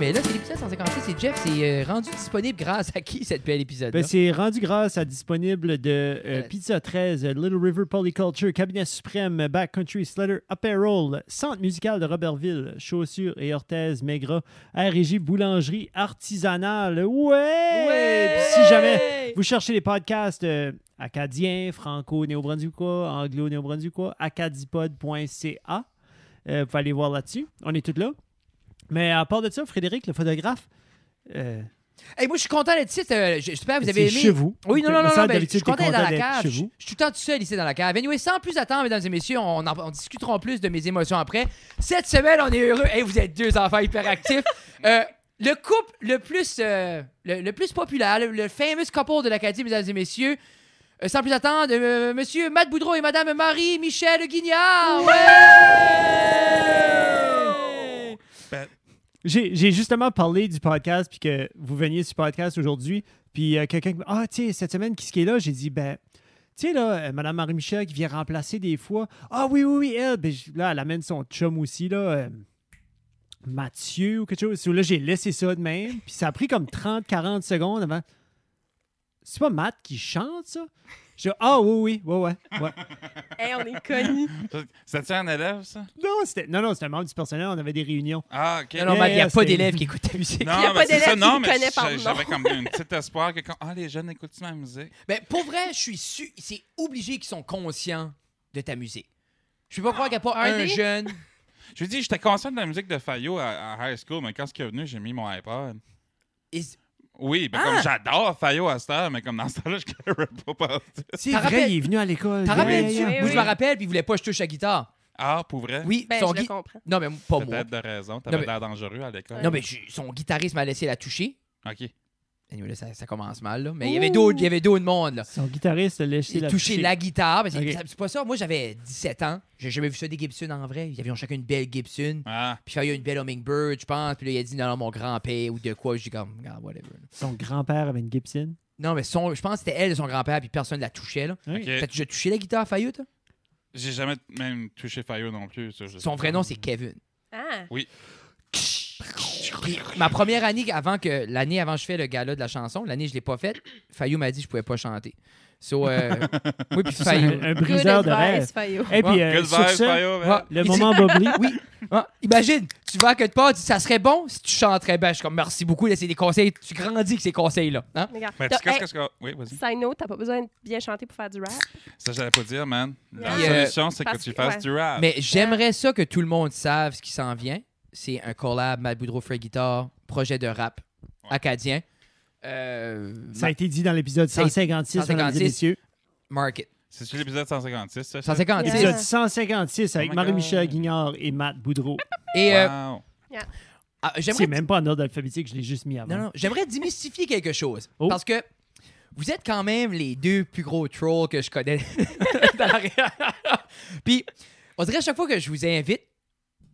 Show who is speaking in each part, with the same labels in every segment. Speaker 1: Mais là, c'est l'épisode 156 et Jeff, c'est euh, rendu disponible grâce à qui cette belle épisode
Speaker 2: Ben, c'est rendu grâce à disponible de euh, Pizza 13, Little River Polyculture, Cabinet Suprême, Backcountry Slater, Apparel, Centre musical de Robertville, Chaussures et Orthèse, Maigrat, RJ Boulangerie Artisanale. Ouais! Puis si jamais vous cherchez les podcasts euh, acadiens, franco-néo-brunswickois, anglo-néo-brunswickois, acadipod.ca. Euh, vous pouvez aller voir là-dessus. On est tous là. Mais à part de ça, Frédéric, le photographe, euh,
Speaker 1: Hey, moi, je suis content d'être ici. Euh, j- J'espère que vous
Speaker 2: Ben, c'est
Speaker 1: avez aimé.
Speaker 2: chez vous.
Speaker 1: Oui, non, non,
Speaker 2: Mais
Speaker 1: non, non, mais
Speaker 2: ça,
Speaker 1: je
Speaker 2: d'habitude,
Speaker 1: suis
Speaker 2: t'es
Speaker 1: content d'être dans la
Speaker 2: d'être
Speaker 1: cave. Je,
Speaker 2: Chez vous.
Speaker 1: je suis tout le temps tout seul ici dans la cave. Anyway, sans plus attendre, mesdames et messieurs, on, en- on discutera plus de mes émotions après. Cette semaine, on est heureux. Hey, vous êtes deux enfants hyperactifs. Euh, le couple le plus, euh, le, le plus populaire, le, le famous couple de l'Acadie, mesdames et messieurs. Euh, sans plus attendre, euh, monsieur Matt Boudreau et madame Marie-Michel Guignard. Ouais!
Speaker 2: J'ai j'ai justement parlé du podcast, puis que vous veniez sur le podcast aujourd'hui, puis euh, quelqu'un qui m'a dit, Ah, tu sais, cette semaine, qui ce qui est là? J'ai dit Ben, tu sais, là, euh, Madame Marie-Michel qui vient remplacer des fois. Ah, oui, oui, oui, elle. Ben, je- là, elle amène son chum aussi, là. euh, Mathieu ou quelque chose. Là, j'ai laissé ça de même, puis ça a pris comme 30-40 secondes avant. C'est pas Matt qui chante, ça? Je Ah, oui, oui, ouais, ouais, ouais.
Speaker 3: Hey, on est connus.
Speaker 4: C'était-tu un élève, ça?
Speaker 2: Non, c'était non, non, c'était un membre du personnel, on avait des réunions.
Speaker 4: Ah, OK.
Speaker 1: Non, non, Matt, il n'y a
Speaker 2: Yes,
Speaker 1: pas
Speaker 2: c'était-
Speaker 1: d'élèves qui écoutent ta musique.
Speaker 3: y a pas
Speaker 4: mais c'est
Speaker 3: d'élève
Speaker 4: ça,
Speaker 3: qui
Speaker 4: non,
Speaker 3: le
Speaker 4: mais
Speaker 3: connaît par
Speaker 4: j'a-
Speaker 3: nom.
Speaker 4: j'avais comme un petit espoir que quand- ah, les jeunes écoutent ma musique.
Speaker 1: Ben, pour vrai, je suis sûr, c'est obligé qu'ils sont conscients de ta musique. Je peux pas croire qu'il n'y a pas
Speaker 3: un
Speaker 1: un,
Speaker 3: des-
Speaker 1: jeune.
Speaker 4: Je lui dis, j'étais conscient de la musique de Fayot à, à high school, mais quand ce qui est venu, j'ai mis mon iPod.
Speaker 1: Is-
Speaker 4: Oui, ben
Speaker 1: Ah!
Speaker 4: comme j'adore Fayot à cette heure, mais comme dans ce temps-là, je ne pas partout.
Speaker 2: C'est
Speaker 1: T'en
Speaker 2: vrai,
Speaker 1: rappelles-
Speaker 2: il est venu à l'école.
Speaker 1: T'en
Speaker 2: Yeah,
Speaker 1: rappelles-tu?
Speaker 2: yeah, yeah.
Speaker 1: Moi, je
Speaker 3: oui.
Speaker 1: me rappelle, puis il voulait pas que je touche la guitare.
Speaker 4: Ah, pour vrai?
Speaker 1: Oui,
Speaker 3: Ben,
Speaker 1: son
Speaker 3: je le
Speaker 1: gui-
Speaker 3: comprends.
Speaker 1: Non, mais pas moi.
Speaker 4: Peut-être de raison. T'avais
Speaker 1: Non, mais-
Speaker 4: l'air dangereux à l'école.
Speaker 1: Non, mais je- son guitariste m'a laissé la toucher.
Speaker 4: OK.
Speaker 1: Anyway, là, ça, ça commence mal, là. Mais il y avait d'autres, il y avait d'autres mondes, là.
Speaker 2: Son guitariste a laissé
Speaker 1: Il
Speaker 2: la
Speaker 1: touchait la guitare. mais c'est
Speaker 2: Ok.
Speaker 1: c'est pas ça. Moi, j'avais 17 ans. J'ai jamais vu ça des Gibson en vrai. Ils avaient chacun une belle Gibson.
Speaker 4: Ah,
Speaker 1: Puis il y a une belle Hummingbird, je pense. Puis là, il a dit non, non, mon grand-père ou de quoi. Je dis comme, ah, whatever.
Speaker 2: Son grand-père avait une Gibson.
Speaker 1: Non, mais son, je pense que c'était elle, son grand-père, puis personne ne la touchait, là.
Speaker 4: OK.
Speaker 1: Fait que j'ai touché la guitare à Fayou, toi?
Speaker 4: J'ai jamais même touché Fayot non plus. ça, je-
Speaker 1: Son vrai nom, c'est Kevin.
Speaker 3: Ah,
Speaker 1: Puis, ma première année, avant que l'année avant que je fais le gala de la chanson, l'année je l'ai pas faite, Fayou m'a dit que je pouvais pas chanter. So, euh, oui, puis Fayou.
Speaker 2: Un
Speaker 3: good
Speaker 2: briseur de rêve.
Speaker 3: advice, Fayot.
Speaker 2: Et puis, euh,
Speaker 4: Good
Speaker 2: sur
Speaker 4: vibe,
Speaker 2: ce,
Speaker 4: Fayot, man.
Speaker 1: Ah,
Speaker 2: le
Speaker 1: il dit-
Speaker 2: moment Bobli.
Speaker 1: Oui. Ah, imagine, tu vas à quelque part, tu dis, ça serait bon si tu chanterais bien. Je suis comme, merci beaucoup, là, c'est des conseils. Tu grandis avec ces conseils-là. hein?
Speaker 3: Mais regarde.
Speaker 4: Mais
Speaker 3: T'as-
Speaker 4: tu sais, qu'est-ce
Speaker 3: hey,
Speaker 4: que c'est que- Oui, vas-y.
Speaker 3: Side note, t'as pas besoin de bien chanter pour faire du rap.
Speaker 4: Ça, j'allais pas dire, man. La
Speaker 1: Puis, euh,
Speaker 4: solution, c'est que
Speaker 3: parce
Speaker 4: tu
Speaker 3: que-
Speaker 4: fasses
Speaker 3: ouais.
Speaker 4: du rap.
Speaker 1: Mais j'aimerais ça que tout le monde sache ce qui s'en vient. C'est un collab, Matt Boudreau, Free Guitar, projet de rap
Speaker 4: Ouais.
Speaker 1: acadien. Euh,
Speaker 2: Ça a été dit dans l'épisode
Speaker 1: Ça a été-
Speaker 2: 156, mesdames et
Speaker 1: 156.
Speaker 2: messieurs.
Speaker 1: Market.
Speaker 4: C'est-tu l'épisode 156, ça? ça?
Speaker 1: 156.
Speaker 3: Yeah.
Speaker 2: Épisode 156 avec
Speaker 4: Oh my
Speaker 2: Marie-Michel
Speaker 4: God.
Speaker 2: Guignard et Matt Boudreau.
Speaker 1: Et euh,
Speaker 4: Wow.
Speaker 1: ah, j'aimerais
Speaker 2: C'est même pas en ordre alphabétique, je l'ai juste mis avant.
Speaker 1: Non, non, j'aimerais démystifier quelque chose.
Speaker 2: Oh.
Speaker 1: Parce que vous êtes quand même les deux plus gros trolls que je connais dans la ré- Puis, on dirait à chaque fois que je vous invite,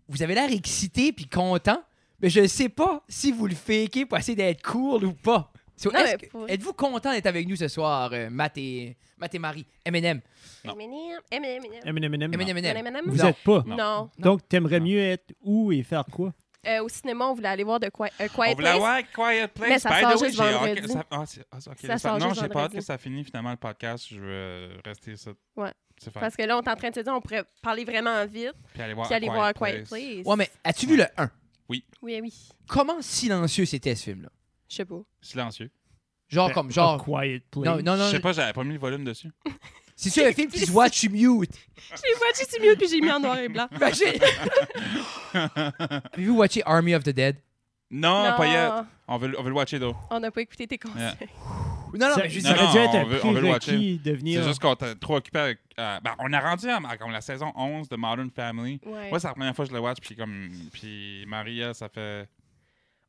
Speaker 1: vous avez l'air excité puis content, mais je ne sais pas si vous le fakez pour essayer d'être cool ou pas. So,
Speaker 3: Non,
Speaker 1: est-ce
Speaker 3: mais
Speaker 1: que-
Speaker 3: pour-
Speaker 1: Êtes-vous content d'être avec nous ce soir, euh, Matt, et, Matt et Marie? M&M.
Speaker 4: Non.
Speaker 3: Eminem, Eminem, Eminem.
Speaker 2: M&M,
Speaker 1: M&M.
Speaker 2: M&M.
Speaker 3: Eminem.
Speaker 2: Vous
Speaker 1: Non.
Speaker 2: êtes pas.
Speaker 4: Non.
Speaker 3: Non.
Speaker 2: Donc, t'aimerais mieux être où et faire quoi?
Speaker 3: Euh, au cinéma, on voulait aller voir de quoi, A
Speaker 4: On
Speaker 3: Quiet
Speaker 4: voulait
Speaker 3: Place.
Speaker 4: avoir Quiet Place.
Speaker 3: Mais ça
Speaker 4: By the
Speaker 3: sort
Speaker 4: way,
Speaker 3: juste
Speaker 4: j'ai hâte
Speaker 3: vendredi.
Speaker 4: que ça- ah, c'est- ah, c'est- ok,
Speaker 3: Ça
Speaker 4: là,
Speaker 3: sort
Speaker 4: Non,
Speaker 3: juste
Speaker 4: j'ai pas hâte
Speaker 3: vendredi.
Speaker 4: que ça finisse finalement le podcast. Je veux rester ça.
Speaker 3: Ouais.
Speaker 4: C'est fait.
Speaker 3: Parce que là, on est en train de se dire, on pourrait parler vraiment vite,
Speaker 4: Puis aller voir
Speaker 3: puis aller
Speaker 4: A
Speaker 3: voir A Quiet
Speaker 4: Quiet
Speaker 3: Place.
Speaker 1: Ouais, mais as-tu vu le 1?
Speaker 3: Oui, eh oui.
Speaker 1: Comment silencieux c'était ce film-là?
Speaker 3: Je sais pas.
Speaker 4: Silencieux.
Speaker 2: Ben,
Speaker 1: Genre Ah, comme, genre...
Speaker 2: A Quiet Place.
Speaker 1: Non, non,
Speaker 4: Je
Speaker 1: non.
Speaker 4: sais pas, j'avais pas mis le volume dessus.
Speaker 1: C'est sûr, le film qui se voit, tu mute.
Speaker 3: J'ai watché sur mute, puis j'ai mis en noir et blanc.
Speaker 1: Imagine! Avez-vous watché Army of the Dead?
Speaker 4: Non,
Speaker 3: Non.
Speaker 4: pas yet. On veut, le- on veut le watcher, though.
Speaker 3: On n'a pas écouté tes conseils.
Speaker 4: Yeah.
Speaker 1: Non, non,
Speaker 2: Ça,
Speaker 1: mais je veux
Speaker 2: ça
Speaker 1: dire-
Speaker 4: non,
Speaker 2: aurait dû être
Speaker 4: on veut- on veut le
Speaker 2: un prérequis de
Speaker 4: C'est
Speaker 2: venir.
Speaker 4: juste qu'on était trop occupé avec. euh, ben, on a rendu à, à comme la saison 11 de Modern Family.
Speaker 3: Ouais.
Speaker 4: Moi, c'est la première fois que je le watch, puis comme. Puis Maria, ça fait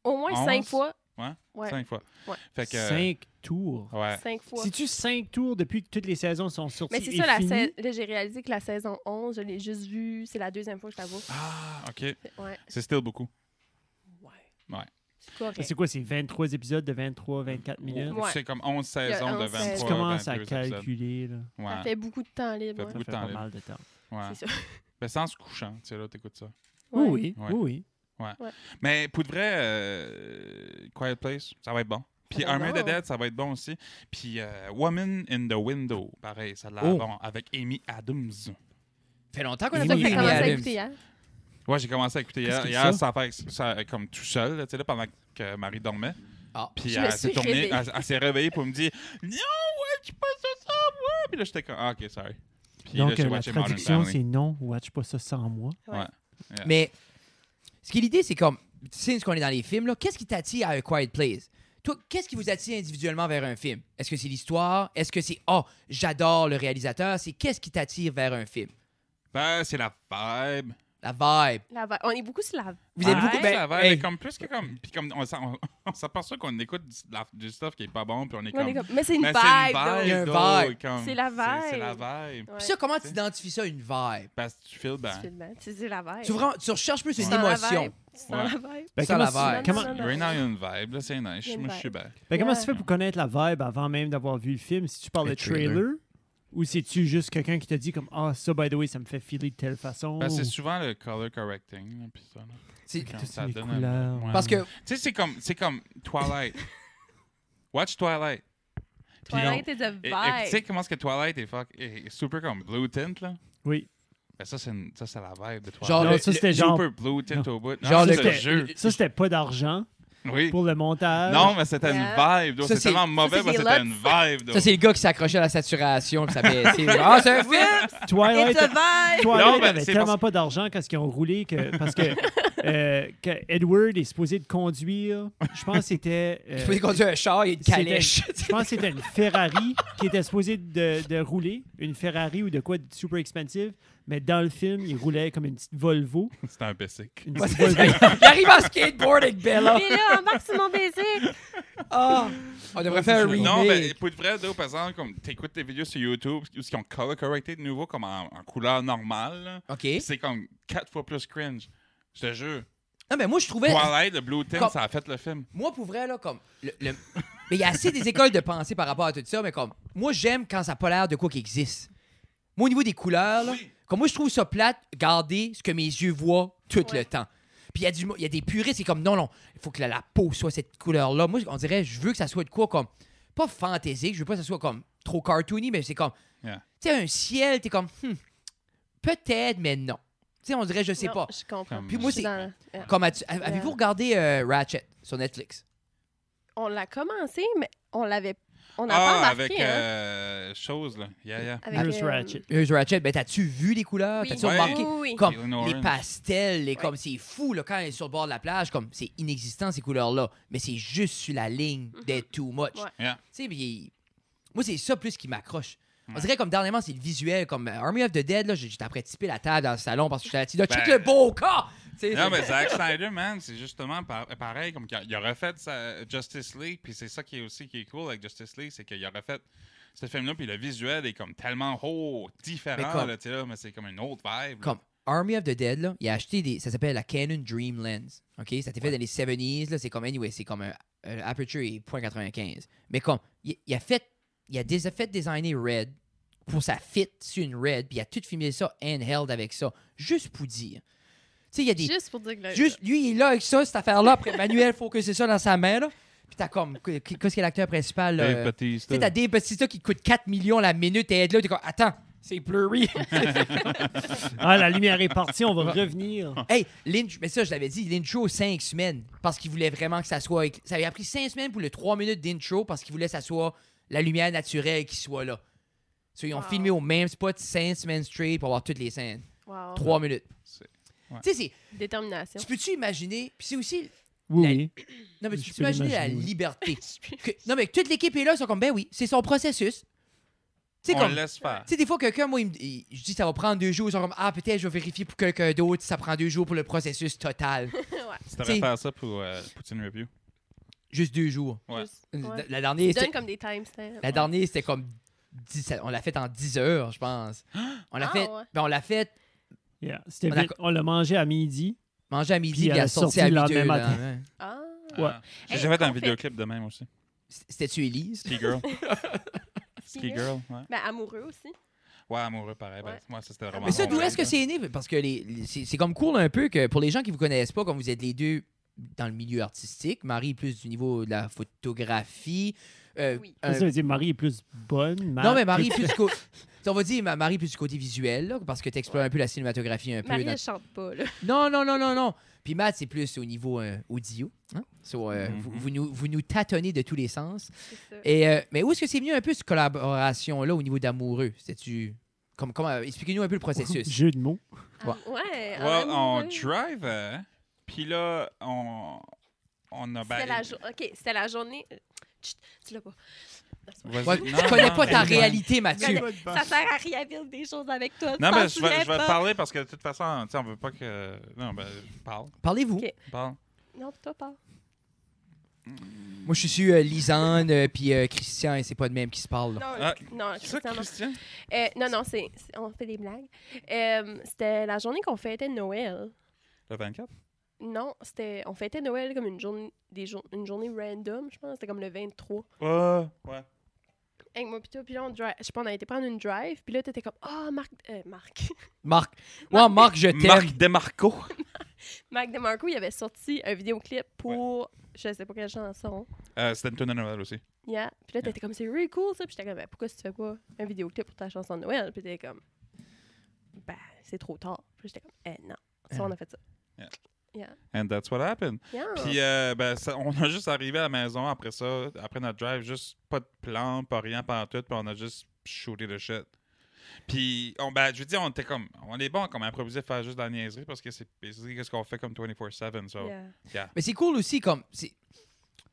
Speaker 3: Au moins cinq
Speaker 4: Onze?
Speaker 3: fois.
Speaker 4: Ouais.
Speaker 3: Ouais.
Speaker 4: cinq fois.
Speaker 3: Ouais.
Speaker 4: Fait que.
Speaker 2: Cinq tours.
Speaker 4: Ouais.
Speaker 3: Cinq fois.
Speaker 2: Si tu cinq tours depuis que toutes les saisons sont sorties
Speaker 3: Mais c'est
Speaker 2: et
Speaker 3: ça, la
Speaker 2: finies?
Speaker 3: sais- là, j'ai réalisé que la saison 11, je l'ai juste vue. C'est la deuxième fois que je la vois.
Speaker 4: Ah, ok.
Speaker 3: Ouais.
Speaker 4: C'est still beaucoup.
Speaker 3: Ouais.
Speaker 4: Ouais.
Speaker 3: C'est correct.
Speaker 2: C'est quoi, c'est 23 épisodes de 23, 24 minutes?
Speaker 3: Ouais.
Speaker 4: C'est comme 11 saisons de
Speaker 3: onze saisons.
Speaker 2: Tu
Speaker 4: 23
Speaker 2: commences à
Speaker 4: 22 épisodes.
Speaker 2: calculer, là.
Speaker 3: Ça
Speaker 4: Ouais.
Speaker 3: fait beaucoup de temps libre. ouais.
Speaker 4: Ça
Speaker 2: Ça
Speaker 4: Beaucoup de
Speaker 2: fait
Speaker 4: temps
Speaker 2: pas
Speaker 4: libre.
Speaker 2: mal de temps.
Speaker 4: ouais.
Speaker 3: C'est ça.
Speaker 4: Ben, sans se couchant, tu sais, hein. là, t'écoutes ça.
Speaker 3: Ouais.
Speaker 2: Oui, oui,
Speaker 4: Ouais.
Speaker 2: oui, oui.
Speaker 4: Mais pour de vrai, euh, Quiet Place, ça va être bon. Puis
Speaker 3: Ça va être
Speaker 4: Army of the
Speaker 3: bon.
Speaker 4: Dead, ça va être bon aussi. Puis euh, Woman in the Window, pareil, ça l'a
Speaker 2: Oh.
Speaker 4: bon avec Amy Adams.
Speaker 1: fait longtemps qu'on
Speaker 2: Et
Speaker 1: a
Speaker 3: Ça,
Speaker 1: pas
Speaker 2: oui,
Speaker 1: vu
Speaker 3: que t'as
Speaker 1: Amy
Speaker 2: oui.
Speaker 3: commencé à
Speaker 1: Adams.
Speaker 3: écouter hein. hier.
Speaker 4: Ouais, j'ai commencé à écouter hier.
Speaker 2: Qu'est-ce que
Speaker 4: Hier,
Speaker 2: c'est
Speaker 4: ça a fait ça, comme tout seul, là, tu sais, là, pendant que Marie dormait.
Speaker 1: Ah.
Speaker 4: Puis
Speaker 3: Je me
Speaker 4: elle s'est
Speaker 3: suis
Speaker 4: tournée,
Speaker 3: réveillée.
Speaker 4: elle, elle s'est réveillée pour me dire Non, ouais, tu passes ça, moi. Puis là, j'étais comme Ah, ok, sorry. Puis là,
Speaker 2: Donc,
Speaker 4: j'ai
Speaker 2: euh, la
Speaker 4: watché Modern
Speaker 2: traduction,
Speaker 4: Family.
Speaker 2: c'est non, watch pas ça sans moi.
Speaker 3: Ah.
Speaker 1: Mais ce qui est l'idée, c'est comme, since qu'on est dans les films, là, qu'est-ce qui t'attire à A Quiet Place? Toi, qu'est-ce qui vous attire individuellement vers un film? Est-ce que c'est l'histoire? Est-ce que c'est Oh, j'adore le réalisateur? C'est qu'est-ce qui t'attire vers un film?
Speaker 4: Ben, c'est la vibe. Ah,
Speaker 1: La vibe.
Speaker 3: La va- On est beaucoup sur la.
Speaker 1: Vous êtes
Speaker 3: Ouais.
Speaker 1: beaucoup.
Speaker 4: la
Speaker 1: Ben,
Speaker 4: vibe.
Speaker 1: hey,
Speaker 4: mais comme plus que comme. Puis comme on, s'en- on- on s'aperçoit qu'on écoute du, la- du stuff qui est pas bon, puis on
Speaker 3: Ouais,
Speaker 4: est
Speaker 3: on
Speaker 4: comme.
Speaker 3: est comme- Mais c'est une
Speaker 4: Mais
Speaker 3: vibe.
Speaker 4: c'est
Speaker 3: donc.
Speaker 1: Il y a un
Speaker 4: though,
Speaker 1: vibe.
Speaker 4: comme-
Speaker 3: C'est la
Speaker 4: C'est la vibe.
Speaker 3: Ouais.
Speaker 1: pis ça, comment tu identifies ça, une vibe?
Speaker 4: Parce que tu feel
Speaker 3: Tu
Speaker 4: ben.
Speaker 3: fais le mal. C'est c'est la vibe.
Speaker 1: Tu, vraiment- tu recherches plus
Speaker 3: Tu
Speaker 1: une
Speaker 3: sens la
Speaker 1: émotion.
Speaker 3: vibe. Tu sens la vibe.
Speaker 2: Ben,
Speaker 1: Ça,
Speaker 2: comment
Speaker 1: la
Speaker 2: ça-
Speaker 1: vibe.
Speaker 2: comment-
Speaker 3: Non, non,
Speaker 4: Right
Speaker 3: non.
Speaker 4: now, il y a une vibe, là, c'est nice.
Speaker 3: Il y a une
Speaker 4: Moi, je suis bien.
Speaker 2: ben, comment
Speaker 3: Ouais.
Speaker 2: tu fais pour connaître la vibe avant même d'avoir vu le film? Si tu parles
Speaker 4: Le
Speaker 2: de trailer,
Speaker 4: trailer.
Speaker 2: ou c'est-tu juste quelqu'un qui t'a dit comme Ah, ça, by the way, ça me fait filer de telle façon?
Speaker 4: Ben, c'est
Speaker 2: ou-
Speaker 4: souvent le color correcting, là, puis ça, là.
Speaker 1: C'est-
Speaker 4: Quand
Speaker 2: Toutes
Speaker 4: ça
Speaker 2: les
Speaker 4: donne un-
Speaker 2: couleurs.
Speaker 4: Ouais.
Speaker 1: Parce que
Speaker 4: Tu sais, c'est comme, c'est comme Twilight. Watch Twilight. Puis
Speaker 3: Twilight
Speaker 4: on-
Speaker 3: is a
Speaker 4: et- et Tu sais
Speaker 3: vibe.
Speaker 4: comment est-ce que Twilight est, fuck, est- est super comme blue tint, là?
Speaker 2: Oui.
Speaker 4: Ben, ça, c'est une- ça, c'est la vibe de Twilight.
Speaker 1: Genre
Speaker 2: Non,
Speaker 1: le-
Speaker 2: ça,
Speaker 1: le-
Speaker 2: c'était genre.
Speaker 4: Super blue tint au bout. Non,
Speaker 1: Genre
Speaker 4: ça,
Speaker 1: le-
Speaker 4: c'est
Speaker 2: c'était-
Speaker 4: jeu.
Speaker 2: Ça, c'était pas d'argent
Speaker 4: Oui.
Speaker 2: pour le montage.
Speaker 4: Non, mais c'était
Speaker 3: Yeah.
Speaker 4: une vibe. donc
Speaker 1: Ça,
Speaker 4: C'est
Speaker 1: c'est-
Speaker 4: tellement mauvais,
Speaker 3: c'est
Speaker 4: mais
Speaker 3: des
Speaker 4: c'était
Speaker 3: lots.
Speaker 4: une vibe. donc.
Speaker 1: ça, c'est le gars qui s'accrochait à la saturation puis ça baissait. Ah, c'est un film!
Speaker 2: Twilight,
Speaker 3: It's a vibe.
Speaker 2: Twilight
Speaker 4: Non, ben,
Speaker 2: avait
Speaker 4: c'est
Speaker 2: tellement
Speaker 4: parce-
Speaker 2: pas d'argent quand ils ont roulé que parce que, euh, que Edward est supposé de conduire. Je pense que c'était. euh,
Speaker 1: Il faut conduire un char, il y a une
Speaker 2: c'était-
Speaker 1: calèche.
Speaker 2: Je pense que c'était une Ferrari qui était supposée de, de rouler, une Ferrari ou de quoi de super expensive, mais dans le film, il roulait comme une petite Volvo.
Speaker 4: C'était un basic.
Speaker 2: Une
Speaker 1: Ouais,
Speaker 2: petite
Speaker 1: c'est ça.
Speaker 2: Volvo.
Speaker 1: il arrive en skateboard avec Bella.
Speaker 3: Mais là, embarque sur mon baiser.
Speaker 1: Ah, on devrait faire un remake.
Speaker 4: Non, mais pour de vrai, là, par exemple, comme t'écoutes des vidéos sur YouTube où ils ont color correcté de nouveau comme en, en couleur normale, là,
Speaker 1: OK.
Speaker 4: pis c'est comme quatre fois plus cringe. Je te jure.
Speaker 1: Non, mais Ah, ben, moi, je trouvais...
Speaker 4: Twilight, le blue tint,
Speaker 1: Comme-
Speaker 4: ça a fait le film.
Speaker 1: Moi, pour vrai, là, comme... le- le- mais il y a assez des écoles de pensée par rapport à tout ça, mais comme... Moi, j'aime quand ça n'a pas l'air de quoi qui existe. Moi, au niveau des couleurs, là, comme moi, je trouve ça plate, garder ce que mes yeux voient tout
Speaker 3: Ouais.
Speaker 1: le temps. Puis il y, a du mo- il y a des puristes, c'est comme, non, non, il faut que la, la peau soit cette couleur-là. Moi, on dirait, je veux que ça soit de quoi comme... Pas fantaisique, je veux pas que ça soit comme trop cartoony, mais c'est comme...
Speaker 4: Yeah.
Speaker 1: Tu sais, un ciel, t'es comme... hmm, peut-être, mais non. Tu sais, on dirait, je sais
Speaker 3: Non,
Speaker 1: pas.
Speaker 3: Je comprends.
Speaker 4: Comme-
Speaker 1: Puis moi,
Speaker 3: Je suis
Speaker 1: c'est-
Speaker 3: dans- euh,
Speaker 1: Comme as-tu- a- avez-vous regardé euh, Ratchet sur Netflix?
Speaker 3: On l'a commencé, mais on l'avait. On n'a pas
Speaker 4: Ah,
Speaker 3: embarqué.
Speaker 4: avec
Speaker 3: hein.
Speaker 4: euh, chose, là. Yeah, yeah.
Speaker 3: Avec,
Speaker 2: Nurse
Speaker 3: euh,
Speaker 2: Ratchet.
Speaker 1: Euh, sur Ratchet, ben t'as-tu vu les couleurs?
Speaker 3: Oui,
Speaker 1: T'as-tu
Speaker 4: Ouais.
Speaker 1: remarqué?
Speaker 3: oui, oui.
Speaker 1: Comme
Speaker 4: Eleanor
Speaker 1: les
Speaker 4: Orange.
Speaker 1: pastels, les, comme c'est fou là, quand elle est sur le bord de la plage, comme c'est inexistant ces couleurs-là, mais c'est juste sur la ligne des too much.
Speaker 3: Ouais.
Speaker 4: Yeah.
Speaker 1: Tu sais, puis, moi c'est ça plus qui m'accroche. On
Speaker 4: Ouais.
Speaker 1: dirait comme dernièrement c'est le visuel, comme euh, Army of the Dead là, j'étais après tiper la table dans le salon parce que j'étais là, tu dois
Speaker 4: Ben-
Speaker 1: check le beau cas.
Speaker 4: Non, mais Zack Snyder, man, c'est justement par- pareil. Comme qu'il a- il a refait sa Justice League, puis c'est ça qui est aussi qui est cool avec Justice League, c'est qu'il a refait ce film-là, puis le visuel est comme tellement haut,
Speaker 1: Mais
Speaker 4: différent,
Speaker 1: comme-
Speaker 4: là, tu sais, là, mais c'est comme une autre vibe. là.
Speaker 1: Mm-hmm. comme Army of the Dead, là, il a acheté des. Ça s'appelle la Canon Dream Lens. OK? Ça t'est fait dans les 70s. là, C'est comme, anyway, c'est comme un, un aperture et .95. Mais comme, il, il a fait. Il a déjà fait designer Red pour sa fit sur une Red, puis il a tout filmé ça handheld avec ça. Juste pour dire. Tu sais, il y a des.
Speaker 3: Juste pour dire que là,
Speaker 1: Juste, lui, il est là avec ça, cette affaire-là. Après, Manuel, faut que c'est ça dans sa main, là. Puis t'as comme. qu- Qu'est-ce que l'acteur principal, là?
Speaker 4: Dave
Speaker 1: euh, Tu
Speaker 4: Bautista.
Speaker 1: sais, t'as Dave Bautista qui coûte 4 millions la minute et être là, t'es comme, attends, c'est blurry.
Speaker 2: Ah, la lumière est partie, on va revenir.
Speaker 1: Hey, Lynch, mais ça, je l'avais dit, l'intro 5 semaines parce qu'il voulait vraiment que ça soit. Ça avait pris 5 semaines pour le 3 minutes d'intro parce qu'il voulait que ça soit la lumière naturelle qui soit là. So, ils ont
Speaker 3: Wow.
Speaker 1: filmé au même spot 5 semaines straight pour avoir toutes les scènes.
Speaker 3: wow,
Speaker 1: 3 minutes.
Speaker 4: C'est- ouais.
Speaker 1: Tu sais, c'est-
Speaker 3: détermination.
Speaker 1: tu peux-tu imaginer. Puis c'est aussi.
Speaker 2: Oui,
Speaker 1: La-
Speaker 2: oui.
Speaker 1: Non, mais
Speaker 2: Je
Speaker 1: tu peux
Speaker 2: peux
Speaker 1: imaginer la
Speaker 2: l'imaginer, oui.
Speaker 1: liberté. Que- non, mais que toute l'équipe est là, ils sont comme, ben oui, c'est son processus. Tu sais,
Speaker 4: On
Speaker 1: comme.
Speaker 4: le laisse faire.
Speaker 1: Tu sais, des fois, quelqu'un, moi, il me- il- je dis ça va prendre deux jours. Ils sont comme, ah, peut-être je vais vérifier pour quelqu'un d'autre si ça prend deux jours pour le processus total.
Speaker 4: Tu
Speaker 1: sais-
Speaker 4: devrais faire ça pour euh, Poutine Review.
Speaker 1: Juste deux jours.
Speaker 4: Ouais.
Speaker 3: Juste- ouais.
Speaker 1: La dernière,
Speaker 3: Ils
Speaker 1: c'était-
Speaker 3: donnent comme des timestamps.
Speaker 1: La dernière, c'était comme. 10 ça- on l'a faite en 10 heures, je pense. On l'a
Speaker 3: Ah,
Speaker 1: fait.
Speaker 3: ouais.
Speaker 1: ben, on l'a fait
Speaker 2: Yeah. C'était
Speaker 1: On a-
Speaker 2: vite. On l'a mangé à midi.
Speaker 1: manger à
Speaker 2: Puis
Speaker 1: midi, puis elle
Speaker 2: elle
Speaker 1: a
Speaker 2: a
Speaker 1: sorti
Speaker 2: sorti
Speaker 1: à
Speaker 2: le
Speaker 1: 8
Speaker 2: lendemain
Speaker 1: heures.
Speaker 2: matin.
Speaker 1: là, ouais.
Speaker 3: Ah.
Speaker 2: Ouais.
Speaker 4: Ah. J'ai
Speaker 3: Hey,
Speaker 4: déjà fait un
Speaker 3: on fait-
Speaker 4: vidéoclip de même aussi.
Speaker 1: C'était-tu Elise?
Speaker 4: Ski Girl. Ski Girl, ouais.
Speaker 3: Mais Ben, amoureux aussi.
Speaker 4: Ouais, amoureux, pareil. Ben,
Speaker 3: Ouais.
Speaker 4: moi, ça, c'était vraiment.
Speaker 1: Mais ça,
Speaker 4: mon
Speaker 1: d'où
Speaker 4: rêve,
Speaker 1: est-ce que
Speaker 4: là.
Speaker 1: c'est né? Parce que les, les- c'est c'est comme cool un peu que pour les gens qui vous connaissent pas, comme vous êtes les deux dans le milieu artistique, Marie est plus du niveau de la photographie. euh,
Speaker 3: Oui.
Speaker 1: un-
Speaker 2: Ça veut dire Marie est plus bonne. Matt-
Speaker 1: non, mais Marie est plus du côté. On va dire ma- Marie est plus du côté visuel, là, parce que tu explores un peu la cinématographie un peu.
Speaker 3: Marie,
Speaker 1: dans-
Speaker 3: elle chante pas, là.
Speaker 1: Non, non, non, non, non. Puis Matt, c'est plus au niveau euh, audio. hein. So, euh,
Speaker 4: Mhm.
Speaker 1: vous, vous nous, vous nous tâtonnez de tous les sens.
Speaker 3: C'est ça.
Speaker 1: Et, euh, mais où est-ce que c'est venu un peu cette collaboration-là au niveau d'amoureux? C'était-tu. Comme, comment, expliquez-nous un peu le processus.
Speaker 2: Jeu de mots.
Speaker 3: Ah, Ouais, en
Speaker 4: Ouais, on
Speaker 3: amoureux.
Speaker 4: drive. euh, Puis là, on. On a.
Speaker 3: C'était
Speaker 4: ben,
Speaker 3: la, jour- ok, c'était la journée. euh, Chut, tu l'as pas.
Speaker 4: vas-y.
Speaker 1: Ouais,
Speaker 4: Non,
Speaker 1: tu connais
Speaker 4: non,
Speaker 1: pas ta
Speaker 4: ben,
Speaker 1: réalité, Mathieu.
Speaker 3: Connais- Ça sert à rien dire des choses avec toi. tu
Speaker 4: Non,
Speaker 3: t'en
Speaker 4: mais je vais,
Speaker 3: souviens
Speaker 4: je vais te
Speaker 3: pas.
Speaker 4: parler parce que de toute façon, tu sais, on veut pas que. Non, ben, parle.
Speaker 1: Parlez-vous.
Speaker 3: Ok.
Speaker 4: Parle.
Speaker 3: Non, toi, pas.
Speaker 1: Moi, je suis euh, Lisanne, euh, puis euh, Christian, et c'est pas de même qui se parle.
Speaker 3: Non,
Speaker 4: Ah,
Speaker 3: non,
Speaker 4: C'est ça,
Speaker 3: Christian, non.
Speaker 4: Christian?
Speaker 3: Euh, non, non, c'est, c'est- on fait des blagues. Euh, c'était la journée qu'on fêtait Noël.
Speaker 4: Le 24?
Speaker 3: Non, c'était, on fêtait Noël comme une journée, des jour- une journée random, je pense. C'était comme le 23.
Speaker 4: Ouais. Ouais.
Speaker 3: Avec moi, puis toi, puis là, on drive. Je pense, on a été prendre une drive, puis là, t'étais comme, ah, Marc, euh, Marc.
Speaker 1: Marc. Moi, Marc, je t'aime.
Speaker 4: Marc Demarco.
Speaker 3: Marc DeMarco, il avait sorti un vidéoclip pour, je sais pas quelle chanson.
Speaker 4: Euh, C'était une tonne de Noël aussi.
Speaker 3: Yeah. Puis là, t'étais comme, c'est really cool, ça. Puis j'étais comme, ben, pourquoi tu fais pas un vidéoclip pour ta chanson de Noël? Puis t'étais comme, ben, c'est trop tard. Puis j'étais comme, eh, non. Ça, on a fait ça.
Speaker 4: And that's what happened.
Speaker 3: Yeah.
Speaker 4: Puis, euh, ben, ça- on a juste arrivé à la maison après ça, après notre drive, juste pas de plan, pas rien, pas en tout, puis on a juste shooté le shit. Puis, on, ben, je veux dire, on était comme, on est bon comme improviser, faire juste de la niaiserie parce que c'est basically ce qu'on fait comme 24-7. So,
Speaker 3: Yeah.
Speaker 1: Mais c'est cool aussi, comme. c'est- Tu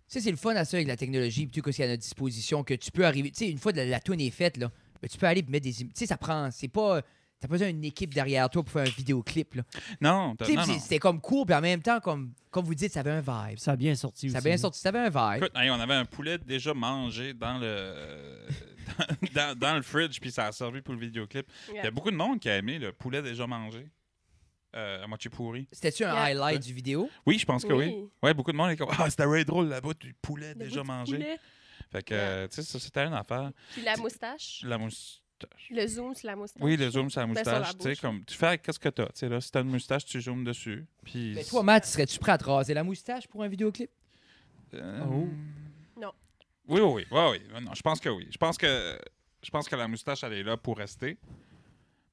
Speaker 1: sais, c'est le fun à ça avec la technologie, puis tout ce qu'il y a à notre disposition, que tu peux arriver. Tu sais, une fois que la, la toune est faite, là, ben, tu peux aller mettre des. im- Tu sais, ça prend. C'est pas. T'as pas besoin d'une équipe derrière toi pour faire un vidéoclip, là.
Speaker 4: Non, t'as-
Speaker 1: Tu sais,
Speaker 4: non,
Speaker 1: puis
Speaker 4: non.
Speaker 1: c'est- c'était comme court, puis en même temps, comme, comme vous dites, ça avait un vibe.
Speaker 2: Ça a bien sorti
Speaker 1: Ça a
Speaker 2: aussi.
Speaker 1: bien sorti, ça avait un vibe.
Speaker 4: Écoute, hey, on avait un poulet déjà mangé dans le euh, dans, dans le fridge, puis ça a servi pour le vidéoclip. Il y a
Speaker 3: Yeah.
Speaker 4: beaucoup de monde qui a aimé le poulet déjà mangé, euh, à moitié pourri.
Speaker 1: C'était-tu un
Speaker 3: Yeah.
Speaker 1: highlight du vidéo?
Speaker 4: Oui, je pense que oui.
Speaker 3: Oui.
Speaker 4: Ouais, beaucoup de monde est comme Ah, c'était vrai drôle là-bas, du poulet
Speaker 3: Le
Speaker 4: déjà
Speaker 3: bout du
Speaker 4: mangé.
Speaker 3: poulet,
Speaker 4: Fait que, euh, tu sais, ça, c'était une affaire.
Speaker 3: Puis la
Speaker 4: Tu-
Speaker 3: moustache.
Speaker 4: La moustache.
Speaker 3: Le zoom sur la moustache.
Speaker 4: Oui, le zoom sur la
Speaker 3: Ben, sur la
Speaker 4: moustache. Tu sais,
Speaker 3: bouche.
Speaker 4: comme, tu fais avec qu'est-ce que t'as. Tu sais, là, si t'as une moustache, tu zoomes dessus. Puis.
Speaker 3: Ben,
Speaker 1: Mais Ben, toi, Matt, serais-tu prêt à te raser la moustache pour un vidéoclip?
Speaker 4: Euh,
Speaker 2: Oh.
Speaker 3: Non.
Speaker 4: Oui, oui, oui. ouais, oui. Non, je pense que oui. Je pense que, je pense que la moustache, elle est là pour rester.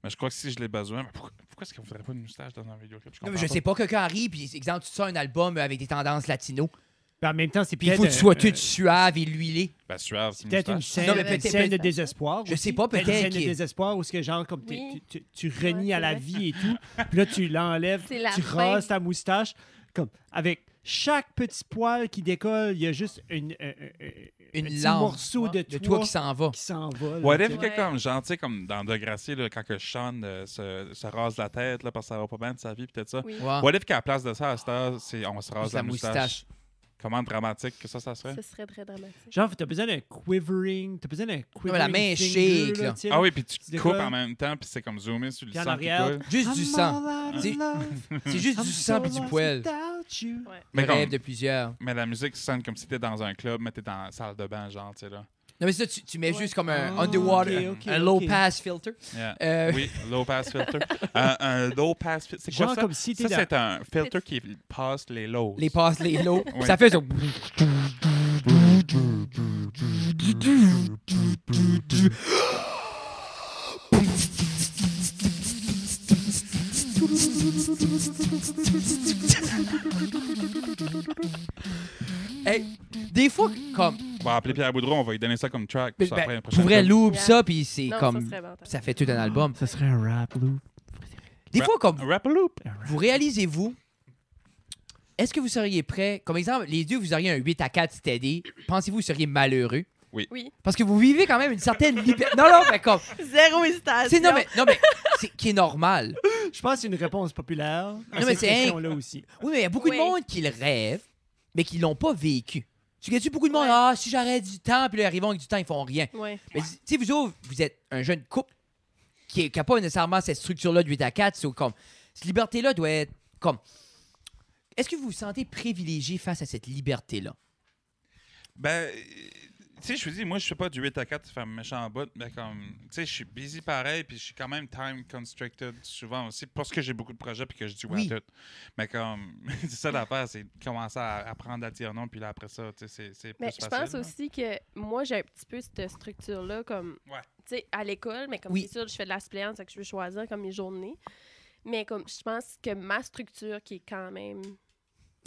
Speaker 4: Mais je crois que si je l'ai besoin, mais pourquoi, pourquoi est-ce qu'on voudrait pas une moustache dans un
Speaker 1: Non,
Speaker 4: vidéoclip?
Speaker 1: mais
Speaker 4: comprends
Speaker 1: je
Speaker 4: pas.
Speaker 1: sais pas que quand arrive, puis exemple, tu sors un album avec des tendances latino,
Speaker 2: Puis en même temps, c'est
Speaker 1: puis il faut que
Speaker 2: peut-être.
Speaker 1: tu sois
Speaker 2: euh,
Speaker 1: tout suave et luilé.
Speaker 4: Ben, suave,
Speaker 2: C'est peut-être une
Speaker 4: moustache.
Speaker 2: scène,
Speaker 1: Non, mais
Speaker 2: une
Speaker 1: peut-être-
Speaker 2: scène de
Speaker 1: peut-être-
Speaker 2: désespoir.
Speaker 1: Je
Speaker 2: aussi.
Speaker 1: sais pas,
Speaker 2: une
Speaker 1: peut-être
Speaker 2: scène de
Speaker 1: qu'il-
Speaker 2: désespoir où ce que genre, comme t'es-
Speaker 3: Oui.
Speaker 2: tu, tu- tu renies
Speaker 3: Ouais,
Speaker 2: à la
Speaker 3: c'est vrai.
Speaker 2: vie et tout. Puis là, tu l'enlèves,
Speaker 3: C'est la
Speaker 2: tu
Speaker 3: fin.
Speaker 2: rases ta moustache. Comme avec chaque petit poil qui décolle, il y a juste une, euh, euh, euh,
Speaker 1: Une
Speaker 2: un petit
Speaker 1: lampe
Speaker 2: morceau de,
Speaker 1: de toi
Speaker 2: toit
Speaker 1: qui s'en va.
Speaker 2: qui s'en va. là,
Speaker 4: What
Speaker 2: tu
Speaker 4: if
Speaker 2: sais.
Speaker 4: que comme genre, tu sais, comme dans Degrassi, là, quand que Sean euh, se, se rase la tête là, parce que ça va pas bien de sa vie, peut-être ça.
Speaker 3: Oui.
Speaker 1: Ouais.
Speaker 4: What if qu'à la place de ça, à cette heure, c'est on se rase
Speaker 1: Juste
Speaker 4: la, moustache. Comment dramatique que ça, ça serait?
Speaker 3: Ce serait très dramatique.
Speaker 2: Genre, t'as besoin d'un quivering, t'as besoin d'un quivering.
Speaker 1: mais la main est
Speaker 2: finger,
Speaker 1: chic, là.
Speaker 2: tu sais,
Speaker 4: Ah oui, puis
Speaker 2: Tu
Speaker 4: tu
Speaker 2: décolles.
Speaker 4: coupes en même temps, puis c'est comme zoomé sur le
Speaker 2: Puis en
Speaker 4: sang qui
Speaker 2: arrière.
Speaker 4: coule.
Speaker 1: Juste du
Speaker 2: I'm
Speaker 1: sang.
Speaker 2: all out of
Speaker 1: C'est-
Speaker 2: love,
Speaker 1: C'est juste
Speaker 2: I'm
Speaker 1: du sang
Speaker 2: so
Speaker 1: puis du
Speaker 2: lost
Speaker 1: poil.
Speaker 2: without you.
Speaker 1: Le
Speaker 4: Mais comme-
Speaker 1: rêve de plusieurs.
Speaker 4: Mais la musique sonne comme si t'étais dans un club, mais t'es dans la salle de bain, genre, tu sais, là.
Speaker 1: Non, mais ça, tu, tu mets
Speaker 3: Ouais.
Speaker 1: juste comme un
Speaker 2: Ah,
Speaker 1: underwater,
Speaker 2: ok, ok,
Speaker 1: un low
Speaker 2: ok.
Speaker 1: pass filter.
Speaker 4: Yeah.
Speaker 1: Euh,
Speaker 4: Oui, low pass filter. un, un low pass filter. C'est quoi
Speaker 2: Genre
Speaker 4: ça?
Speaker 2: comme si t'es
Speaker 4: Ça,
Speaker 2: dans...
Speaker 4: c'est un filter qui passe les lows.
Speaker 1: Les passes, les lows.
Speaker 4: Ouais.
Speaker 1: Ça fait ça. Hey, des fois, comme.
Speaker 4: On va appeler Pierre Boudreau, on va lui donner ça comme track.
Speaker 1: Ben,
Speaker 4: pour ça, après, un prochain
Speaker 1: pour vrai,
Speaker 4: film.
Speaker 1: loop
Speaker 3: Yeah.
Speaker 1: ça, puis c'est
Speaker 3: Non,
Speaker 1: comme.
Speaker 3: ça serait mental.
Speaker 1: Ça fait tout un album.
Speaker 2: Ça serait un rap loop.
Speaker 1: Des fois, comme.
Speaker 4: Un Rap loop.
Speaker 2: Un rap.
Speaker 1: Vous réalisez-vous, est-ce que vous seriez prêt, comme exemple, les deux, vous auriez un 8 à 4 steady, pensez-vous que vous seriez malheureux?
Speaker 3: Oui.
Speaker 1: Parce que vous vivez quand même une certaine liberté. Non, non, mais comme.
Speaker 3: Zéro hésitation.
Speaker 1: C'est non, mais, non, mais c'est qui est normal.
Speaker 2: Je pense que c'est une réponse populaire. à
Speaker 1: mais
Speaker 2: cette
Speaker 1: c'est-
Speaker 2: question-là aussi.
Speaker 1: Oui, mais il y a beaucoup
Speaker 3: Oui.
Speaker 1: de monde qui le rêve, mais qui l'ont pas vécu. Tu connais-tu beaucoup de monde,
Speaker 3: Ouais.
Speaker 1: ah, si j'arrête du temps, puis là, arrivons avec du temps, ils font rien.
Speaker 3: Ouais.
Speaker 1: Mais tu sais, vous autres, vous êtes un jeune couple qui n'a pas nécessairement cette structure-là de 8 à 4. so, comme, cette liberté-là doit être comme. Est-ce que vous vous sentez privilégié face à cette liberté-là?
Speaker 4: Ben, tu sais, je vous dis, moi, je fais pas du 8 à 4, faire méchant en bout, mais comme, tu sais, je suis busy pareil, puis je suis quand même time constricted souvent aussi, parce que j'ai beaucoup de projets, puis que je dis ouais
Speaker 1: Oui.
Speaker 4: à tout. Mais comme, c'est ça l'affaire, c'est de commencer à apprendre à dire non, puis là, après ça, tu sais, c'est- c'est plus
Speaker 3: Mais je
Speaker 4: facile.
Speaker 3: pense
Speaker 4: là.
Speaker 3: aussi que moi, j'ai un petit peu cette structure-là, comme,
Speaker 4: Ouais.
Speaker 3: tu sais, à l'école, mais comme
Speaker 1: Oui.
Speaker 3: c'est sûr, je fais de la suppléance, fait que je veux choisir comme mes journées. Mais comme, je pense que ma structure, qui est quand même,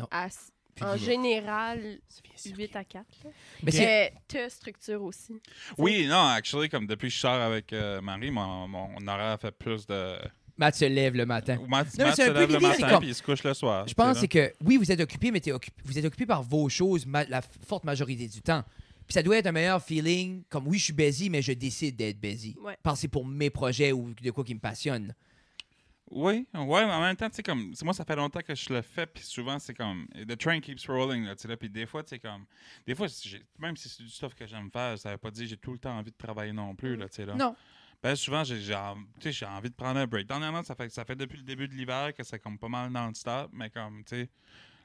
Speaker 1: Non.
Speaker 3: ass-
Speaker 1: Puis
Speaker 3: en
Speaker 1: dis-le.
Speaker 3: général,
Speaker 1: Sophie, c'est-
Speaker 3: 8 à 4, là,
Speaker 1: Mais c'est-
Speaker 3: euh, te structure aussi.
Speaker 4: Oui, non, actually, comme depuis que je sors avec euh, Marie, mon, mon horaire fait plus de.
Speaker 1: Matt se lève le matin.
Speaker 4: Ou Matt,
Speaker 1: Euh, mais
Speaker 4: Matt
Speaker 1: c'est
Speaker 4: se
Speaker 1: un peu
Speaker 4: lève le
Speaker 1: l'idée, c'est
Speaker 4: matin,
Speaker 1: comme-
Speaker 4: puis il se couche le soir.
Speaker 1: Je pense
Speaker 4: tu
Speaker 1: c'est que
Speaker 4: sais,
Speaker 1: oui, vous êtes occupé, mais t'es occu- vous êtes occupé par vos choses ma- la f- forte majorité du temps. Puis ça doit être un meilleur feeling, comme oui, je suis busy, mais je décide d'être busy.
Speaker 3: Ouais.
Speaker 1: Parce que c'est pour mes projets ou de quoi qui me passionne.
Speaker 4: là. Oui, ouais, mais en même temps, tu sais, comme. Moi, ça fait longtemps que je le fais, puis souvent, c'est comme. The train keeps rolling, là, tu sais, là. Puis des fois, tu sais, comme. Des fois, si j'ai- même si c'est du stuff que j'aime faire, ça veut pas dire que j'ai tout le temps envie de travailler non plus,
Speaker 1: Mm.
Speaker 4: là, tu sais, là.
Speaker 1: Non.
Speaker 4: Ben, souvent, j'ai j'ai en- tu sais, j'ai envie de prendre un break. Dernièrement, ça fait, ça fait depuis le début de l'hiver que c'est comme pas mal non-stop, mais comme, tu sais,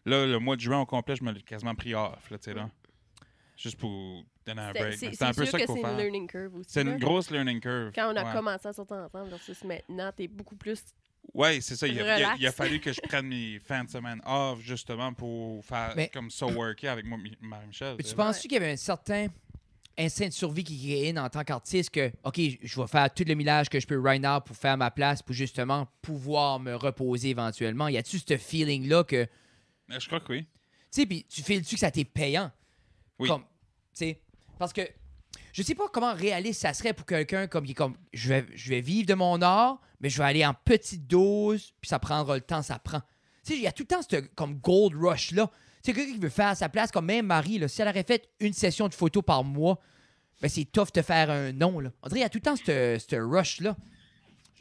Speaker 4: là, le mois de juin au complet, je me l'ai quasiment pris off, là, tu sais, là. Juste pour donner Ah, ben, un
Speaker 3: C'est-
Speaker 4: break.
Speaker 3: C'est
Speaker 4: Mais
Speaker 3: c'est sûr que c'est une learning curve aussi.
Speaker 4: C'est une
Speaker 3: là.
Speaker 4: grosse learning curve.
Speaker 3: Quand on a
Speaker 4: ouais.
Speaker 3: commencé à sortir ensemble versus maintenant, t'es beaucoup plus
Speaker 4: Ouais, c'est ça. Il a, il a- il a
Speaker 3: Relax.
Speaker 4: fallu que je prenne mes fins de semaine off, justement, pour faire
Speaker 1: Mais-
Speaker 4: comme so worker avec moi, mi- Marie-Michel.
Speaker 1: Mais
Speaker 4: tu
Speaker 1: tu
Speaker 4: sais.
Speaker 1: penses-tu qu'il y avait un certain instinct de survie qui gagne en tant qu'artiste que, OK, j- je vais faire tout le millage que je peux right now pour faire ma place, pour justement pouvoir me reposer éventuellement? Y a-tu ce feeling-là que, tu
Speaker 4: Mais Je crois que oui.
Speaker 1: sais, puis tu files-tu que ça t'est payant?
Speaker 4: Oui.
Speaker 1: Comme, tu sais, parce que je sais pas comment réaliste ça serait pour quelqu'un comme qui est comme, je vais, je vais vivre de mon art, mais je vais aller en petite dose, puis ça prendra le temps, ça prend. Tu sais, il y a tout le temps ce comme gold rush-là. Tu sais, quelqu'un qui veut faire à sa place, comme même Marie, là, si elle aurait fait une session de photo par mois, ben c'est tough de faire un nom, là. On dirait qu'il y a tout le temps ce ce rush-là.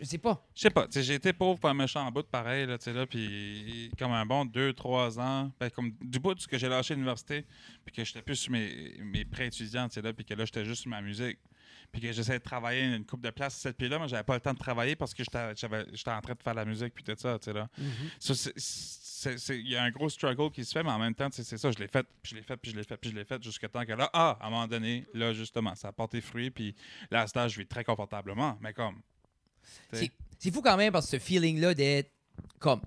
Speaker 1: Je sais pas.
Speaker 4: Je sais pas, tu sais, j'ai été pauvre pas méchant en bout de pareil, là, tu sais, là, puis comme un bon 2-3 ans, ben, comme du bout de ce que j'ai lâché l'université, puis que j'étais plus sur mes, mes prêts étudiants, tu sais, là, puis que là, j'étais juste sur ma musique, puis que j'essayais de travailler une coupe de place, cette puis là, moi, j'avais pas le temps de travailler parce que j'étais j'avais- j'étais en train de faire la musique, puis tout ça, tu sais, là. Ça, c'est- c'est- c'est- Il y a un gros struggle qui se fait, mais en même temps, tu sais, c'est ça, je l'ai fait, puis je l'ai fait, puis je l'ai fait, puis je l'ai fait, jusqu'à temps que là, ah, à un moment donné, là, justement, ça a porté fruit, puis là, à ce stade, je vis très confortablement, mais comme, tu sais.
Speaker 1: C'est- C'est fou quand même parce que ce feeling-là d'être comme.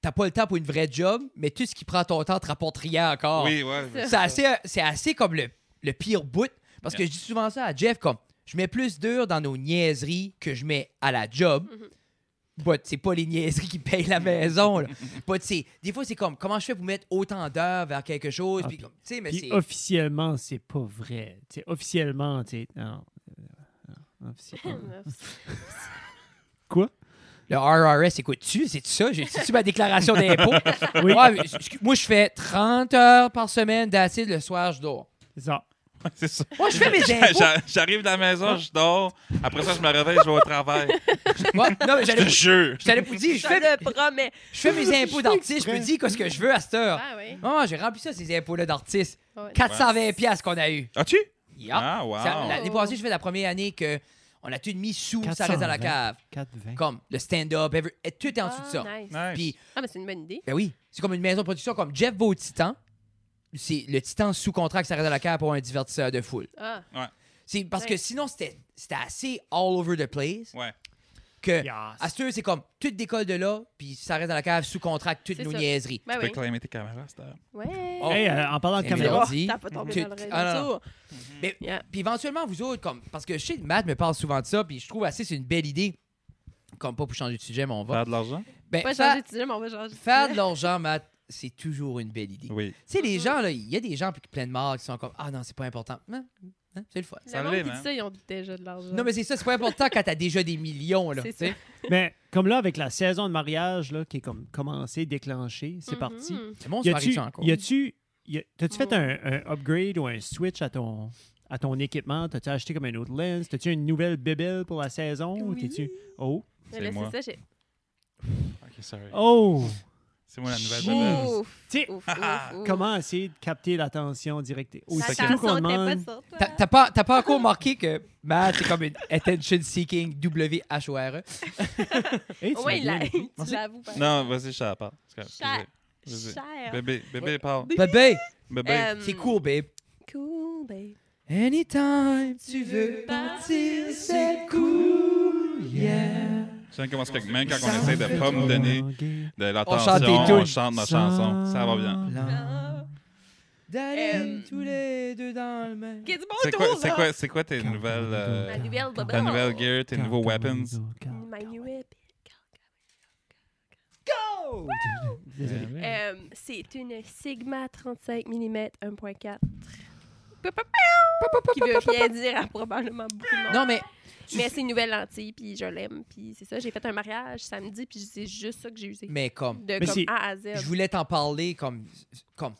Speaker 1: T'as pas le temps pour une vraie job, mais tout ce qui prend ton temps te rapporte rien encore.
Speaker 4: oui, ouais,
Speaker 3: C'est
Speaker 1: C'est assez, c'est assez comme le, le pire bout. Parce que je dis souvent ça à Jeff, comme je mets plus d'heures dans nos niaiseries que je mets à la job. But c'est pas les niaiseries qui payent la maison. Là. But c'est- des fois, c'est comme comment je fais pour mettre autant d'heures vers quelque chose.
Speaker 2: Ah,
Speaker 1: puis
Speaker 2: puis-
Speaker 1: comme, tu sais, mais
Speaker 2: Puis
Speaker 1: Ben, c'est-
Speaker 2: officiellement, c'est pas vrai. Tu sais, officiellement, tu sais, non, euh, non, officiellement. Quoi?
Speaker 1: le RRS, écoute-tu, c'est ça? J'ai-tu ma déclaration d'impôt?
Speaker 2: Oui.
Speaker 1: Ouais, mais, excuse- moi, je fais 30 heures par semaine d'acide le soir, je dors.
Speaker 2: C'est ça.
Speaker 4: c'est ça.
Speaker 1: Moi, je fais mes impôts.
Speaker 4: J'a- J'arrive de la maison, je dors. Après ça, je me réveille, je vais au travail.
Speaker 1: Moi, non, mais
Speaker 4: Je te
Speaker 1: j'allais
Speaker 4: jure.
Speaker 1: j'allais vous dire, je
Speaker 3: Je
Speaker 1: fais,
Speaker 3: le promets.
Speaker 1: je fais mes impôts d'artiste, je
Speaker 2: exprès.
Speaker 1: peux dire ce que je veux à cette heure.
Speaker 3: Ah oui.
Speaker 1: Non, j'ai rempli ça, ces impôts-là d'artiste.
Speaker 3: Ouais.
Speaker 1: 420 piastres qu'on a eu.
Speaker 4: As-tu?
Speaker 1: Yup.
Speaker 4: Ah, wow.
Speaker 1: Ça- L'année
Speaker 3: Oh.
Speaker 1: passée, je fais la première année que on a tout mis sous, ça reste à la
Speaker 2: 420.
Speaker 1: cave.
Speaker 2: 4,20.
Speaker 1: Comme le stand-up, every- et tout est en dessous de ça.
Speaker 3: Ah, nice.
Speaker 4: Nice.
Speaker 1: Puis,
Speaker 3: Ah, mais c'est une bonne idée.
Speaker 1: ben oui, c'est comme une maison de production comme Jeff va au Titan. C'est le Titan sous contrat qui s'arrête à la cave pour un divertisseur de foule.
Speaker 3: Ah,
Speaker 1: C'est parce que
Speaker 3: Ouais.
Speaker 1: sinon, c'était c'était assez all over the place
Speaker 4: Ouais.
Speaker 1: que à
Speaker 2: Yes.
Speaker 1: ce c'est comme toute décolle de là, puis ça reste dans la cave sous contrat, toutes
Speaker 3: C'est
Speaker 1: nos
Speaker 3: ça.
Speaker 1: niaiseries.
Speaker 3: ben
Speaker 4: Tu peux
Speaker 3: oui.
Speaker 4: clamer tes caméras, c'était.
Speaker 3: Ouais.
Speaker 1: Oh.
Speaker 2: Hey, euh, en parlant de
Speaker 1: C'est
Speaker 2: caméra,
Speaker 1: mélodie.
Speaker 3: T'as pas tombé
Speaker 1: Tu-
Speaker 3: dans le
Speaker 1: tu-
Speaker 3: rayon
Speaker 1: ah, non,
Speaker 3: du
Speaker 1: non.
Speaker 3: tour.
Speaker 1: Mais-
Speaker 3: Yeah.
Speaker 1: Puis éventuellement, vous autres, comme. Parce que je sais, Matt me parle souvent de ça, puis je trouve assez c'est une belle idée. Comme pas pour changer de sujet, mais on va.
Speaker 4: Faire de l'argent?
Speaker 1: Ben,
Speaker 3: Pas
Speaker 1: fa-
Speaker 3: changer de sujet, mais on va changer de
Speaker 1: faire de
Speaker 3: sujet.
Speaker 1: l'argent, Matt, c'est toujours une belle idée.
Speaker 4: Oui.
Speaker 1: Tu sais, les gens, là, il y a des gens puis, pleins de marques qui sont comme Ah non, c'est pas important. Hein? Hein? C'est le fun.
Speaker 4: Ça
Speaker 3: Le monde
Speaker 4: l'est,
Speaker 3: qui
Speaker 4: man.
Speaker 3: dit ça, ils ont déjà de l'argent.
Speaker 1: Non, mais c'est ça, c'est pas important quand t'as déjà des millions, là.
Speaker 3: C'est
Speaker 1: tu sais.
Speaker 3: ça.
Speaker 2: mais comme là, avec la saison de mariage là, qui est comme commencée, déclenchée, c'est parti.
Speaker 3: Mhm.
Speaker 1: C'est bon,
Speaker 2: Y
Speaker 1: Mm-hmm. se
Speaker 2: a-tu,
Speaker 1: marie encore. Oh.
Speaker 2: y a-tu, y a- t'as-tu fait
Speaker 3: Ouais.
Speaker 2: un, un upgrade ou un switch à ton, à ton équipement? T'as-tu acheté comme un autre lens? T'as-tu une nouvelle bébelle pour la saison? Ou
Speaker 3: Oui.
Speaker 2: t'es-tu... Oh!
Speaker 3: Mais
Speaker 4: C'est
Speaker 3: là,
Speaker 4: moi.
Speaker 3: c'est ça, j'ai.
Speaker 4: Ok, sorry.
Speaker 2: Oh!
Speaker 4: C'est moi la nouvelle
Speaker 2: Jeez.
Speaker 4: bébelle.
Speaker 3: Ouf.
Speaker 2: Tu sais,
Speaker 3: Ouf, ouf, ouf.
Speaker 2: comment essayer de capter l'attention directe?
Speaker 3: La
Speaker 2: Aussitôt
Speaker 3: chanson
Speaker 2: qu'on
Speaker 3: était pas
Speaker 2: demande...
Speaker 3: sur toi.
Speaker 1: T'as- T'as pas, t'as pas encore marqué que Matt, c'est comme une attention seeking W-H-O-R-E.
Speaker 2: Hey, Eh, tu
Speaker 3: Au moins,
Speaker 2: vas
Speaker 3: il
Speaker 2: bien,
Speaker 3: l'a-
Speaker 2: Nick.
Speaker 3: tu
Speaker 2: Merci.
Speaker 3: l'avoues. par
Speaker 4: Non, vas-y, je parle.
Speaker 3: Cher.
Speaker 4: Vas-y.
Speaker 3: Cher.
Speaker 4: Bébé, bébé, parle.
Speaker 1: Bébé,
Speaker 4: Bébé.
Speaker 3: Euh,
Speaker 1: c'est cool, babe.
Speaker 3: Cool, babe.
Speaker 1: Anytime tu veux partir, c'est cool, yeah.
Speaker 4: C'est comme ça que même quand
Speaker 1: Ça
Speaker 4: on essaie de
Speaker 1: fait
Speaker 4: pas me donner
Speaker 2: Droguer.
Speaker 4: de
Speaker 1: On chante des
Speaker 4: l'attention, on,
Speaker 1: tunes.
Speaker 4: chante nos
Speaker 2: Ça-
Speaker 4: chansons. Ça va bien.
Speaker 1: Là, D'aller
Speaker 3: Euh,
Speaker 1: tous les deux dans le même.
Speaker 3: Qu'est-ce bon
Speaker 4: C'est
Speaker 3: tour,
Speaker 4: quoi, c'est
Speaker 3: là?
Speaker 4: quoi, c'est quoi tes nouvelles, euh,
Speaker 3: Ma nouvelle bubble.
Speaker 4: ta nouvelle gear, tes nouveaux weapons?
Speaker 2: Eh
Speaker 3: My new whip.
Speaker 1: Go!
Speaker 2: Désolé.
Speaker 3: Euh, c'est une Sigma 35 mm 1.4. Qui veut rien dire à probablement beaucoup de monde.
Speaker 1: Non, mais. tu-
Speaker 3: mais c'est une nouvelle lentille, puis je l'aime, puis c'est ça. J'ai fait un mariage samedi, puis c'est juste ça que j'ai usé.
Speaker 1: Mais comme.
Speaker 3: De
Speaker 2: Mais
Speaker 3: comme
Speaker 2: c'est-
Speaker 3: A à Z.
Speaker 1: Je voulais t'en parler comme. Comme.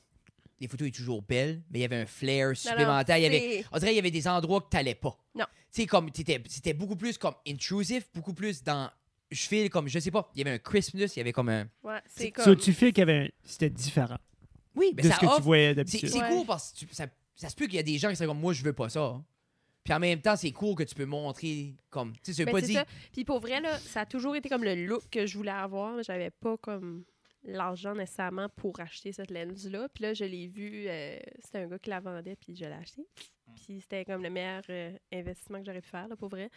Speaker 1: Les photos sont toujours belles, mais il y avait un flair
Speaker 3: Non, non,
Speaker 1: supplémentaire. Il y avait.
Speaker 3: c'est-
Speaker 1: On dirait qu'il y avait des endroits que t'allais pas.
Speaker 3: Non.
Speaker 1: Tu sais, comme, t'étais- c'était beaucoup plus comme intrusif, beaucoup plus dans. Je file comme, je sais pas, il y avait un crispness, il y avait comme un.
Speaker 3: Ouais, c'est
Speaker 1: c'est-
Speaker 2: So,
Speaker 3: comme...
Speaker 2: tu fais qu'il y avait un- C'était différent
Speaker 1: Oui, mais
Speaker 2: de
Speaker 1: ça
Speaker 2: ce que
Speaker 1: offre-
Speaker 2: tu voyais
Speaker 1: C'est
Speaker 2: d'habitude.
Speaker 1: c'est
Speaker 3: Ouais.
Speaker 1: cool parce que tu- ça, ça se peut qu'il y a des gens qui seraient comme, moi, je veux pas ça. hein. Puis en même temps, c'est cool que tu peux montrer comme. Tu sais, ça veut
Speaker 3: Ben,
Speaker 1: pas
Speaker 3: c'est
Speaker 1: dire.
Speaker 3: ça. Puis pour vrai, là, ça a toujours été comme le look que je voulais avoir. mais J'avais pas comme l'argent nécessairement pour acheter cette lens-là. Puis là, je l'ai vu, euh, c'était un gars qui la vendait, puis je l'ai acheté.
Speaker 1: Mm.
Speaker 3: Puis c'était comme le meilleur euh, investissement que j'aurais pu faire, là, pour vrai.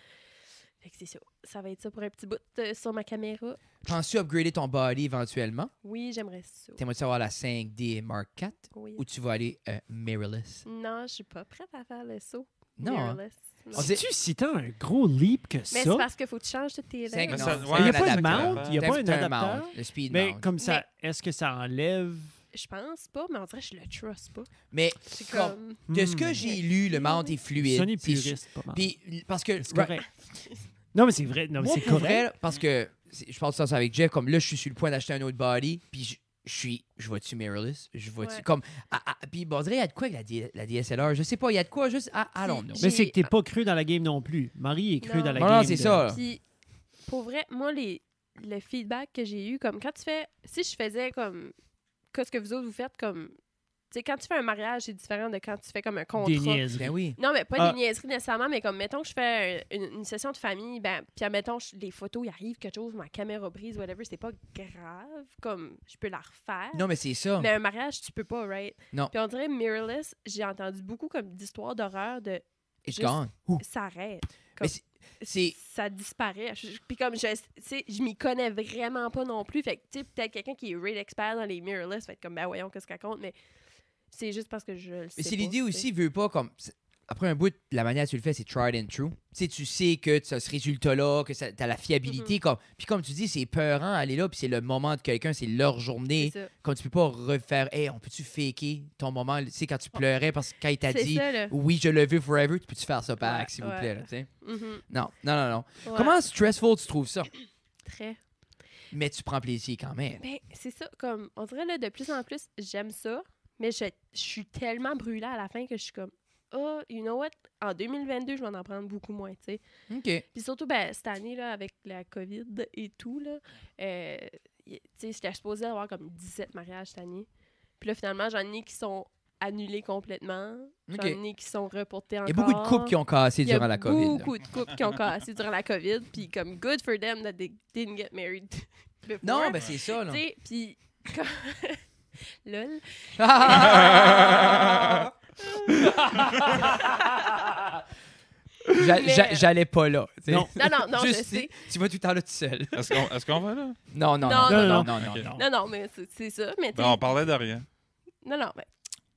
Speaker 3: Fait que c'est ça. Ça va être ça pour un petit bout euh, sur ma caméra.
Speaker 1: Penses-tu upgrader ton body éventuellement?
Speaker 3: Oui, j'aimerais ça.
Speaker 1: T'aimerais-tu avoir la 5D Mark IV
Speaker 3: Oui.
Speaker 1: ou tu vas aller euh, mirrorless?
Speaker 3: Non, je suis pas prête à faire le saut.
Speaker 1: Non. hein?
Speaker 3: Mirrorless. Non.
Speaker 1: On dit-
Speaker 2: Tu si t'as un gros leap que
Speaker 3: Mais
Speaker 2: ça,
Speaker 3: c'est parce qu'il faut que tu changes toutes tes
Speaker 1: C'est-
Speaker 4: Mais
Speaker 3: lèvres.
Speaker 1: non,
Speaker 4: ça-
Speaker 1: c'est
Speaker 4: ouais,
Speaker 1: un
Speaker 2: il n'y a pas
Speaker 4: adaptateur.
Speaker 2: de mount, il n'y a
Speaker 1: T'as-
Speaker 2: pas un
Speaker 1: t'as mount,
Speaker 2: adaptateur.
Speaker 1: le speed
Speaker 2: mais
Speaker 1: mount.
Speaker 2: ben, comme ça, est-ce que ça enlève
Speaker 3: Je pense pas, mais on dirait que je le trust pas.
Speaker 1: Mais
Speaker 3: C'est
Speaker 1: Comme-
Speaker 3: comme...
Speaker 1: de ce que j'ai lu, le mount est fluide.
Speaker 2: Sony
Speaker 1: C'est-
Speaker 2: puriste,
Speaker 3: Ah.
Speaker 2: pas mal.
Speaker 1: Puis, parce que.
Speaker 2: C'est correct. Non, mais c'est vrai. Non, mais
Speaker 1: Moi,
Speaker 2: c'est
Speaker 1: pour vrai,
Speaker 2: correct.
Speaker 1: là, parce que c'est- je pense de ça avec Jeff, comme là, je suis sur le point d'acheter un autre body, puis je, je suis. Je vois-tu mirrorless? Je vois-tu.
Speaker 3: Ouais.
Speaker 1: Comme. ah, ah, puis, bon, on dirait, il y a de quoi avec la, D- la DSLR? Je sais pas, il y a de quoi juste. Ah, allons, non.
Speaker 3: j'ai-
Speaker 2: Mais c'est que t'es pas cru dans la game non plus. Marie est crue
Speaker 3: Non.
Speaker 2: dans la
Speaker 1: Non,
Speaker 2: game.
Speaker 1: non, c'est
Speaker 2: de-
Speaker 1: ça.
Speaker 3: Puis, pour vrai, moi, les, le feedback que j'ai eu, comme quand tu fais. Si je faisais comme. Qu'est-ce que vous autres vous faites comme. Tu sais, quand tu fais un mariage, c'est différent de quand tu fais comme un
Speaker 2: Des
Speaker 3: contrat.
Speaker 2: niaiseries.
Speaker 1: Ben oui.
Speaker 3: Non, mais pas
Speaker 2: Ah.
Speaker 3: des niaiseries nécessairement, mais comme, mettons que je fais un- une, une session de famille, ben, puis admettons, je- les photos, il arrive quelque chose, ma caméra brise, whatever, c'est pas grave. Comme, je peux la refaire.
Speaker 1: Non, mais c'est ça.
Speaker 3: Mais un mariage, tu peux pas, right?
Speaker 1: Non.
Speaker 3: Puis on dirait Mirrorless, j'ai entendu beaucoup comme d'histoires d'horreur de
Speaker 1: It's
Speaker 3: juste-
Speaker 1: gone.
Speaker 3: ça arrête.
Speaker 1: Mais
Speaker 3: Comme,
Speaker 1: c'est- c'est-
Speaker 3: ça disparaît. Je- je- Puis comme je tu sais, je m'y connais vraiment pas non plus. Fait que tu sais, peut-être quelqu'un qui est real expert dans les mirrorless, fait que comme ben voyons qu'est-ce qu'elle compte, mais c'est juste parce que je le sais.
Speaker 1: Mais c'est
Speaker 3: pas,
Speaker 1: l'idée
Speaker 3: tu
Speaker 1: aussi, veut pas comme. c'est- Après un bout, la manière dont tu le fais, c'est tried and true. Tu sais, tu sais que tu as ce résultat-là, que ça- t'as la fiabilité.
Speaker 3: Mhm.
Speaker 1: comme... Puis comme tu dis, c'est peurant aller là, puis c'est le moment de quelqu'un, c'est leur
Speaker 3: sais.
Speaker 1: journée.
Speaker 3: C'est ça.
Speaker 1: Comme tu peux pas refaire, hey, on peut-tu faker ton moment, tu sais, quand tu pleurais parce que quand il t'a
Speaker 3: C'est
Speaker 1: dit,
Speaker 3: ça, là.
Speaker 1: oui, je le veux forever, tu peux-tu faire ça par
Speaker 3: Ouais,
Speaker 1: acte, s'il vous
Speaker 3: ouais.
Speaker 1: plaît, là, tu sais?
Speaker 3: Mhm.
Speaker 1: Non, non, non, non.
Speaker 3: Ouais,
Speaker 1: Comment stressful tu trouves ça?
Speaker 3: Très.
Speaker 1: Mais tu prends plaisir quand même.
Speaker 3: Ben, c'est ça. Comme, on dirait, là, de plus en plus, j'aime ça, mais je, je suis tellement brûlée à la fin que je suis comme, oh, you know what? En 2022, je vais en prendre beaucoup moins, tu sais.
Speaker 1: OK.
Speaker 3: Puis surtout, ben, cette année, là, avec la COVID et tout, là, euh, y- tu sais, j'étais supposée avoir comme 17 mariages cette année. Puis là, finalement, j'en ai qui sont annulés complètement. J'en
Speaker 1: OK.
Speaker 3: ai qui sont reportés encore.
Speaker 1: Il y a beaucoup de couples qui ont cassé
Speaker 3: Il y a
Speaker 1: durant la COVID. là.
Speaker 3: beaucoup de couples qui ont cassé durant la COVID. Puis comme, good for them that they didn't get married before.
Speaker 1: Non, ben c'est ça, là.
Speaker 3: Tu sais, puis... comme- Lol.
Speaker 1: J'a- j'a-
Speaker 3: Mais-
Speaker 1: J'allais pas là. tu sais.
Speaker 2: Non.
Speaker 3: Non, non, non, je
Speaker 1: Juste,
Speaker 3: sais.
Speaker 1: Tu vas tout le temps là tout seul.
Speaker 4: Est-ce qu'on est-ce qu'on va là?
Speaker 1: Non, non, non,
Speaker 3: Non,
Speaker 1: non, non, non,
Speaker 2: non,
Speaker 4: non.
Speaker 1: non,
Speaker 4: Ok.
Speaker 1: non.
Speaker 3: Non, non, mais c'est- c'est ça. Mais tu
Speaker 4: Ben, on parlait de rien.
Speaker 3: Non, non, mais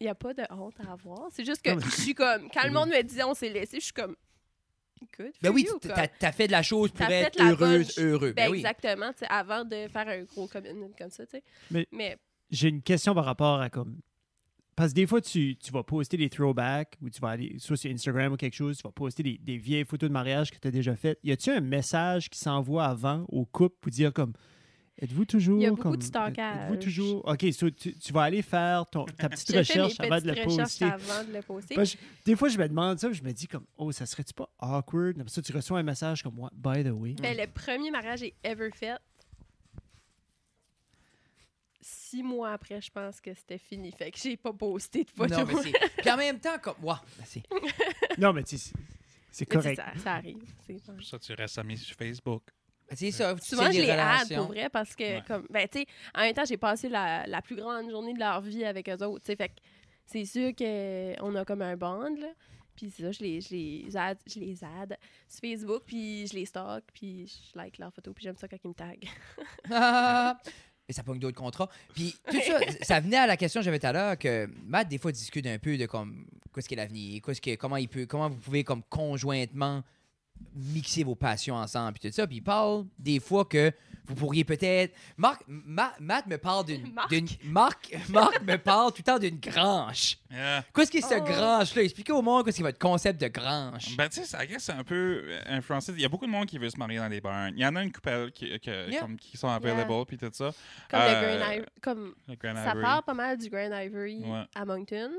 Speaker 3: il n'y a pas de honte à avoir. C'est juste
Speaker 2: Non,
Speaker 3: que
Speaker 2: mais-
Speaker 3: je suis comme. Quand le monde me dit on s'est laissé, je suis comme. Good.
Speaker 1: Ben
Speaker 3: for
Speaker 1: oui,
Speaker 3: you,
Speaker 1: tu-
Speaker 3: comme.
Speaker 1: t'as t'as fait de la chose pour
Speaker 3: T'as fait
Speaker 1: être
Speaker 3: la
Speaker 1: heureuse,
Speaker 3: bonne-
Speaker 1: heureux.
Speaker 3: Ben,
Speaker 1: Ben oui.
Speaker 3: exactement, tu sais, avant de faire un gros commitment comme ça, tu sais.
Speaker 2: Mais- J'ai une question par rapport à comme. Parce que des fois, tu, tu vas poster des throwbacks ou tu vas aller soit sur Instagram ou quelque chose, tu vas poster des, des vieilles photos de mariage que tu as déjà faites. Y a-tu un message qui s'envoie avant au couple pour dire comme Êtes-vous toujours.
Speaker 3: Il y a beaucoup
Speaker 2: comme,
Speaker 3: de stalkage.
Speaker 2: Êtes-vous toujours. Ok, so tu, tu vas aller faire ton, ta petite
Speaker 3: je fais mes
Speaker 2: recherche avant de
Speaker 3: petites
Speaker 2: la
Speaker 3: recherches
Speaker 2: poster.
Speaker 3: avant de le poster.
Speaker 2: Parce que des fois, je me demande ça, puis je me dis comme Oh, ça serait-tu pas awkward Après ça, tu reçois un message comme What, By the way.
Speaker 3: Ben, le premier mariage que j'ai ever fait, six mois après, je pense que c'était fini. Fait que j'ai pas posté de photos.
Speaker 1: Non, mais c'est- Puis en même temps, comme. Ouah, ben c'est-
Speaker 2: non, mais tu sais, c'est- c'est
Speaker 3: Mais tu sais,
Speaker 2: correct.
Speaker 3: Ça, ça arrive. c'est pas-
Speaker 4: Pour ça, tu restes amis sur Facebook.
Speaker 1: ben c'est ça. tu
Speaker 3: Souvent,
Speaker 1: sais,
Speaker 3: je
Speaker 1: des
Speaker 3: les hâte,
Speaker 1: relations.
Speaker 3: pour vrai, parce que,
Speaker 4: Ouais.
Speaker 3: comme, ben, tu sais, en même temps, j'ai passé la, la plus grande journée de leur vie avec eux autres, tu sais, fait que c'est sûr qu'on a comme un bond, là. Puis c'est ça, je les, je les add, je les add sur Facebook, puis je les stocke, puis je like leurs photos, puis j'aime ça quand ils me taguent.
Speaker 1: Ah! Et ça pogne d'autres contrats. Puis tout ça, ça venait à la question que j'avais tout à l'heure que Matt, des fois, discute un peu de comme, qu'est-ce qu'est l'avenir, qu'est-ce que, comment, il peut, comment vous pouvez comme conjointement mixer vos passions ensemble, puis tout ça. Puis il parle des fois que vous pourriez peut-être... Marc, Ma- Matt me parle d'une...
Speaker 3: Marc.
Speaker 1: d'une- Marc. Marc me parle tout le temps d'une grange.
Speaker 4: Yeah.
Speaker 1: Qu'est-ce qu'est ce
Speaker 3: Oh.
Speaker 1: grange-là? Expliquez au monde qu'est-ce qu'est votre concept de grange.
Speaker 4: Ben, tu sais, ça reste un peu euh, influencé. Il y a beaucoup de monde qui veut se marier dans les burns. Il y en a une couple qui, que-
Speaker 1: Yeah.
Speaker 4: comme, qui sont available, puis tout ça.
Speaker 3: Comme
Speaker 4: Euh,
Speaker 3: le Green Ivory. Comme,
Speaker 4: le Grand
Speaker 3: ça
Speaker 4: Ivory.
Speaker 3: part pas mal du Grand Ivory
Speaker 4: Ouais.
Speaker 3: à Moncton,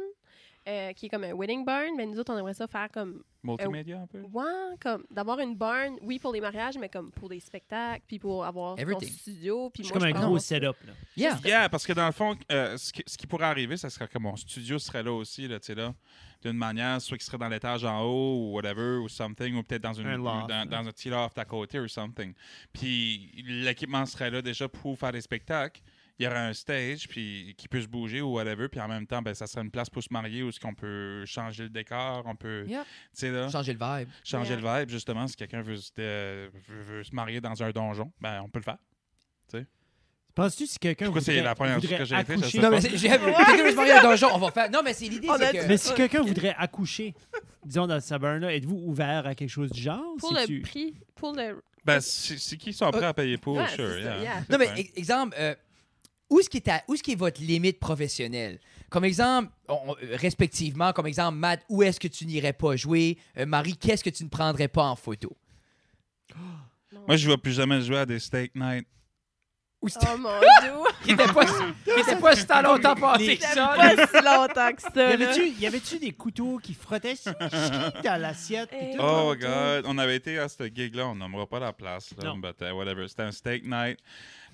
Speaker 3: euh, qui est comme un wedding barn, mais nous autres, on aimerait ça faire comme
Speaker 4: Multimédia, un peu.
Speaker 3: Ouais, comme d'avoir une barn, oui, pour les mariages, mais comme pour des spectacles, puis pour avoir
Speaker 1: Everything.
Speaker 3: ton studio. Puis
Speaker 2: C'est
Speaker 3: moi,
Speaker 2: comme
Speaker 3: je
Speaker 2: un
Speaker 3: pense-
Speaker 2: gros setup. Là.
Speaker 1: Yeah.
Speaker 4: Yeah, parce que dans le fond, euh, ce, qui, ce qui pourrait arriver, ça serait que mon studio serait là aussi, là, tu sais, là, d'une manière, soit qu'il serait dans l'étage en haut ou whatever, ou something, ou peut-être dans, une,
Speaker 2: Un loft,
Speaker 4: dans,
Speaker 2: là.
Speaker 4: dans un petit loft à côté ou something. Puis l'équipement serait là déjà pour faire des spectacles. Il y aurait un stage puis qui peut se bouger ou whatever, puis en même temps, ben, ça serait une place pour se marier où ce qu'on peut changer le décor, on peut,
Speaker 1: Yeah.
Speaker 4: tu sais, là,
Speaker 1: Changer le vibe.
Speaker 4: changer le vibe, justement, si quelqu'un veut, se- euh, veut- veut se marier dans un donjon, ben, on peut le faire.
Speaker 2: Penses-tu si quelqu'un
Speaker 4: Pourquoi c'est
Speaker 2: voudrait,
Speaker 4: la première chose
Speaker 2: voudrait
Speaker 4: que j'ai fait, je
Speaker 2: accoucher-
Speaker 4: sais
Speaker 1: Non,
Speaker 4: pas.
Speaker 1: mais c'est- j'ai- quelqu'un veut se marier à un donjon, on va faire. Non, mais c'est l'idée,
Speaker 3: On
Speaker 1: c'est
Speaker 3: a
Speaker 1: que.
Speaker 2: Mais si quelqu'un voudrait accoucher, disons dans sa burn-là, êtes-vous ouvert à quelque chose du genre?
Speaker 3: Pour
Speaker 2: Si
Speaker 3: le
Speaker 2: tu-
Speaker 3: prix, pour le.
Speaker 4: Ben, c'est c'est qui sont prêts à payer pour,
Speaker 3: Ouais,
Speaker 4: sure.
Speaker 3: c'est ça,
Speaker 4: yeah.
Speaker 3: yeah.
Speaker 4: C'est
Speaker 1: Non, mais
Speaker 4: fine.
Speaker 1: ex- exemple, euh, où est-ce qui, est ta- où est-ce qui est votre limite professionnelle? Comme exemple, on- on- respectivement, comme exemple, Matt, où est-ce que tu n'irais pas jouer? Euh, Marie, qu'est-ce que tu ne prendrais pas en photo?
Speaker 4: Moi, je ne vais plus jamais jouer à des steak night.
Speaker 1: Où c'était
Speaker 3: Oh mon dieu!
Speaker 1: qui était pas, qui était pas si tant longtemps passé
Speaker 2: Les-
Speaker 1: que ça. là.
Speaker 3: pas si longtemps que
Speaker 2: Y
Speaker 3: ça. là.
Speaker 2: avait-tu, y avait-tu des couteaux qui frottaient sur- dans l'assiette? pis tout?
Speaker 3: Eh.
Speaker 4: Oh,
Speaker 3: mon Dieu.
Speaker 4: God. On avait été à ce gig-là. On nommera pas la place. Là,
Speaker 2: Non.
Speaker 4: but, uh, whatever. C'était un steak night.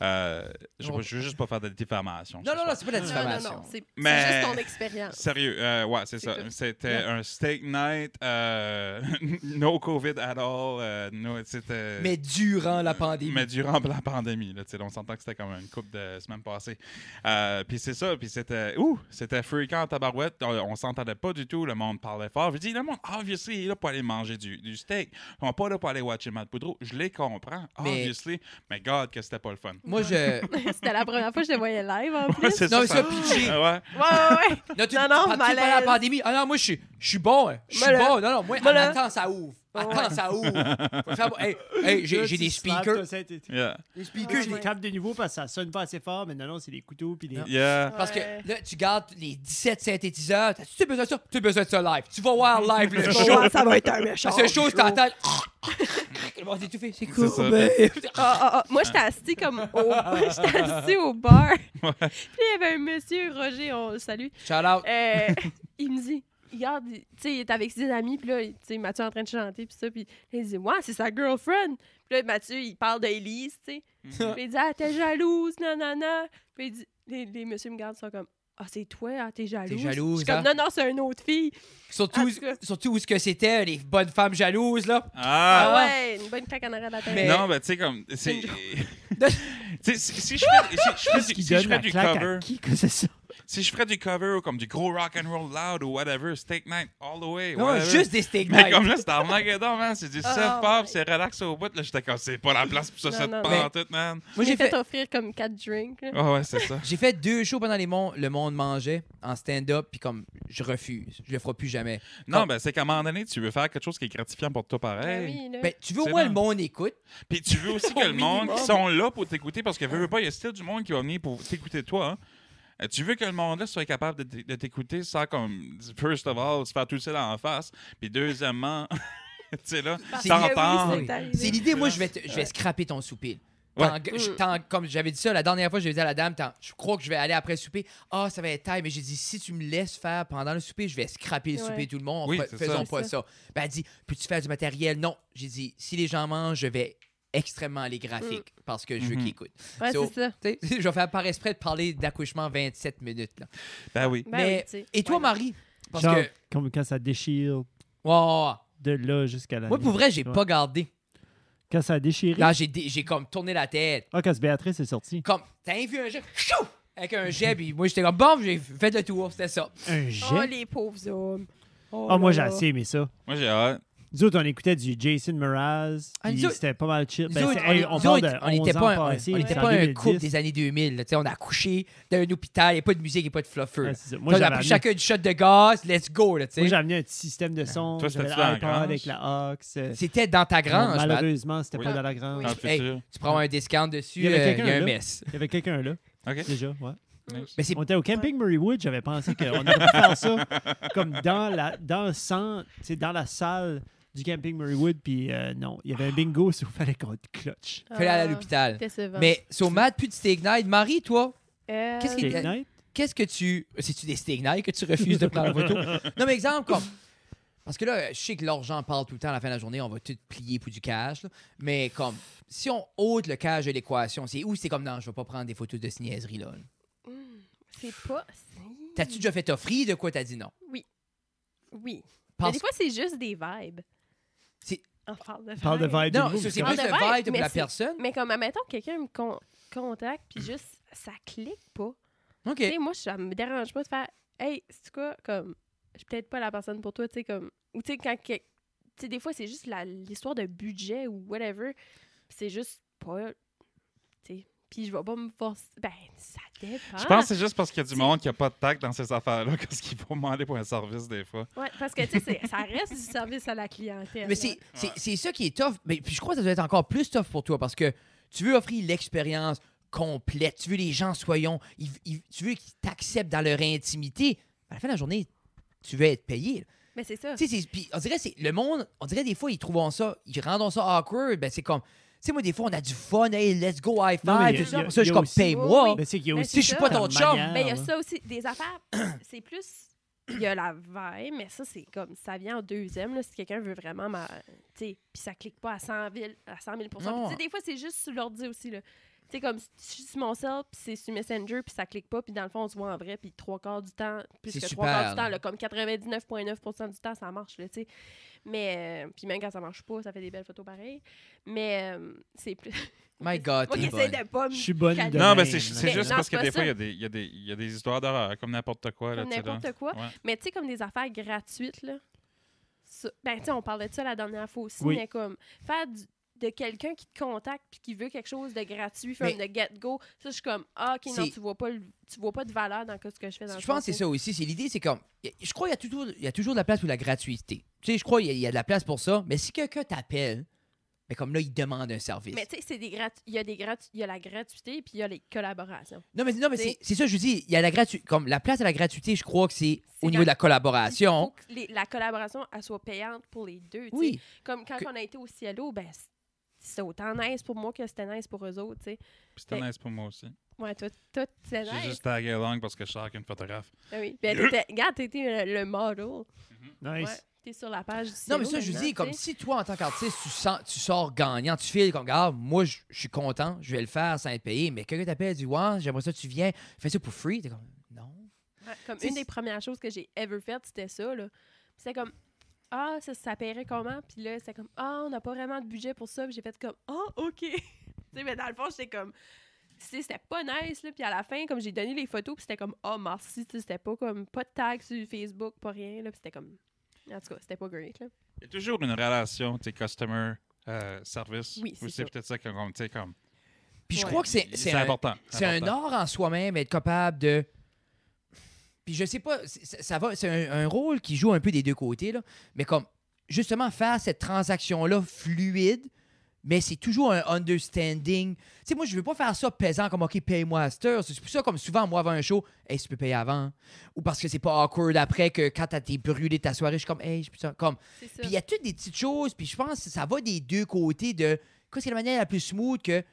Speaker 4: Euh, je
Speaker 1: On-
Speaker 4: ne veux juste pas faire de diffamation.
Speaker 1: Non,
Speaker 4: ce
Speaker 1: non, non,
Speaker 4: soir.
Speaker 1: c'est pas de la
Speaker 3: Non, non, non,
Speaker 1: diffamation.
Speaker 3: c'est c'est
Speaker 4: Mais-
Speaker 3: juste ton expérience.
Speaker 4: Sérieux, euh, ouais, c'est
Speaker 3: C'est
Speaker 4: ça.
Speaker 3: tout.
Speaker 4: C'était un steak night, euh, no COVID at all. euh, no, c'était-
Speaker 1: Mais durant la pandémie.
Speaker 4: Mais durant la pandémie, là, tu sais, on s'entend que c'était comme une couple de semaines passées. Euh, puis c'est ça, puis c'était ouh, c'était fréquent en tabarouette. On, on s'entendait pas du tout, le monde parlait fort. Je dis, le monde, obviously, il est là pour aller manger du, du steak. On n'est pas là pour aller watcher Matt Boudreau. Je les comprends,
Speaker 1: Mais-
Speaker 4: obviously. Mais God, que c'était pas le fun.
Speaker 1: Moi, je.
Speaker 3: C'était la première fois que je te voyais live en plus.
Speaker 4: Ouais, c'est
Speaker 1: Non, mais ça, pitché.
Speaker 4: pitché. Ouais.
Speaker 3: Ouais, ouais, ouais.
Speaker 1: Non, tu,
Speaker 3: Non,
Speaker 1: non,
Speaker 3: non,
Speaker 1: la
Speaker 3: malaise.
Speaker 1: pandémie. Ah non, moi, je suis- je suis bon. hein. Je suis
Speaker 3: Moi, là.
Speaker 1: bon. Non, non, moi,
Speaker 3: Moi, là.
Speaker 1: attends, ça ouvre. Attends,
Speaker 3: Ouais.
Speaker 1: ça ouvre. Faut faire- hey, hey, j'ai
Speaker 2: Là,
Speaker 1: j'ai
Speaker 2: tu
Speaker 1: des
Speaker 2: slappes,
Speaker 1: speakers.
Speaker 2: toi, ça, t'es- t'es-
Speaker 4: Yeah.
Speaker 1: Des
Speaker 2: Puis
Speaker 1: speakers,
Speaker 3: Ouais,
Speaker 1: je
Speaker 2: je
Speaker 1: les-
Speaker 2: les tape de nouveau parce que ça sonne pas assez fort, mais non, non, c'est des couteaux puis des...
Speaker 4: Yeah.
Speaker 1: Parce que
Speaker 3: Ouais.
Speaker 1: là, tu gardes les 17 synthétiseurs. T'as-tu besoin de ça? Tu as besoin de ça live. Tu vas voir live le
Speaker 3: Bon,
Speaker 1: show.
Speaker 3: ça va être un méchant.
Speaker 1: La seule chose, t'entends. Le monde est étouffé. C'est cool.
Speaker 4: ça.
Speaker 1: babe.
Speaker 3: Ah, ah, ah. Moi, j'étais assis comme au... j'étais assis au bar. Puis il y avait un monsieur, Roger, on le salue.
Speaker 1: Shout out.
Speaker 3: Euh, il me dit, regarde, il- tu sais, il est avec ses amis, puis là, il- tu sais, Mathieu est en train de chanter, puis ça, puis là, il dit, ouais, c'est sa girlfriend. Puis là, Mathieu, il parle d'Élise, tu sais. Puis il dit, ah, t'es jalouse, nanana. Puis il dit, les, les messieurs me regardent, ils sont comme, ah, c'est toi, ah, t'es jalouse.
Speaker 1: jalouse,
Speaker 3: Je suis comme,
Speaker 1: hein?
Speaker 3: non, non, c'est une autre fille.
Speaker 1: Surtout,
Speaker 3: en tout cas.
Speaker 1: surtout où ce que c'était, les bonnes femmes jalouses, là.
Speaker 4: Ah!
Speaker 3: Ah, ouais, une bonne claque en arrière de la tête.
Speaker 1: Mais-
Speaker 4: Non, ben, tu sais, comme. c'est-
Speaker 3: Une-
Speaker 4: Tu sais, si, si je fais, si, je fais,
Speaker 2: Qu'est-ce
Speaker 4: du-
Speaker 2: qui
Speaker 4: si je
Speaker 2: donne
Speaker 4: fais
Speaker 2: la
Speaker 4: du
Speaker 2: claque
Speaker 4: cover.
Speaker 2: à qui que c'est ça?
Speaker 4: Si je ferais du cover ou comme du gros rock and roll loud ou whatever, steak night all the way.
Speaker 1: Non,
Speaker 4: whatever.
Speaker 1: juste des steak
Speaker 4: Mais
Speaker 1: nights.
Speaker 4: comme là, c'est Armageddon, man. C'est du
Speaker 3: ouais.
Speaker 4: self-pop, c'est relax au bout. Là, j'étais comme, c'est pas la place pour ça,
Speaker 3: Non,
Speaker 4: cette
Speaker 3: non,
Speaker 4: pantoute, man.
Speaker 1: Moi, j'ai fait,
Speaker 3: offrir comme quatre drinks. là.
Speaker 4: Ah ouais, c'est ça.
Speaker 1: j'ai fait deux shows pendant les mondes. Le monde mangeait en stand-up, puis comme, je refuse. Je le ferai plus jamais.
Speaker 4: Non,
Speaker 1: Comme-
Speaker 4: ben, c'est qu'à un moment donné, tu veux faire quelque chose qui est gratifiant pour toi
Speaker 3: Ah
Speaker 4: pareil.
Speaker 3: oui, là.
Speaker 1: Ben, tu veux au
Speaker 4: C'est
Speaker 1: moins le
Speaker 4: bon.
Speaker 1: monde écoute.
Speaker 4: Puis tu veux aussi que
Speaker 1: Au
Speaker 4: le monde
Speaker 1: minimum.
Speaker 4: qui sont là pour t'écouter, parce que veux, veux pas, il y a still du monde qui va venir pour t'écouter toi. hein. Euh, Tu veux que le monde-là soit capable de t- de t'écouter sans, comme, first of all, se faire tout seul en face, puis deuxièmement, tu sais, là,
Speaker 3: Parce
Speaker 1: C'est-
Speaker 4: t'entendre.
Speaker 3: que Ah, oui, c'est arrivé.
Speaker 1: C'est l'idée, moi, je vais, te- je vais scraper ton soupir.
Speaker 4: Ouais. Mm.
Speaker 1: T'en- je- t'en- comme j'avais dit ça la dernière fois, j'avais dit à la dame, t'en- je crois que je vais aller après le souper. Ah, ça va être taille, mais j'ai dit, si tu me laisses faire pendant le souper, je vais scraper le
Speaker 3: Ouais.
Speaker 1: souper tout le monde.
Speaker 4: Oui,
Speaker 1: Fa-
Speaker 4: c'est ça.
Speaker 1: faisons
Speaker 3: C'est
Speaker 1: pas
Speaker 3: ça.
Speaker 1: ça. Ben, elle dit, peux-tu faire du matériel? Non. J'ai dit, si les gens mangent, je vais extrêmement les graphiques parce que je veux
Speaker 4: Mhm.
Speaker 1: qu'ils écoutent.
Speaker 3: Ouais,
Speaker 1: So-
Speaker 3: c'est ça.
Speaker 1: Tu sais, je vais faire par exprès de parler d'accouchement 27 minutes. Là.
Speaker 4: Ben oui.
Speaker 3: Ben
Speaker 1: Mais-
Speaker 3: oui, tu sais.
Speaker 1: Et toi,
Speaker 3: Ouais.
Speaker 1: Marie? Parce
Speaker 2: Genre,
Speaker 1: que. Ouais,
Speaker 2: comme quand ça déchire
Speaker 1: ouais, ouais.
Speaker 2: de là jusqu'à la...
Speaker 1: Moi, pour
Speaker 2: nuit.
Speaker 1: vrai, j'ai
Speaker 2: Ouais.
Speaker 1: pas gardé.
Speaker 2: Quand ça a déchiré...
Speaker 1: Là, j'ai dé- j'ai comme tourné la tête.
Speaker 2: Ah, quand Béatrice est sortie.
Speaker 1: comme t'as vu un jet chou avec un jet puis moi j'étais comme bon j'ai fait le tour c'était ça
Speaker 2: Un jet?
Speaker 3: Oh, les Oh, pauvres hommes.
Speaker 2: Ah, moi, j'ai assez aimé ça.
Speaker 4: Moi, j'ai hâte.
Speaker 2: Nous autres, on écoutait du Jason Mraz.
Speaker 1: Ah,
Speaker 2: puis
Speaker 1: nous autres-
Speaker 2: C'était pas mal chill.
Speaker 1: Nous
Speaker 2: Ben,
Speaker 1: autres,
Speaker 2: c'est- hey, on
Speaker 1: nous
Speaker 2: parle
Speaker 1: autres,
Speaker 2: de
Speaker 1: on n'était
Speaker 2: 11 ans
Speaker 1: pas, un-
Speaker 2: passés,
Speaker 1: on
Speaker 2: c'est
Speaker 1: était
Speaker 2: en
Speaker 1: pas un
Speaker 2: 2010.
Speaker 1: couple des années 2000. là. Tu sais, on a couché d'un hôpital, il n'y a pas de musique, il n'y a pas de fluffer.
Speaker 2: Ouais,
Speaker 1: là. Tu
Speaker 2: c'est ça.
Speaker 1: sais,
Speaker 2: Ben, Moi,
Speaker 1: on a
Speaker 2: j'avais
Speaker 1: pris
Speaker 2: amené-
Speaker 1: chacun du shot de gaz, let's go. Là, tu sais.
Speaker 2: moi, j'ai amené un petit système de son.
Speaker 4: Toi,
Speaker 2: J'avais
Speaker 4: c'était-tu dans la
Speaker 2: l'iPod
Speaker 4: grange?
Speaker 2: avec la Ox. euh,
Speaker 1: C'était dans ta grange, Matt.
Speaker 2: Malheureusement, c'était
Speaker 4: Oui. Ah.
Speaker 2: pas dans la grange.
Speaker 4: Dans le
Speaker 1: Hey.
Speaker 4: futur.
Speaker 1: Tu prends un discount dessus, euh,
Speaker 2: Il y
Speaker 1: il
Speaker 2: avait
Speaker 1: y,
Speaker 2: quelqu'un,
Speaker 1: a un
Speaker 2: là.
Speaker 1: mess.
Speaker 2: Il y avait quelqu'un là,
Speaker 4: OK.
Speaker 2: déjà, ouais.
Speaker 1: Mais c'est
Speaker 2: On était au camping Murray Wood, j'avais pensé qu'on aurait pu faire ça comme dans la dans le centre, tu sais, dans la salle du camping Murray Wood, puis euh, non, il y avait un bingo s'il fallait qu'on te clutch.
Speaker 1: fallait aller à
Speaker 3: Ah,
Speaker 1: l'hôpital.
Speaker 3: Décevant.
Speaker 1: Mais sur Matt, plus de Stignite. Marie, toi,
Speaker 3: Euh,
Speaker 1: qu'est-ce qui-
Speaker 2: Date night?
Speaker 1: qu'est-ce que tu. C'est-tu des Stignite que tu refuses de prendre en photo? Non, mais exemple, comme. Parce que là, je sais que l'argent parle tout le temps à la fin de la journée, on va tout plier pour du cash. là. Mais comme, si on ôte le cash de l'équation, c'est où c'est comme, non, je ne vais pas prendre des photos de ces niaiseries-là. là.
Speaker 3: C'est pas.
Speaker 1: T'as-tu déjà fait t'offrir de quoi t'as dit non?
Speaker 3: Oui. Mais
Speaker 1: Pense-
Speaker 3: des fois, c'est juste des vibes.
Speaker 1: C'est-
Speaker 3: On parle de vibes.
Speaker 2: Parle de vibe.
Speaker 1: Non,
Speaker 2: bingo,
Speaker 1: ça, c'est
Speaker 2: parce
Speaker 1: plus le
Speaker 3: que- Ah, de
Speaker 1: vibe pour
Speaker 3: vibe,
Speaker 1: la
Speaker 3: mais c'est-
Speaker 1: personne.
Speaker 3: Mais comme, admettons, quelqu'un me con- contacte, puis juste, ça clique pas.
Speaker 1: OK.
Speaker 3: Tu sais, moi, ça me dérange pas de faire Hey, c'est quoi, comme, je suis peut-être pas la personne pour toi, tu sais, comme. Ou tu sais, quand. que- Tu sais, des fois, c'est juste la- l'histoire de budget ou whatever. puis C'est juste pas. Tu sais. Puis je vais pas me forcer. Ben, ça dépend.
Speaker 4: Je pense que c'est juste parce qu'il y a du monde qui n'a pas de tact dans ces affaires-là, qu'est-ce qu'ils vont demander pour un service des fois.
Speaker 3: Ouais, parce que, tu sais, c'est- ça reste du service à la clientèle.
Speaker 1: Mais
Speaker 3: hein.
Speaker 1: c'est- c'est c'est ça qui est tough. Mais puis je crois que ça doit être encore plus tough pour toi parce que tu veux offrir l'expérience complète. Tu veux les gens soyons. ils- ils- tu veux qu'ils t'acceptent dans leur intimité. À la fin de la journée, tu veux être payé. là.
Speaker 3: Mais c'est ça.
Speaker 1: Tu sais, c'est- puis on dirait c'est le monde, on dirait des fois ils trouvent ça, ils rendent ça awkward, ben c'est comme tu sais moi des fois on a du fun, hey, let's go high
Speaker 2: Non, mais
Speaker 1: five,
Speaker 2: il y a-
Speaker 1: tout ça,
Speaker 2: il y
Speaker 1: pour ça
Speaker 2: a-
Speaker 1: je
Speaker 2: il y
Speaker 1: suis
Speaker 2: a
Speaker 1: comme
Speaker 2: aussi-
Speaker 1: paye-moi.
Speaker 2: que- Mais c'est qu'il y a
Speaker 3: Mais
Speaker 2: aussi.
Speaker 3: c'est ça.
Speaker 1: Je suis pas ton
Speaker 2: ta
Speaker 1: chum, Ben,
Speaker 2: manière,
Speaker 3: Mais Ben, il y a
Speaker 2: là.
Speaker 3: ça aussi, des affaires, c'est plus. Il y a la vibe, mais ça, c'est comme. Ça vient en deuxième, là, si quelqu'un veut vraiment. ma- Tu sais, puis ça clique pas à 100 000, à 100 000 Puis
Speaker 1: Non.
Speaker 3: tu sais, des fois, c'est juste sur l'ordi aussi, là. Tu sais, comme, je suis sur mon cell, puis c'est sur Messenger, puis ça clique pas, puis dans le fond, on se voit en vrai, puis trois quarts du temps, plus
Speaker 1: C'est
Speaker 3: que trois quarts
Speaker 1: super,
Speaker 3: du temps,
Speaker 1: là.
Speaker 3: là, comme 99,9 du temps, ça marche, là, tu sais. Mais, euh, puis même quand ça marche pas, ça fait des belles photos pareilles. Mais, euh, c'est plus.
Speaker 1: My God,
Speaker 3: Moi,
Speaker 1: t'es
Speaker 3: j'essaie
Speaker 1: bonne.
Speaker 3: de pas me
Speaker 2: Je suis bonne
Speaker 3: caler.
Speaker 2: de
Speaker 4: Non,
Speaker 2: même,
Speaker 4: mais c'est c'est
Speaker 2: là.
Speaker 4: juste
Speaker 3: non,
Speaker 4: parce
Speaker 3: c'est
Speaker 4: que
Speaker 3: pas
Speaker 4: des fois,
Speaker 3: ça.
Speaker 4: il y a des- il y, a des- il y a des histoires d'horreur, comme n'importe quoi. là,
Speaker 3: Comme
Speaker 4: tu sais,
Speaker 3: n'importe
Speaker 4: là.
Speaker 3: quoi.
Speaker 4: Ouais.
Speaker 3: Mais tu sais, comme des affaires gratuites, là. Ça- ben, tu sais, on parlait de ça la dernière fois aussi,
Speaker 2: Oui.
Speaker 3: mais comme faire du- de quelqu'un qui te contacte puis qui veut quelque chose de gratuit from
Speaker 1: Mais-
Speaker 3: the get-go, ça, je suis comme, ah, OK, non,
Speaker 1: C'est-
Speaker 3: tu vois pas, le- tu vois pas de valeur dans ce que je fais dans le
Speaker 1: Je pense que c'est ça aussi, c'est l'idée c'est comme y a- je crois qu'il y a toujours il y a toujours de la place pour la gratuité. Tu sais je crois qu'il y a- il y, a de la place pour ça, mais si quelqu'un t'appelle, mais comme là il demande un service.
Speaker 3: Mais tu sais, c'est des gratu- il y a des gratu- il y a la gratuité puis il y a les collaborations.
Speaker 1: Non mais non mais c'est
Speaker 3: C'est-
Speaker 1: c'est ça que je dis, il y a la gratu- comme la place à la gratuité, je crois que c'est
Speaker 3: C'est
Speaker 1: au niveau de
Speaker 3: quand-
Speaker 1: la collaboration.
Speaker 3: Puis, faut que les- la collaboration, elle soit payante pour les deux, tu sais.
Speaker 1: Oui.
Speaker 3: Comme quand
Speaker 1: Que-
Speaker 3: on a été au Cielo, ben, c- c'est autant nice pour moi que c'était nice pour eux autres, tu sais.
Speaker 4: Puis c'était nice pour moi aussi.
Speaker 3: Ouais, toi, toi, c'est nice.
Speaker 4: J'ai juste tagué along parce que je sors qu'une photographe.
Speaker 3: Ah oui. Ben, t'étais- regarde, t'étais le, le model.
Speaker 2: Nice.
Speaker 3: Ouais. T'es sur la page du
Speaker 1: Non,
Speaker 3: Cielo
Speaker 1: mais ça, je vous
Speaker 3: maintenant,
Speaker 1: dis, comme
Speaker 3: tu sais.
Speaker 1: si toi, en tant qu'artiste, tu, sens- tu sors gagnant, tu files comme, regarde, moi, je je suis content, je vais le faire sans être payé, mais quelqu'un t'appelle, dit, ouais, j'aimerais ça, que tu viens, fais ça pour free. T'es comme, non.
Speaker 3: Ouais, Comme
Speaker 1: C'est-
Speaker 3: une des premières choses que j'ai ever faites, c'était ça, là. Puis C'était comme, ah, ça, ça paierait comment? Puis là, c'était comme, ah, on n'a pas vraiment de budget pour ça. Puis j'ai fait comme, ah, OK. tu sais, mais dans le fond, j'étais comme, tu sais, c'était pas nice, là. Puis à la fin, comme j'ai donné les photos, puis c'était comme, ah, merci, tu sais, c'était pas comme, pas de tag sur Facebook, pas rien, là. Puis c'était comme, en tout cas, c'était pas great, là.
Speaker 4: Il y a toujours une relation, tu sais, customer-service.
Speaker 3: Oui, c'est
Speaker 4: Ou
Speaker 3: ça.
Speaker 4: c'est peut-être ça que, comme, tu sais, comme.
Speaker 1: Puis je
Speaker 3: Ouais.
Speaker 1: crois que c'est
Speaker 4: C'est
Speaker 1: un-
Speaker 4: important.
Speaker 1: C'est un
Speaker 4: important.
Speaker 1: art en soi-même, être capable de. Puis je sais pas, c'est- ça, ça va, c'est un, un rôle qui joue un peu des deux côtés, là. Mais comme, justement, faire cette transaction-là fluide, mais c'est toujours un understanding. Tu sais, moi, je veux pas faire ça pesant comme, OK, paye-moi à cette heure. C'est pour ça, comme souvent, moi, avant un show, hey, tu peux payer avant. Ou parce que c'est pas awkward après que quand t'as- t'es brûlé de ta soirée, je suis comme, hey, je peux ça. Comme,
Speaker 3: C'est ça.
Speaker 1: puis il y a toutes des petites choses, puis je pense que ça va des deux côtés de quoi c'est la manière la plus smooth que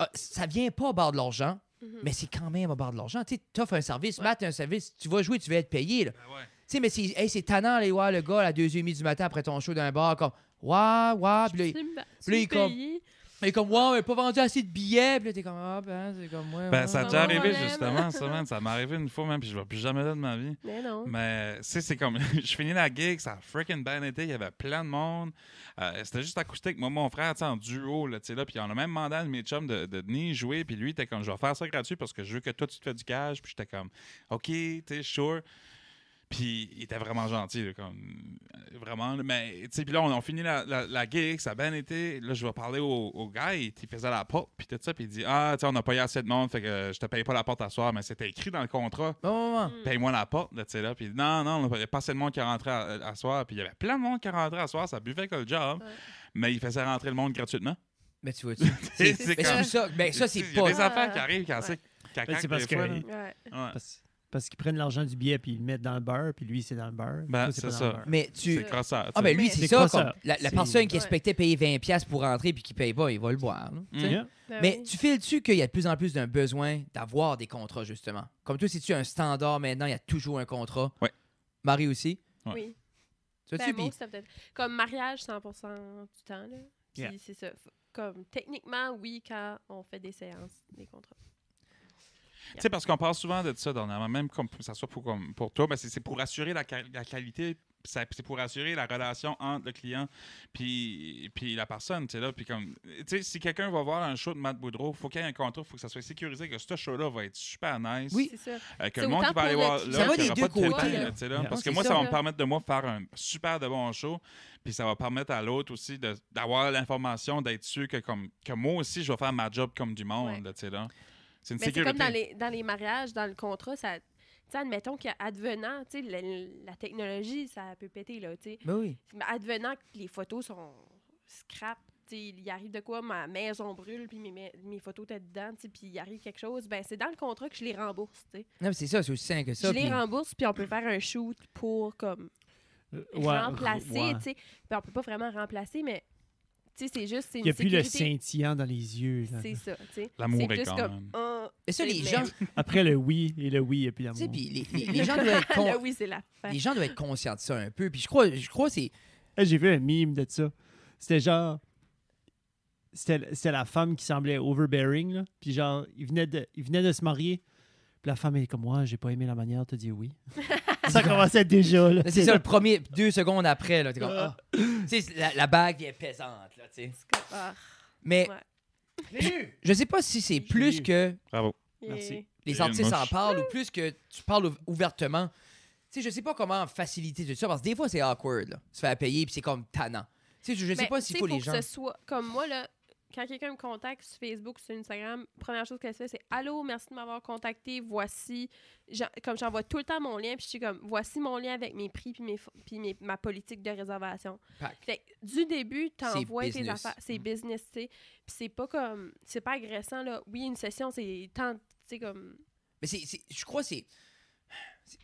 Speaker 1: ah, ça vient pas au bord de l'argent,
Speaker 3: Mhm.
Speaker 1: mais c'est quand même au bord de l'argent. Tu sais, t'offres un service, Matt, un service, tu vas jouer, tu vas être payé. là.
Speaker 4: Ben ouais.
Speaker 1: Tu sais, mais c'est hey, c'est tannant, les ouais, le gars à 2h30 du matin après ton show d'un bar, comme ouais, ouais, puis là, il-
Speaker 3: Tu me- tu
Speaker 1: là, il
Speaker 3: me
Speaker 1: comme-
Speaker 3: payais?
Speaker 1: il est comme ouais, on a pas vendu assez de billets, puis là, t'es comme ah, ben, c'est comme ouais.
Speaker 4: Ben,
Speaker 1: ouais,
Speaker 4: ça a
Speaker 1: Oh, ouais,
Speaker 4: déjà
Speaker 3: Ah,
Speaker 4: arrivé,
Speaker 3: ouais.
Speaker 4: justement, ça, man. Ça m'est arrivé une fois, même, puis je ne vais plus jamais là de ma vie.
Speaker 3: Mais non.
Speaker 4: Mais, tu sais, c'est comme, je finis la gig, ça a freaking bien été, il y avait plein de monde. Euh, c'était juste acoustique. Moi, mon frère, tu sais, en duo, là, tu sais, là, puis on a même demandé à un de mes chums de, de venir jouer, puis lui, il était comme, je vais faire ça gratuit parce que je veux que toi, tu te fais du cash, puis j'étais comme, OK, tu sais, sure. Puis il était vraiment gentil, là, comme euh, vraiment. là, Mais tu sais, puis là, on, on finit la, la, la gig, ça a bien été. Là, je vais parler au, au gars, il il faisait la porte, puis tout ça, puis il dit Ah, tu sais, on a payé assez de monde, fait que je te paye pas la porte à soir, mais c'était écrit dans le contrat
Speaker 1: Bon moment.
Speaker 3: Mm.
Speaker 4: paye-moi la porte, là, tu sais, là. Puis non, non, il n'y a pas assez de monde qui rentrait à, à soir. Puis il y avait plein de monde qui rentrait à soir, ça buvait que le job.
Speaker 3: Ouais.
Speaker 4: Mais il faisait rentrer le monde gratuitement.
Speaker 1: Mais tu vois, tu.
Speaker 4: C'est-
Speaker 1: Mais
Speaker 4: c'est
Speaker 1: c'est
Speaker 4: comme-
Speaker 1: ça. Mais ça, c'est
Speaker 4: Il y a
Speaker 1: pas.
Speaker 4: des affaires qui arrivent quand c'est. quand-
Speaker 2: Ben, c'est
Speaker 4: quand
Speaker 2: parce
Speaker 4: des
Speaker 2: que-
Speaker 4: fois, là.
Speaker 3: Ouais.
Speaker 4: Ouais.
Speaker 2: Parce, parce qu'ils prennent l'argent du billet puis ils le mettent dans le beurre, puis lui, c'est dans le beurre.
Speaker 4: Ben,
Speaker 2: Toi,
Speaker 4: c'est
Speaker 2: pas dans
Speaker 4: ça.
Speaker 2: le beurre.
Speaker 1: Mais tu.
Speaker 4: C'est crosseur. tu
Speaker 1: Ah,
Speaker 4: sais.
Speaker 1: ben lui, c'est
Speaker 2: C'est
Speaker 1: ça.
Speaker 2: quoi
Speaker 1: Comme
Speaker 2: ça?
Speaker 1: la, la
Speaker 2: C'est-
Speaker 1: personne qui
Speaker 3: Ouais.
Speaker 1: expectait payer 20$ pour rentrer puis qui paye pas, il va le boire. là, tu sais.
Speaker 4: Mm.
Speaker 2: Mm-hmm. Yeah.
Speaker 3: Ben
Speaker 1: Mais
Speaker 3: oui.
Speaker 1: tu files-tu qu'il y a de plus en plus d'un besoin d'avoir des contrats, justement? Comme toi, si tu as un standard maintenant, il y a toujours un contrat.
Speaker 4: Ouais.
Speaker 1: Marie aussi.
Speaker 4: Ouais.
Speaker 3: Oui.
Speaker 1: Tu
Speaker 3: Ben,
Speaker 1: vois-tu,
Speaker 3: moi,
Speaker 1: puis-
Speaker 3: c'était peut-être- Comme mariage, 100% du temps, là. Puis
Speaker 2: Yeah.
Speaker 3: c'est ça. F- Comme techniquement, oui, quand on fait des séances, des contrats.
Speaker 4: Tu sais, parce qu'on parle souvent de ça dernièrement, même comme ça soit pour, comme pour toi, ben c'est c'est pour assurer la, qua- la qualité, pis ça- c'est pour assurer la relation entre le client puis puis la personne, tu sais, là. Puis comme, tu sais, si quelqu'un va voir un show de Matt Boudreau, faut qu'il y ait un contrat, faut que ça soit sécurisé, que ce show-là va être super nice.
Speaker 1: Oui.
Speaker 3: C'est ça.
Speaker 4: Euh, que
Speaker 3: C'est
Speaker 4: le monde
Speaker 3: autant
Speaker 4: qui va
Speaker 3: pour
Speaker 4: aller
Speaker 3: le
Speaker 4: voir
Speaker 3: client.
Speaker 4: là,
Speaker 1: Ça va
Speaker 4: qui
Speaker 1: des
Speaker 4: aura
Speaker 1: deux
Speaker 4: pas de
Speaker 1: côtés,
Speaker 4: fêtin,
Speaker 3: là.
Speaker 4: là, tu sais, là.
Speaker 2: Ouais,
Speaker 4: Parce que
Speaker 3: c'est
Speaker 4: moi, ça,
Speaker 3: ça,
Speaker 4: va me
Speaker 3: là.
Speaker 4: permettre de moi faire un super de bon show, puis ça va permettre à l'autre aussi de- d'avoir l'information, d'être sûr que, comme, que moi aussi, je vais faire ma job comme du monde,
Speaker 3: Ouais.
Speaker 4: là, tu sais, là. C'est une
Speaker 3: Mais c'est
Speaker 4: sécurité.
Speaker 3: comme dans les, dans les mariages, dans le contrat, ça. Tu sais, admettons qu'advenant, tu sais, la, la technologie, ça peut péter, là, tu sais.
Speaker 1: Ben oui.
Speaker 3: Mais advenant que les photos sont scrap, tu sais, il arrive de quoi, ma maison brûle, puis mes, mes- mes photos étaient dedans, tu sais, puis il arrive quelque chose, ben c'est dans le contrat que je les rembourse, tu sais.
Speaker 1: Non, mais c'est ça, c'est aussi simple que ça.
Speaker 3: je les
Speaker 1: puis-
Speaker 3: rembourse, puis on peut faire un shoot pour, comme,
Speaker 2: Euh, ouais,
Speaker 3: remplacer,
Speaker 2: ouais.
Speaker 3: tu sais. Ben, on peut pas vraiment remplacer, mais, tu sais, c'est juste, c'est
Speaker 2: Il
Speaker 3: une
Speaker 2: n'y a plus le
Speaker 3: sécurité.
Speaker 2: scintillant dans les yeux. là.
Speaker 3: C'est ça, tu sais.
Speaker 4: L'amour
Speaker 3: C'est
Speaker 4: est
Speaker 3: plus
Speaker 4: quand
Speaker 3: comme,
Speaker 4: même.
Speaker 3: ah,
Speaker 1: Mais ça,
Speaker 3: c'est
Speaker 1: les
Speaker 3: de
Speaker 1: gens,
Speaker 3: merde.
Speaker 2: Après le oui et le oui, et puis
Speaker 1: tu sais,
Speaker 2: l'amour.
Speaker 1: puis les, les- les gens doivent être con-
Speaker 3: Là, Ah oui, c'est la fin.
Speaker 1: les gens doivent être conscients de ça un peu. Puis je crois, je crois que c'est.
Speaker 2: Hey, J'ai vu un mime de ça. C'était genre. C'était c'était la femme qui semblait overbearing, là. Puis genre, il venait de, il venait de se marier. Puis la femme est comme moi, j'ai pas aimé la manière, t'as dit oui. ça commençait déjà, là.
Speaker 1: C'est ça, le premier, deux secondes après, là. T'es comme,
Speaker 2: Ah.
Speaker 1: ah. Tu sais, la, la bague est pesante, là, tu sais.
Speaker 3: Ah,
Speaker 1: Mais
Speaker 3: Ouais.
Speaker 1: je sais pas si c'est
Speaker 2: l'ai
Speaker 1: plus
Speaker 2: eu.
Speaker 1: que
Speaker 4: Bravo.
Speaker 2: Merci.
Speaker 3: et-
Speaker 1: les
Speaker 4: Et une
Speaker 1: artistes en
Speaker 4: mouche.
Speaker 1: parlent ou plus que tu parles ouv- ouvertement. Tu sais, je sais pas comment faciliter tout ça parce que des fois c'est awkward, là. Se faire payer puis c'est comme tannant. Tu sais, je, je sais
Speaker 3: Ben,
Speaker 1: pas
Speaker 3: tu
Speaker 1: s'il
Speaker 3: sais,
Speaker 1: faut les gens.
Speaker 3: que ce soit comme moi là. Quand quelqu'un me contacte sur Facebook, sur Instagram, première chose qu'elle fait, c'est Allô, merci de m'avoir contacté. Voici. J'en- Comme j'envoie tout le temps mon lien, puis je suis comme Voici mon lien avec mes prix, puis, mes, fo- puis mes- ma politique de réservation.
Speaker 1: Pack.
Speaker 3: Fait que du début, t'envoies tes
Speaker 1: business.
Speaker 3: affaires. C'est
Speaker 1: Mm.
Speaker 3: business, tu sais. Puis c'est pas comme. C'est pas agressant, là. Oui, une session, c'est tant. Tu sais, comme.
Speaker 1: Mais c'est, c'est- je crois que c'est. c'est-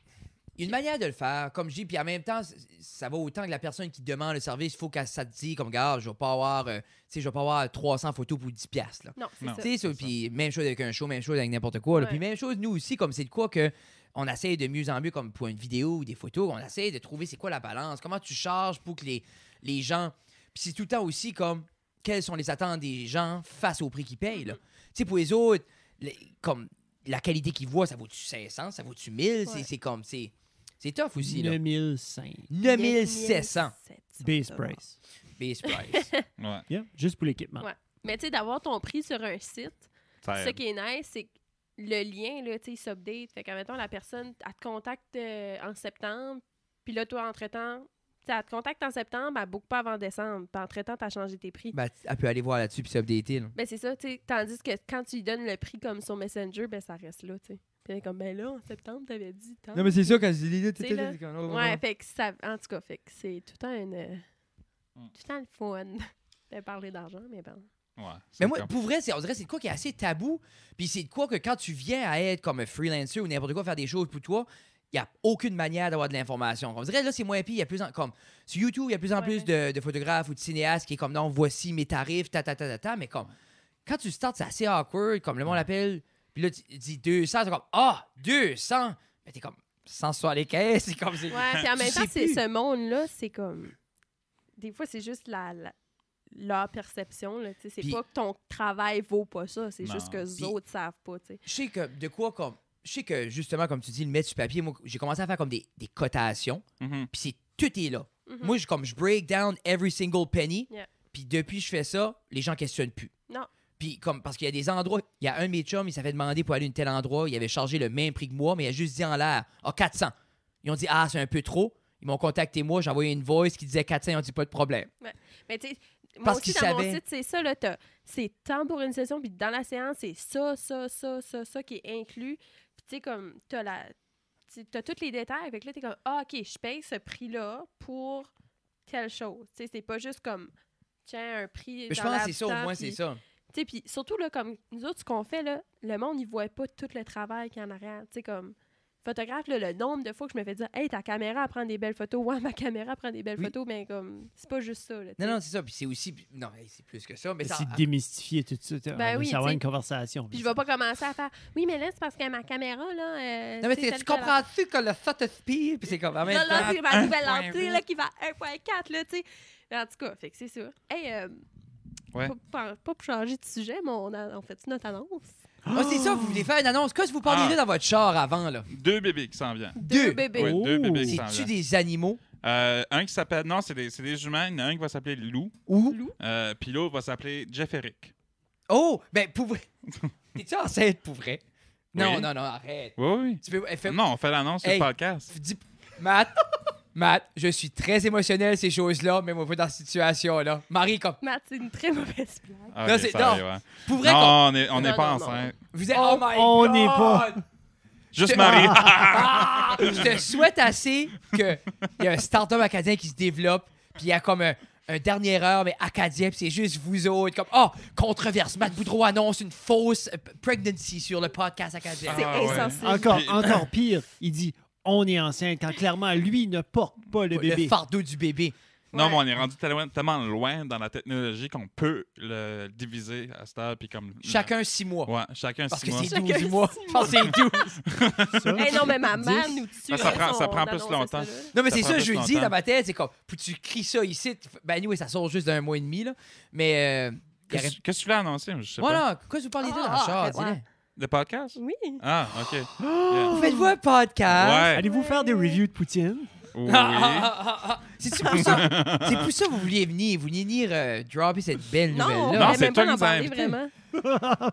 Speaker 1: Il y a une manière de le faire, comme je dis, puis en même temps, c- ça va autant que la personne qui demande le service, il faut qu'elle ça te dise, comme, gars, je vais pas avoir, euh, tu sais, je vais pas avoir 300 photos pour 10 piastres, là.
Speaker 3: Non, c'est
Speaker 4: Non.
Speaker 3: ça.
Speaker 1: Tu sais, ça, puis même chose avec un show, même chose avec n'importe quoi. là.
Speaker 3: Ouais.
Speaker 1: Puis même chose, nous aussi, comme c'est de quoi que on essaye de mieux en mieux, comme pour une vidéo ou des photos, on essaye de trouver c'est quoi la balance, comment tu charges pour que les, les gens. Puis c'est tout le temps aussi comme quelles sont les attentes des gens face au prix qu'ils payent.
Speaker 3: Mm-hmm.
Speaker 1: là. Tu sais, pour les autres, les- comme la qualité qu'ils voient, ça vaut-tu 500, ça vaut-tu 1000, c'est
Speaker 3: Ouais.
Speaker 1: c'est comme, c'est c'est tough aussi. là.
Speaker 2: 9005.
Speaker 1: 9700
Speaker 2: Base price.
Speaker 1: base price.
Speaker 4: Ouais.
Speaker 2: Yeah, juste pour l'équipement.
Speaker 3: Ouais. Mais tu sais, d'avoir ton prix sur un site.
Speaker 4: Ça
Speaker 3: Ce
Speaker 4: aide.
Speaker 3: qui est nice, c'est que le lien, là, tu sais, il s'update. Fait qu'en la personne, elle te contacte euh, en septembre, puis là, toi, entre-temps, tu sais, elle te contacte en septembre, elle boucle pas avant décembre, puis entre-temps, t'as changé tes prix. Ben,
Speaker 1: ben, elle peut aller voir là-dessus puis s'updater. là.
Speaker 3: c'est ça, tu sais, tandis que quand tu lui donnes le prix comme sur Messenger, ben ça reste là, tu sais. Puis elle est comme, ben là, en septembre, t'avais dit tant.
Speaker 1: c'est ça, quand je dis
Speaker 3: Tu sais, là, Ouais, fait que ça, en tout cas, fait que c'est tout le temps une... euh,
Speaker 4: Mm.
Speaker 3: tout le temps le fun de parler d'argent, mais bon.
Speaker 4: Ouais,
Speaker 1: Mais
Speaker 4: c'est
Speaker 1: moi,
Speaker 4: comme-
Speaker 1: pour vrai, c'est, on dirait que c'est de quoi qui est assez tabou. Puis c'est de quoi que quand tu viens à être comme un freelancer ou n'importe quoi, faire des choses pour toi, il n'y a aucune manière d'avoir de l'information. On dirait là, c'est moins pire. Il y a plus en, comme, sur YouTube, il y a plus en
Speaker 3: Ouais.
Speaker 1: plus de, de photographes ou de cinéastes qui est comme non, voici mes tarifs, ta ta ta ta ta. Mais comme, quand tu starts, c'est assez awkward. Comme le monde appelle, puis là, tu tu dis 200, c'est comme ah, 200. Mais t'es comme 100 sur les caisses. C'est comme, c'est-
Speaker 3: Ouais, puis en même
Speaker 1: sais
Speaker 3: temps, c'est
Speaker 1: plus.
Speaker 3: ce monde-là, c'est comme. Des fois, c'est juste la, la- leur perception. Là, tu sais, c'est
Speaker 1: Puis-
Speaker 3: pas que ton travail vaut pas ça, c'est
Speaker 4: Non.
Speaker 3: juste que les
Speaker 1: Puis-
Speaker 3: autres savent pas. tu sais.
Speaker 1: Je sais que de quoi comme. Je sais que justement, comme tu dis, le mettre sur papier, moi, j'ai commencé à faire comme des, des cotations.
Speaker 4: Mhm.
Speaker 1: Puis c'est tout est là.
Speaker 3: Mhm.
Speaker 1: Moi, je, comme je break down every single penny.
Speaker 3: Yeah.
Speaker 1: Puis depuis que je fais ça, les gens questionnent plus.
Speaker 3: Non.
Speaker 1: Puis comme parce qu'il y a des endroits, il y a un de mes chums, il s'avait demandé pour aller à un tel endroit, il avait chargé le même prix que moi, mais il a juste dit en l'air, ah 400. Ils ont dit Ah, c'est un peu trop. Ils m'ont contacté moi, j'ai envoyé une voice qui disait 400, ils ont dit pas de problème.
Speaker 3: Mais tu sais, moi
Speaker 1: Parce
Speaker 3: aussi,
Speaker 1: qu'ils
Speaker 3: dans mon
Speaker 1: savaient.
Speaker 3: site, c'est ça, là, t'as- c'est temps pour une session, puis dans la séance, c'est ça, ça, ça, ça, ça qui est inclus. Puis tu sais, comme, t'as la... tu- T'as tous les détails, avec là, t'es comme, ah, OK, je paye ce prix-là pour telle chose. Tu sais, c'est pas juste comme, tiens, un prix.
Speaker 1: Mais je
Speaker 3: dans
Speaker 1: pense que
Speaker 3: l'air
Speaker 1: c'est
Speaker 3: du
Speaker 1: ça, au
Speaker 3: temps,
Speaker 1: moins,
Speaker 3: puis-
Speaker 1: c'est ça.
Speaker 3: Tu sais, puis surtout, là, comme nous autres, ce qu'on fait, là, le monde, il voit pas tout le travail qu'il y a en arrière. Tu sais, comme photographe, là, le nombre de fois que je me fais dire « Hey, ta caméra, elle prend des belles photos. Ouais, ma caméra prend des belles
Speaker 1: Oui.
Speaker 3: photos. » Mais comme, c'est pas juste ça, là, tu
Speaker 1: Non,
Speaker 3: sais.
Speaker 1: non, c'est ça. Puis c'est aussi. Non, hey, c'est plus que ça. Mais ça.
Speaker 2: C'est démystifier tout ça.
Speaker 3: ah. Ben
Speaker 2: on veut
Speaker 3: oui,
Speaker 2: savoir
Speaker 3: tu sais.
Speaker 2: une conversation.
Speaker 3: Puis je vais pas commencer à faire « Oui, mais là, c'est parce que ma caméra, là... euh,
Speaker 1: Non, mais
Speaker 3: c'est
Speaker 1: c'est-
Speaker 3: telle
Speaker 1: tu
Speaker 3: que la-
Speaker 1: comprends-tu que le ça te spire? Puis c'est comme. en même
Speaker 3: Là, là,
Speaker 1: temps-
Speaker 3: c'est ma nouvelle
Speaker 1: point
Speaker 3: entrée,
Speaker 1: huit.
Speaker 3: là, qui va à 1.4, là, tu sais. Mais En tout cas, fait que c'est ça. Hey, euh,
Speaker 4: Ouais.
Speaker 3: pas, pas- pas pour changer de sujet, mais on, a, on fait notre annonce?
Speaker 1: Ah, c'est ça, vous voulez faire une annonce. Qu'est-ce que vous parliez là
Speaker 4: Ah.
Speaker 1: dans votre char avant, là?
Speaker 4: Deux bébés qui s'en viennent.
Speaker 1: Deux.
Speaker 3: bébés.
Speaker 4: Ouais, deux
Speaker 2: Oh.
Speaker 4: bébés qui s'en
Speaker 1: C'est-tu
Speaker 4: viennent.
Speaker 1: des animaux
Speaker 4: Euh, un qui s'appelle. Non, c'est des, c'est des humains. Il y en a un qui va s'appeler Lou.
Speaker 1: ou.
Speaker 3: Lou?
Speaker 4: Euh, Puis l'autre va s'appeler Jeff Eric.
Speaker 1: Oh, ben, pour vrai. T'es-tu enceinte pour vrai? Non,
Speaker 4: Oui.
Speaker 1: non, non, arrête.
Speaker 4: Oui, oui.
Speaker 1: Tu peux. eh, fais-
Speaker 4: Non, on fait l'annonce sur
Speaker 1: Hey.
Speaker 4: le podcast.
Speaker 1: Dis- Matt, Matt, je suis très émotionnel, ces choses-là, mais moi, dans cette situation-là. Marie, comme.
Speaker 3: Matt, c'est une très mauvaise blague.
Speaker 4: Ah,
Speaker 1: Non,
Speaker 4: ok,
Speaker 1: c'est-
Speaker 4: sorry,
Speaker 1: non.
Speaker 4: ouais.
Speaker 1: Pour vrai, qu'on-
Speaker 4: Non, on n'est on
Speaker 3: Non,
Speaker 4: n'est pas
Speaker 3: non, non.
Speaker 4: enceinte.
Speaker 1: Vous êtes.
Speaker 2: On-
Speaker 1: Oh my
Speaker 2: on
Speaker 1: God!
Speaker 2: n'est pas.
Speaker 4: Juste
Speaker 1: Je-
Speaker 4: Marie.
Speaker 1: Ah! Je te souhaite assez qu'il y a un start-up acadien qui se développe, puis il y a comme un, un dernier heure, mais acadien, puis c'est juste vous autres. Comme, oh, controverse, Matt Boudreau annonce une fausse euh, pregnancy sur le podcast acadien.
Speaker 3: C'est
Speaker 4: Ah, ouais.
Speaker 3: insensible.
Speaker 2: Encore,
Speaker 4: Puis-
Speaker 2: encore pire, il dit on est enceinte quand clairement lui ne porte pas le
Speaker 1: Le
Speaker 2: bébé.
Speaker 1: fardeau du bébé.
Speaker 4: Non,
Speaker 3: Ouais.
Speaker 4: mais on est rendu tellement, tellement loin dans la technologie qu'on peut le diviser à cette heure. Puis comme,
Speaker 1: Chacun six mois.
Speaker 4: Mm. Ouais, chacun
Speaker 1: Parce
Speaker 4: six
Speaker 1: que
Speaker 4: mois.
Speaker 1: c'est
Speaker 3: Chacun
Speaker 1: 12 mois.
Speaker 3: six
Speaker 1: Je pense que c'est 12.
Speaker 2: Ça.
Speaker 3: Hey, non, mais ma
Speaker 2: Dix.
Speaker 3: mère nous tue.
Speaker 4: Ben, ça prend- ça prend plus longtemps.
Speaker 1: Non, mais
Speaker 4: Ça
Speaker 1: c'est
Speaker 4: prend
Speaker 1: ça,
Speaker 4: plus
Speaker 1: je lui dis
Speaker 4: longtemps.
Speaker 1: dans ma tête, c'est comme, puis tu cries ça ici. tu fais- Ben, anyway, ça sort juste d'un mois et demi, là. Mais. euh, il y aurait-
Speaker 4: Qu'est-ce qu'est-ce que tu voulais annoncer? Je sais pas.
Speaker 1: Voilà, pourquoi vous parlez de
Speaker 3: Ah,
Speaker 1: dans le char?
Speaker 3: ah, ah.
Speaker 1: dis-le.
Speaker 3: ouais.
Speaker 4: Le podcast?
Speaker 3: Oui.
Speaker 4: Ah, OK. Yeah.
Speaker 1: Vous Faites-vous un podcast.
Speaker 4: Ouais.
Speaker 2: Allez-vous faire des reviews de Poutine
Speaker 4: Oui.
Speaker 1: Ah, ah, ah, ah, ah. C'est-tu pour ça? C'est pour ça que vous vouliez venir. Vous vouliez venir euh, dropper cette belle
Speaker 3: Non, on
Speaker 1: nouvelle-là.
Speaker 4: Non,
Speaker 3: voulait
Speaker 4: c'est
Speaker 3: même pas
Speaker 4: toi qui
Speaker 3: en
Speaker 4: nous as
Speaker 3: parler
Speaker 4: invités.
Speaker 3: vraiment.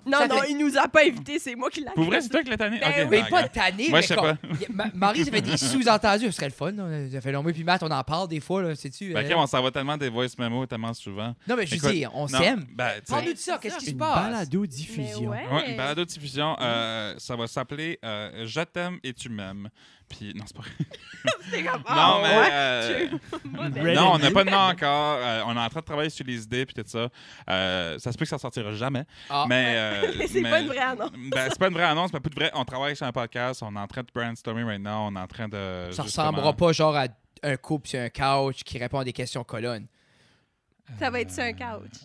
Speaker 3: Non, non, il nous a pas invités, c'est moi qui l'ai
Speaker 4: Pour vrai, c'est toi qui l'as tanné?
Speaker 3: Ben
Speaker 4: OK,
Speaker 1: Mais
Speaker 4: non,
Speaker 1: pas
Speaker 4: regarde.
Speaker 1: tanné,
Speaker 4: Moi,
Speaker 1: mais
Speaker 4: je sais
Speaker 1: comme-
Speaker 4: pas.
Speaker 1: y a- Ma- Marie, ça fait des sous-entendus. Ce serait le fun. là. Ça fait long. Puis Matt, on en parle des fois, là, sais-tu?
Speaker 4: Ben,
Speaker 1: euh?
Speaker 4: Kim, on s'en va tellement des voice memos tellement souvent.
Speaker 1: Non, mais je
Speaker 4: Écoute,
Speaker 1: dis, on
Speaker 4: non,
Speaker 1: s'aime.
Speaker 4: Ben, tu sais,
Speaker 1: Parle-nous de ça. Qu'est-ce qui se
Speaker 2: Une
Speaker 1: passe?
Speaker 2: balado-diffusion.
Speaker 3: Mais ouais.
Speaker 4: Ouais, ben, une balado diffusion, euh, ça va s'appeler euh, Je t'aime et tu m'aimes. Puis, non, c'est pas
Speaker 3: C'est comme,
Speaker 4: Non,
Speaker 3: ah,
Speaker 4: mais.
Speaker 3: ouais,
Speaker 4: euh,
Speaker 3: tu- mauvais.
Speaker 2: Red
Speaker 4: non,
Speaker 2: and
Speaker 4: on n'a
Speaker 2: Blue.
Speaker 4: pas de nom encore. Euh, on est en train de travailler sur les idées puis tout ça. Euh, ça se peut que ça sortira jamais.
Speaker 1: Ah.
Speaker 4: mais euh,
Speaker 3: Mais c'est pas une vraie annonce.
Speaker 4: Ben, c'est pas une vraie annonce, mais pas de vrai. On travaille sur un podcast. On est en train de brainstormer right now. On est en train de.
Speaker 1: Ça
Speaker 4: justement-
Speaker 1: ressemblera pas genre à un couple sur un couch qui répond à des questions colonnes.
Speaker 3: Ça va être sur un couch.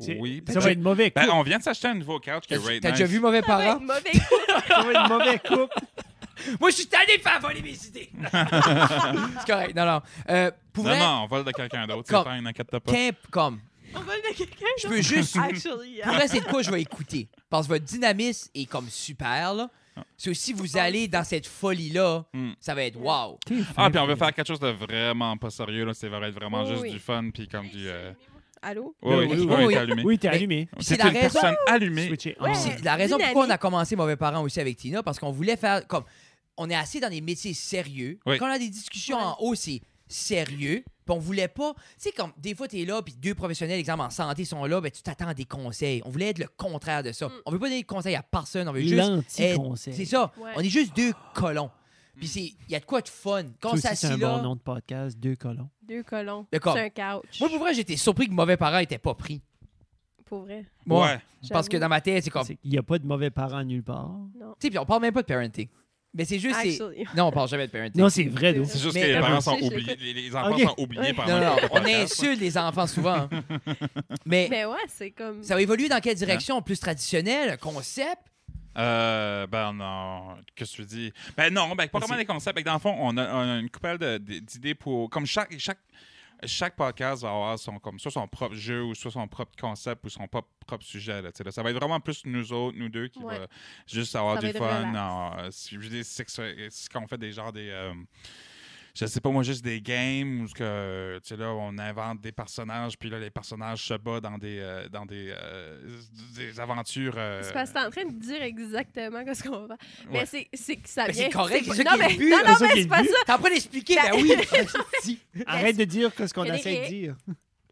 Speaker 2: C'est-
Speaker 4: Oui.
Speaker 2: ça va être mauvais couple.
Speaker 4: Ben, on vient de s'acheter un nouveau couch qui est
Speaker 1: T'as
Speaker 4: right
Speaker 1: t'as
Speaker 4: nice.
Speaker 1: déjà vu Mauvais
Speaker 3: Ça va
Speaker 1: Parent?
Speaker 3: être mauvais coup.
Speaker 2: Ça va être mauvais couple.
Speaker 1: Moi, je suis tanné de faire voler mes idées. C'est correct. Non, non. Euh, pour
Speaker 4: Non,
Speaker 1: vrai,
Speaker 4: non, on vole de quelqu'un d'autre.
Speaker 1: Comme-
Speaker 4: C'est fine, inquiète pas.
Speaker 1: qu'imp- comme.
Speaker 3: On vole de quelqu'un.
Speaker 1: Je
Speaker 3: genre.
Speaker 1: peux juste
Speaker 3: Actually, yeah.
Speaker 1: Pour vrai, c'est de quoi je vais écouter. Parce que votre dynamisme est comme super, là.
Speaker 4: Ah.
Speaker 1: C'est aussi vous allez dans cette folie-là,
Speaker 4: Mm.
Speaker 1: ça va être wow.
Speaker 4: Ah, puis on veut faire quelque chose de vraiment pas sérieux. Là. C'est va être vraiment
Speaker 3: Oui,
Speaker 4: juste
Speaker 3: oui.
Speaker 4: du fun. Puis comme du. euh,
Speaker 3: Allô?
Speaker 4: Oui, oui,
Speaker 2: Oui,
Speaker 4: oui,
Speaker 2: oui,
Speaker 4: t'es
Speaker 1: oui.
Speaker 4: allumé.
Speaker 2: Oui, t'es
Speaker 1: Mais-
Speaker 2: allumé.
Speaker 1: C'est
Speaker 4: C'est
Speaker 1: la
Speaker 4: une
Speaker 1: raison.
Speaker 4: personne allumée.
Speaker 2: Switcher.
Speaker 3: Ouais.
Speaker 2: on.
Speaker 1: C'est la raison pourquoi on a
Speaker 3: Dynamique.
Speaker 1: commencé Mauvais Parents aussi avec Tina, parce qu'on voulait faire comme. On est assez dans des métiers sérieux.
Speaker 4: Oui.
Speaker 1: Quand on a des discussions
Speaker 3: Ouais.
Speaker 1: en haut, c'est sérieux. Puis on voulait pas. Tu sais, comme des fois, t'es là, puis deux professionnels, exemple, en santé, sont là, ben tu t'attends à des conseils. On voulait être le contraire de ça.
Speaker 3: Mm.
Speaker 1: On veut pas donner de conseils à personne. On veut juste
Speaker 2: L'anti-conseil.
Speaker 1: Hey, C'est ça.
Speaker 3: Ouais.
Speaker 1: On est juste deux colons. Puis c'est, il y a de quoi de fun. Quand
Speaker 2: Ça
Speaker 1: on
Speaker 2: aussi, C'est un
Speaker 1: s'assit
Speaker 2: bon
Speaker 1: là.
Speaker 2: nom de podcast, deux colons.
Speaker 3: Deux colons.
Speaker 1: D'accord.
Speaker 3: Sur un couch.
Speaker 1: moi, pour vrai, j'étais surpris que Mauvais Parent était pas pris.
Speaker 3: Pour vrai.
Speaker 1: Moi,
Speaker 4: Ouais.
Speaker 1: parce que
Speaker 3: j'avoue.
Speaker 1: dans ma tête, c'est comme. Tu
Speaker 2: C'est- Il n'y a pas de mauvais parents nulle part.
Speaker 1: sais, puis on parle même pas de parenting. Mais c'est juste. c'est-
Speaker 3: Actually.
Speaker 1: Non, on parle jamais de parenting.
Speaker 2: Non, c'est vrai,
Speaker 3: C'est
Speaker 2: donc.
Speaker 4: C'est juste
Speaker 1: Mais-
Speaker 4: que les
Speaker 2: Ah,
Speaker 4: parents
Speaker 2: bon.
Speaker 4: sont
Speaker 3: Je l'écoute.
Speaker 4: oubliés. Les, les enfants
Speaker 2: Ok.
Speaker 4: sont oubliés
Speaker 3: Ouais.
Speaker 4: par
Speaker 1: Non, non,
Speaker 4: notre
Speaker 1: on
Speaker 4: podcast.
Speaker 1: insulte les enfants souvent. hein. Mais,
Speaker 3: Mais ouais, c'est comme.
Speaker 1: ça va évoluer dans quelle direction Plus traditionnelle, concept
Speaker 4: Euh, ben non, qu'est-ce que tu dis? Ben non, ben pas
Speaker 2: Mais
Speaker 4: vraiment
Speaker 2: c'est-
Speaker 4: des concepts. Ben, dans le fond, on a, on a une couple d'idées pour. Comme chaque, chaque, chaque podcast va avoir son, comme, soit son propre jeu ou soit son propre concept ou son propre, propre sujet. Là, tu sais, là. Ça va être vraiment plus nous autres, nous deux, qui
Speaker 3: Ouais.
Speaker 4: va juste avoir
Speaker 3: Ça va
Speaker 4: du
Speaker 3: être
Speaker 4: fun.
Speaker 3: relax.
Speaker 4: en- euh, si- je veux dire, c'est que ça- c'est qu'on fait des genres des. euh, je sais pas moi, juste des games où ce que, tu sais, là, on invente des personnages, puis là, les personnages se battent dans des, euh, dans des, euh, des aventures. euh,
Speaker 3: C'est parce que t'es en train de dire exactement ce qu'on va.
Speaker 4: Ouais.
Speaker 3: Mais c'est- c'est que ça
Speaker 1: Mais
Speaker 3: vient.
Speaker 1: c'est correct, c'est ça
Speaker 3: Non,
Speaker 1: qui est
Speaker 3: mais
Speaker 1: le but,
Speaker 3: non,
Speaker 2: c'est ça
Speaker 3: non,
Speaker 2: qui
Speaker 3: mais
Speaker 2: est
Speaker 3: c'est
Speaker 2: le
Speaker 3: pas
Speaker 2: but.
Speaker 3: ça.
Speaker 1: T'es en train d'expliquer, ben
Speaker 3: Ben-
Speaker 1: oui.
Speaker 2: Arrête de dire que ce qu'on
Speaker 3: Mais-
Speaker 2: essaie de dire.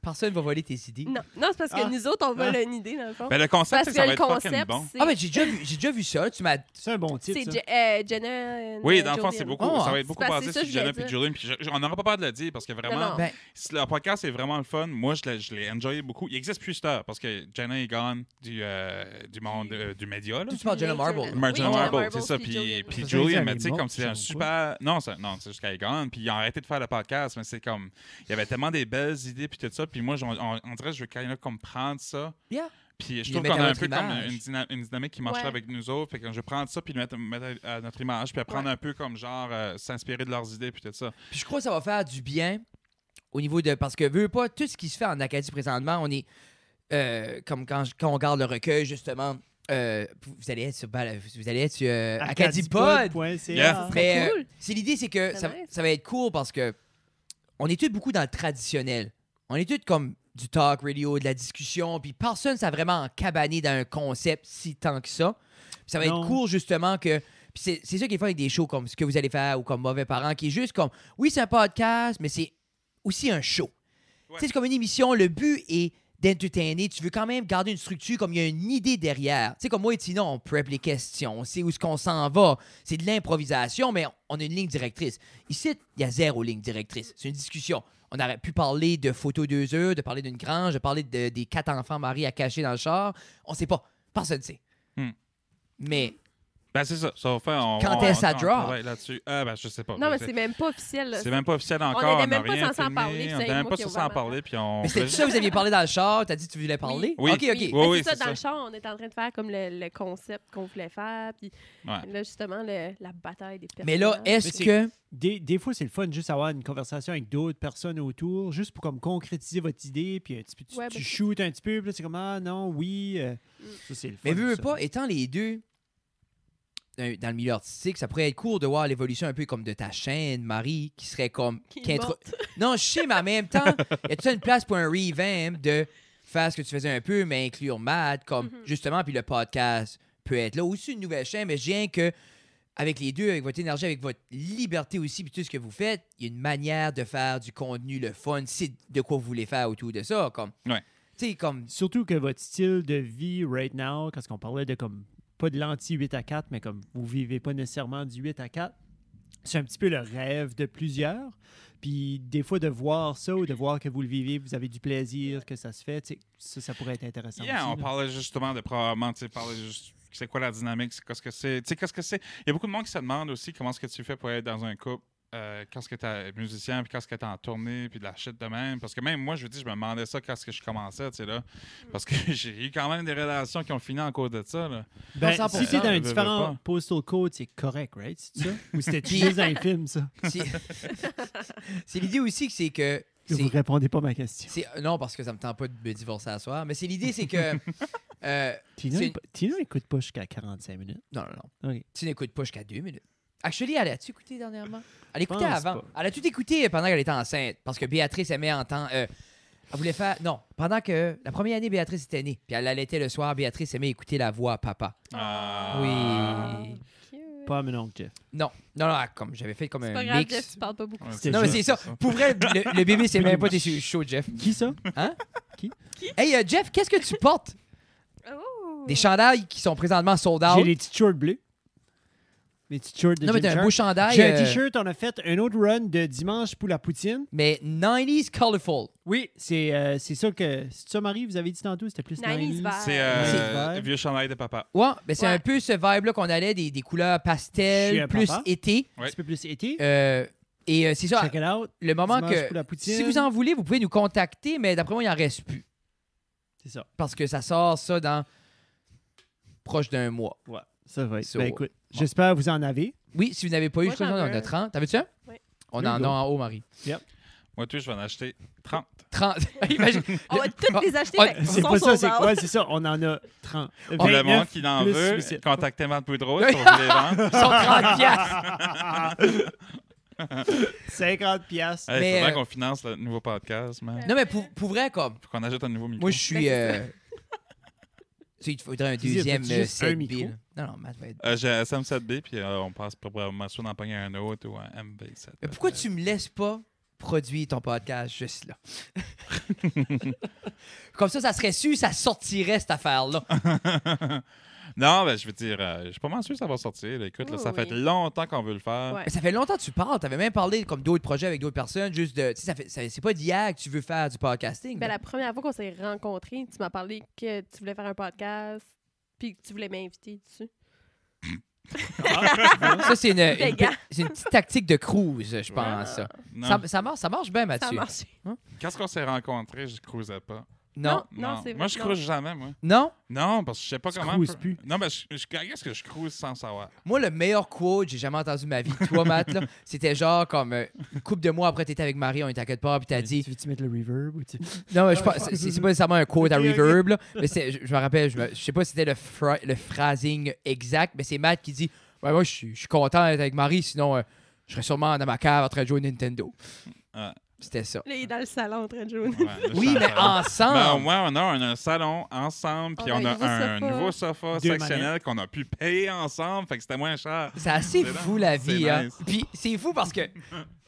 Speaker 1: Personne va voler tes idées.
Speaker 3: Non, non, c'est parce que
Speaker 2: Ah.
Speaker 3: nous autres, on vole
Speaker 2: Ah.
Speaker 3: une idée, dans le fond.
Speaker 4: Ben, le concept,
Speaker 3: parce que
Speaker 4: c'est que ça va
Speaker 3: le
Speaker 4: être fucking
Speaker 3: concept,
Speaker 4: bon.
Speaker 3: c'est
Speaker 1: Ah, ben j'ai déjà, vu- j'ai déjà vu ça. Tu m'as.
Speaker 2: C'est un bon titre.
Speaker 3: c'est
Speaker 2: ça.
Speaker 3: Je- euh, Jenna. euh,
Speaker 4: Oui, dans le fond,
Speaker 3: Jordan.
Speaker 4: c'est beaucoup,
Speaker 1: Oh,
Speaker 4: ça
Speaker 1: ah.
Speaker 4: va être beaucoup
Speaker 3: C'est parce
Speaker 4: basé
Speaker 3: que ça,
Speaker 4: sur
Speaker 3: je voulais
Speaker 4: Jenna et Julian. Puis je- je- on n'aura pas peur de le dire parce que
Speaker 3: Non,
Speaker 4: vraiment,
Speaker 3: non.
Speaker 1: Ben-
Speaker 4: si le podcast est vraiment le fun. Moi, je l'ai, je l'ai enjoyé beaucoup. Il existe plus tard parce que Jenna est gone du, euh, du monde euh, du média. Là.
Speaker 1: Tu parles de Jenna Marble.
Speaker 3: Oui,
Speaker 4: Marginal
Speaker 3: Jenna
Speaker 4: Marble,
Speaker 3: Marble,
Speaker 4: c'est ça.
Speaker 3: puis
Speaker 4: Puis,
Speaker 3: Julian.
Speaker 4: puis
Speaker 2: Ça,
Speaker 4: Julian,
Speaker 2: c'est
Speaker 4: mais tu sais,
Speaker 2: animaux,
Speaker 4: comme c'est
Speaker 2: ça,
Speaker 4: un
Speaker 2: ou
Speaker 4: super. Non, ça- non c'est juste qu'elle est gone. Puis ils ont arrêté de faire le podcast, mais c'est comme. Il y avait tellement des belles idées, puis tout ça. Puis moi, j'en- on, on dirait que je veux quand même comprendre ça.
Speaker 1: Yeah.
Speaker 4: Puis je
Speaker 1: Puis
Speaker 4: trouve
Speaker 1: le mettre
Speaker 4: qu'on a
Speaker 1: à
Speaker 4: un
Speaker 1: notre
Speaker 4: peu comme
Speaker 1: image.
Speaker 4: une, dyna- une dynamique qui marcherait
Speaker 3: Ouais.
Speaker 4: avec nous autres. Fait que je vais prendre ça, puis le mettre, mettre à à notre image, puis apprendre
Speaker 3: Ouais.
Speaker 4: un peu comme genre euh, s'inspirer de leurs idées, puis tout ça.
Speaker 1: Puis je crois que ça va faire du bien au niveau de. Parce que, veux pas, tout ce qui se fait en Acadie présentement, on est. euh, comme quand, je- quand on garde le recueil, justement, euh, vous allez être sur, ben, vous allez être sur euh, Acadipod.
Speaker 2: Acadipod.ca.
Speaker 4: Yeah.
Speaker 1: Mais euh,
Speaker 3: Cool.
Speaker 1: c'est l'idée, c'est que
Speaker 3: C'est
Speaker 1: ça,
Speaker 3: nice.
Speaker 1: ça va être cool parce que on est tous beaucoup dans le traditionnel. On est tous comme du talk radio, de la discussion, puis personne ne s'est vraiment encabané dans un concept si tant que ça. Puis ça va
Speaker 2: Non.
Speaker 1: être cool justement que. Puis c'est c'est ça qui est fun avec des shows comme ce que vous allez faire ou comme Mauvais Parents, qui est juste comme oui, c'est un podcast, mais c'est aussi un show. Tu
Speaker 4: Ouais.
Speaker 1: sais, C'est comme une émission, le but est d'entertainer, tu veux quand même garder une structure comme il y a une idée derrière. Tu sais, comme moi et Tina, on prep les questions, on sait où est-ce qu'on s'en va. C'est de l'improvisation, mais on a une ligne directrice. Ici, il y a zéro ligne directrice. C'est une discussion. On aurait pu parler de photos deux heures, de parler d'une grange, de parler de- des quatre enfants mariés à cacher dans le char. On sait pas. Personne ne sait.
Speaker 4: Hmm.
Speaker 1: Mais
Speaker 4: Ben, c'est ça. Ça va faire. on-
Speaker 1: Quand
Speaker 4: on-
Speaker 1: est-ce ça
Speaker 4: on
Speaker 1: drop?
Speaker 4: travaille là-dessus. Ah, ben, je sais pas.
Speaker 3: Non, mais
Speaker 4: Je-
Speaker 3: c'est même pas officiel. là.
Speaker 4: C'est même pas officiel encore.
Speaker 3: était
Speaker 4: n'a
Speaker 3: même pas
Speaker 4: rien
Speaker 3: censé en
Speaker 4: filmé,
Speaker 3: parler, puis
Speaker 4: On
Speaker 3: c'est
Speaker 4: était même
Speaker 3: moi
Speaker 4: pas
Speaker 3: qui ai
Speaker 4: censé
Speaker 3: ouvert
Speaker 4: en
Speaker 3: ma
Speaker 4: parler. Puis on.
Speaker 1: mais c'était ça que vous aviez parlé dans le char. T'as dit que tu voulais parler?
Speaker 4: Oui.
Speaker 1: OK, OK.
Speaker 3: Oui,
Speaker 4: Oui,
Speaker 3: mais
Speaker 4: oui,
Speaker 3: ben, c'est ça,
Speaker 4: c'est
Speaker 3: dans
Speaker 4: ça.
Speaker 3: le char, on est en train de faire comme le, le concept qu'on voulait faire. Puis
Speaker 4: Ouais.
Speaker 3: là, justement, le- la bataille des personnages.
Speaker 1: Mais là,
Speaker 2: Mais
Speaker 1: est-ce
Speaker 2: c'est-
Speaker 1: que...
Speaker 2: Des, des fois, c'est le fun juste avoir une conversation avec d'autres personnes autour, juste pour comme concrétiser votre idée, puis un petit peu, tu,
Speaker 3: Ouais,
Speaker 2: tu
Speaker 3: ben,
Speaker 2: shootes un petit peu, puis là, c'est comme Ah non, oui. euh, ça, c'est le fun.
Speaker 1: Mais veux, veux
Speaker 2: ça.
Speaker 1: pas, étant les deux euh, dans le milieu artistique, ça pourrait être cool de voir l'évolution un peu comme de ta chaîne, Marie, qui serait comme...
Speaker 3: Qui
Speaker 1: qui intro-
Speaker 3: monte.
Speaker 1: Non, je sais, mais en même temps, y a toute une place pour un revamp de faire ce que tu faisais un peu, mais inclure Mad, comme justement, puis le podcast peut être là. Aussi une nouvelle chaîne, mais je viens que avec les deux, avec votre énergie, avec votre liberté aussi, puis tout ce que vous faites, il y a une manière de faire du contenu, le fun, c'est de quoi vous voulez faire autour de ça, comme...
Speaker 4: Ouais.
Speaker 1: Tu sais, comme...
Speaker 2: Surtout que votre style de vie right now, quand on parlait de comme pas de l'anti 8 à 4, mais comme vous vivez pas nécessairement du 8 à 4, c'est un petit peu le rêve de plusieurs. Puis des fois de voir ça ou de voir que vous le vivez, vous avez du plaisir, que ça se fait, tu sais, ça, ça pourrait être intéressant.
Speaker 4: Yeah,
Speaker 2: aussi,
Speaker 4: on
Speaker 2: là.
Speaker 4: parlait justement de probablement, tu sais, parler juste. C'est quoi la dynamique? C'est qu'est-ce que c'est? Tu sais, qu'est-ce que c'est? Il y a beaucoup de monde qui se demande aussi comment est-ce que tu fais pour être dans un couple. euh, quand est-ce que t'es musicien, puis quand est-ce que t'es en tournée, puis de la shit de même. Parce que même moi, je veux dire, je me demandais ça quand est-ce que je commençais, tu sais, là. Parce que j'ai eu quand même des relations qui ont fini en cause de ça, là.
Speaker 2: Ben,
Speaker 1: Non, 100%.
Speaker 2: si t'es dans
Speaker 4: Je
Speaker 2: un
Speaker 4: veux
Speaker 2: différent
Speaker 4: pas.
Speaker 2: postal code, c'est correct, right? C'est ça? Ou c'était
Speaker 1: Puis-
Speaker 2: juste dans un film, ça?
Speaker 1: C'est c'est l'idée aussi que c'est que. c'est-
Speaker 2: Vous répondez pas à ma question.
Speaker 1: c'est- Non, parce que ça me tente pas de me divorcer à soir. Mais c'est l'idée, c'est que. euh,
Speaker 2: Tina,
Speaker 1: c'est-
Speaker 2: il- Tina écoute pas jusqu'à 45 minutes.
Speaker 1: non, non, non.
Speaker 2: Ok.
Speaker 1: Tu n'écoutes pas jusqu'à deux minutes. Actually, elle a-tu écouté dernièrement? Elle écoutait
Speaker 2: pense
Speaker 1: avant.
Speaker 2: pas.
Speaker 1: Elle a tout écouté pendant qu'elle était enceinte. Parce que Béatrice aimait entendre. euh, elle voulait faire. Non, pendant que. La première année, Béatrice était née. Puis elle allaitait le soir. Béatrice aimait écouter la voix à papa.
Speaker 4: Ah.
Speaker 1: Oui.
Speaker 3: Cute.
Speaker 2: Pas à mon oncle Jeff.
Speaker 1: Non, non, non, comme j'avais fait comme
Speaker 3: C'est
Speaker 1: un
Speaker 3: pas grave,
Speaker 1: mix.
Speaker 3: Jeff, tu parles pas beaucoup.
Speaker 4: Ouais,
Speaker 2: C'était
Speaker 1: Non, mais c'est ça. Pour vrai, le, le bébé, c'est même pas tes chaud, Jeff.
Speaker 2: Qui ça?
Speaker 1: Hey, euh, Jeff, qu'est-ce que tu portes?
Speaker 3: Oh!
Speaker 1: Des chandails qui sont présentement sold
Speaker 2: J'ai
Speaker 1: out.
Speaker 2: les petits shorts bleus. Les petits shorts de
Speaker 1: Non, mais t'as
Speaker 2: Jim
Speaker 1: un
Speaker 2: Jarmusch.
Speaker 1: beau chandail.
Speaker 2: J'ai
Speaker 1: euh,
Speaker 2: un t-shirt, on a fait un autre run de dimanche pour la poutine.
Speaker 1: Mais 90s colorful.
Speaker 2: Oui. C'est euh, c'est ça que. C'est ça, Marie, vous avez dit tantôt, c'était plus
Speaker 3: 90s
Speaker 2: 90s.
Speaker 3: vibe.
Speaker 4: C'est
Speaker 2: C'est
Speaker 4: euh,
Speaker 2: vrai.
Speaker 4: le vieux chandail de papa.
Speaker 1: Ouais, ben c'est
Speaker 3: Ouais.
Speaker 1: un peu ce vibe-là qu'on allait, des, des couleurs
Speaker 2: Je suis un
Speaker 1: pastel, plus
Speaker 2: papa.
Speaker 1: été.
Speaker 2: Un petit peu plus été.
Speaker 1: Euh, et euh, c'est ça,
Speaker 2: Check it out.
Speaker 1: le moment
Speaker 2: Dimanche
Speaker 1: que.
Speaker 2: pour la poutine.
Speaker 1: Si vous en voulez, vous pouvez nous contacter, mais d'après moi, il en reste plus.
Speaker 2: C'est ça.
Speaker 1: Parce que ça sort ça dans proche d'un mois.
Speaker 2: Ouais. Ça va être.
Speaker 1: So,
Speaker 2: ben, écoute, j'espère que vous en avez.
Speaker 1: Oui, si vous n'avez pas eu,
Speaker 3: Moi,
Speaker 1: je crois qu'on
Speaker 3: j'en
Speaker 1: en
Speaker 3: veux
Speaker 1: a
Speaker 3: un.
Speaker 1: 30. T'avais-tu un?
Speaker 3: Oui.
Speaker 1: On
Speaker 2: Deux
Speaker 1: en a
Speaker 2: gros.
Speaker 1: en haut, Marie.
Speaker 4: Moi, tout, je vais en acheter 30.
Speaker 1: 30. Imagine.
Speaker 3: On va toutes les acheter.
Speaker 1: Ah,
Speaker 3: fait qu'ils
Speaker 2: C'est
Speaker 3: sont
Speaker 2: pas ça,
Speaker 3: sold
Speaker 2: c'est
Speaker 3: out.
Speaker 2: quoi? C'est ça, on en a 30.
Speaker 1: On
Speaker 4: Pour le
Speaker 2: 29.
Speaker 4: monde qui en
Speaker 2: plus
Speaker 4: veut,
Speaker 2: suicide.
Speaker 4: contactez Marc Boudreau si on veut les vendre.
Speaker 1: Ils sont 30 piastres.
Speaker 2: 50 piastres.
Speaker 4: Hey,
Speaker 1: Mais,
Speaker 4: faudrait
Speaker 1: euh,
Speaker 4: qu'on finance le nouveau podcast, man.
Speaker 1: Non, mais pour, pour vrai, comme.
Speaker 4: Faut qu'on ajoute un nouveau micro.
Speaker 1: Moi, je
Speaker 3: Ben,
Speaker 1: suis. euh, Tu sais, il te faudrait un
Speaker 2: Vas-y,
Speaker 1: deuxième
Speaker 2: as-tu juste un
Speaker 1: 7B.
Speaker 2: micro?
Speaker 1: Non, non, Matt va être.
Speaker 4: Euh, J'ai un SM7B, puis euh, on passe probablement soit d'en pogner un autre ou un MV7.
Speaker 1: Mais pourquoi tu me laisses pas produire ton podcast juste là? Comme ça, ça serait su, ça sortirait cette affaire-là.
Speaker 4: Non, ben, je veux dire, euh, je suis pas mal sûr que ça va sortir. là. Écoute, là,
Speaker 3: Oui,
Speaker 4: ça fait
Speaker 3: oui.
Speaker 4: longtemps qu'on veut le faire.
Speaker 3: Ouais.
Speaker 1: Mais ça fait longtemps que tu parles. T'avais même parlé comme d'autres projets avec d'autres personnes, juste de. Tu sais, ça fait- ça- c'est pas d'hier que tu veux faire du podcasting.
Speaker 3: Ben,
Speaker 1: là.
Speaker 3: la première fois qu'on s'est rencontrés, tu m'as parlé que tu voulais faire un podcast, puis que tu voulais m'inviter dessus.
Speaker 2: Ah.
Speaker 1: Ça, c'est une, une
Speaker 3: gars.
Speaker 1: pe- c'est une petite tactique de cruise, je pense. ça.
Speaker 4: Non.
Speaker 1: Ça, ça marche, ça marche bien,
Speaker 3: Ça a
Speaker 1: Mathieu.
Speaker 3: marché.
Speaker 4: Quand on s'est rencontrés, je cruisais pas.
Speaker 1: Non.
Speaker 3: Non, c'est vrai,
Speaker 4: Moi, je
Speaker 3: non.
Speaker 4: cruise jamais, moi.
Speaker 1: Non?
Speaker 4: Non, parce que je sais pas
Speaker 2: Tu
Speaker 4: comment.
Speaker 2: cruises plus.
Speaker 4: Non, mais je, je, qu'est-ce que je cruise sans savoir?
Speaker 1: Moi, le meilleur quote que j'ai jamais entendu de ma vie, toi, Matt, là, c'était genre comme euh, une couple de mois après, t'étais avec Marie, on était à quelque part, puis t'as dit.
Speaker 2: Tu veux-tu mettre le reverb ou tu-
Speaker 1: Non, mais je pense- c'est c'est pas nécessairement un quote à
Speaker 2: Ok, ok.
Speaker 1: reverb, là, mais c'est- je, je me rappelle, je, me- je sais pas si c'était le, phra- le phrasing exact, mais c'est Matt qui dit Ouais, Moi, je suis je suis content d'être avec Marie, sinon, euh, je serais sûrement dans ma cave en train de jouer au Nintendo.
Speaker 4: Ah.
Speaker 1: C'était ça.
Speaker 3: Là, il est dans le salon en train de jouer.
Speaker 4: Ouais, là, je
Speaker 1: Oui,
Speaker 4: suis
Speaker 1: mais
Speaker 4: en- Ben, au
Speaker 1: ensemble.
Speaker 4: moins, on a un, un salon ensemble, puis
Speaker 3: On a
Speaker 4: on
Speaker 3: un
Speaker 4: a
Speaker 3: nouveau
Speaker 4: un
Speaker 3: sofa.
Speaker 4: nouveau sofa
Speaker 2: Deux
Speaker 4: sectionnel qu'on a pu payer ensemble, fait que c'était moins cher.
Speaker 1: C'est assez
Speaker 4: C'est
Speaker 1: fou, la
Speaker 4: c'est
Speaker 1: vie. hein.
Speaker 4: nice.
Speaker 1: Puis c'est fou parce que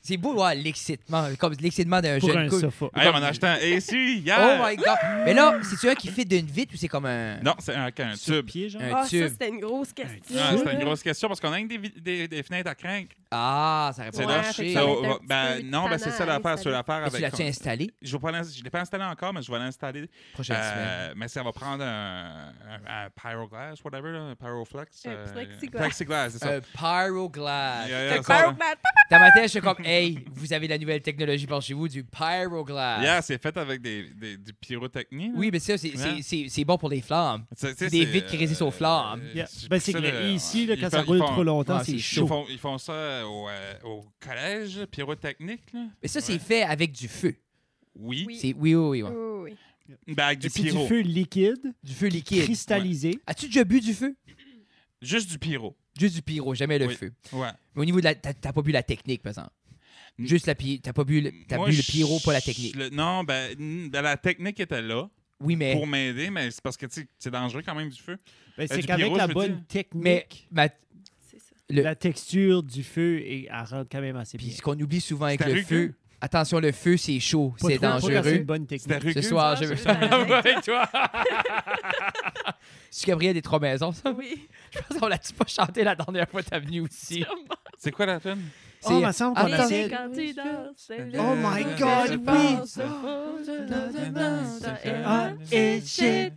Speaker 1: c'est beau, voir l'excitement, comme l'excitement d'un
Speaker 2: Pour
Speaker 1: jeune
Speaker 2: un
Speaker 1: couple.
Speaker 2: sofa.
Speaker 4: Hey, on a acheté un AC
Speaker 1: Oh
Speaker 4: hier!
Speaker 1: my god! Mais là, c'est-tu un qui fit d'une vitre ou c'est comme un.
Speaker 4: Non, c'est un, un
Speaker 2: Sur le
Speaker 4: tube.
Speaker 2: pied, genre.
Speaker 1: Un
Speaker 3: Ah, ça,
Speaker 1: tube.
Speaker 3: c'était une grosse question.
Speaker 4: Ah,
Speaker 2: Ouais.
Speaker 4: c'est une grosse question parce qu'on a une des, vi- des, des fenêtres à craindre.
Speaker 1: Ah, ça aurait
Speaker 4: C'est
Speaker 1: pas
Speaker 3: Ouais,
Speaker 4: là.
Speaker 3: fait
Speaker 1: marché.
Speaker 3: que ça va
Speaker 1: Mais
Speaker 3: être un petit
Speaker 4: ben,
Speaker 3: peu
Speaker 4: non, ben, c'est ça
Speaker 3: tannant à
Speaker 4: l'affaire. C'est
Speaker 3: installer.
Speaker 4: l'affaire
Speaker 1: tu
Speaker 4: avec.
Speaker 1: l'as-tu installé?
Speaker 4: je vais pas l'ins- je l'ai pas installé encore, mais je vais l'installer.
Speaker 1: Prochaine
Speaker 4: Euh,
Speaker 1: semaine.
Speaker 4: mais ça va prendre un, un, un pyroglass, whatever, là, un pyroflex.
Speaker 3: Un
Speaker 4: euh,
Speaker 3: plexiglas.
Speaker 4: plexiglas, c'est ça.
Speaker 1: Un Euh, pyroglass.
Speaker 4: Yeah, yeah,
Speaker 3: Fait que
Speaker 4: ça,
Speaker 3: Power
Speaker 4: là.
Speaker 3: Plant,
Speaker 1: Dans ma tête, je suis comme, hey, vous avez la nouvelle technologie par chez vous, du pyroglass.
Speaker 4: Yeah, c'est fait avec des, des, du pyrotechnie. là.
Speaker 1: ah. Oui, mais ça, c'est- c'est
Speaker 4: Yeah.
Speaker 1: c'est- c'est bon pour les flammes.
Speaker 4: C'est- tu sais,
Speaker 1: Des
Speaker 4: c'est,
Speaker 1: vitres qui résistent aux
Speaker 4: euh,
Speaker 1: flammes.
Speaker 4: euh,
Speaker 2: Yeah.
Speaker 4: c'est
Speaker 2: Ben, c'est
Speaker 4: ça,
Speaker 2: que
Speaker 4: là,
Speaker 2: ici, là,
Speaker 4: ils
Speaker 2: quand
Speaker 4: font-
Speaker 2: ça
Speaker 4: ils
Speaker 2: roule
Speaker 4: font-
Speaker 2: trop longtemps,
Speaker 1: Ah,
Speaker 2: c'est
Speaker 1: c'est
Speaker 4: Ils
Speaker 2: chaud.
Speaker 4: font, ils font ça au, euh, au collège, pyrotechnique. Là.
Speaker 1: Mais ça, c'est
Speaker 4: Ouais.
Speaker 1: fait avec du feu.
Speaker 4: Oui.
Speaker 3: Oui.
Speaker 1: C'est Oui, oui, oui. ouais.
Speaker 3: Oui, oui.
Speaker 4: Ben, avec du
Speaker 2: C'est du
Speaker 4: pyro.
Speaker 2: feu liquide,
Speaker 1: Du feu liquide.
Speaker 2: cristallisé.
Speaker 1: As-tu déjà bu du feu?
Speaker 4: Juste du pyro.
Speaker 1: Juste du pyro, jamais le
Speaker 4: Oui.
Speaker 1: feu.
Speaker 4: Ouais.
Speaker 1: Mais au niveau de la. T'as t'as pas bu la technique, par exemple.
Speaker 4: Mm.
Speaker 1: Juste la pi- T'as pas bu le, t'as
Speaker 4: Moi,
Speaker 1: bu le
Speaker 4: je-
Speaker 1: pyro, pas la technique. Eh.
Speaker 4: le- non, ben, n- ben, la technique était là
Speaker 1: Oui, mais.
Speaker 4: pour m'aider, mais c'est parce que tu sais, c'est dangereux quand même du feu.
Speaker 2: Ben,
Speaker 4: Euh,
Speaker 2: c'est
Speaker 4: du
Speaker 2: qu'avec
Speaker 4: pyro,
Speaker 2: la
Speaker 4: je veux
Speaker 2: bonne
Speaker 4: dire.
Speaker 1: Mais.
Speaker 2: technique,
Speaker 1: ma-
Speaker 3: C'est ça.
Speaker 1: Mais-
Speaker 2: la texture du feu, est- elle rentre quand même assez
Speaker 1: Puis
Speaker 2: bien.
Speaker 1: ce qu'on oublie souvent avec
Speaker 4: C'est
Speaker 1: le
Speaker 4: rugueux.
Speaker 1: feu, attention, le feu, c'est chaud,
Speaker 2: Pas
Speaker 1: c'est
Speaker 2: trop, pas quand C'est une
Speaker 1: dangereux.
Speaker 2: bonne
Speaker 4: C'était
Speaker 2: technique.
Speaker 4: rugueux.
Speaker 1: Ce soir, j'ai
Speaker 3: Ah,
Speaker 1: vu
Speaker 3: j'ai vu la
Speaker 1: ça.
Speaker 3: blague.
Speaker 1: Ouais, toi. C'est Gabriel des Trois Maisons, ça.
Speaker 3: Oui.
Speaker 1: Je pense qu'on l'a-tu pas chanté la dernière fois que t'es venu aussi.
Speaker 4: C'est quoi la tune?
Speaker 2: Oh, il me semble qu'on
Speaker 1: Attends.
Speaker 2: a
Speaker 3: Et
Speaker 2: fait-
Speaker 3: Ah, quand tu danses, c'est le-
Speaker 2: Oh my
Speaker 4: Euh,
Speaker 3: que
Speaker 2: God,
Speaker 3: je
Speaker 2: oui.
Speaker 3: pense
Speaker 4: Oh,
Speaker 3: au-
Speaker 2: Ah, etc.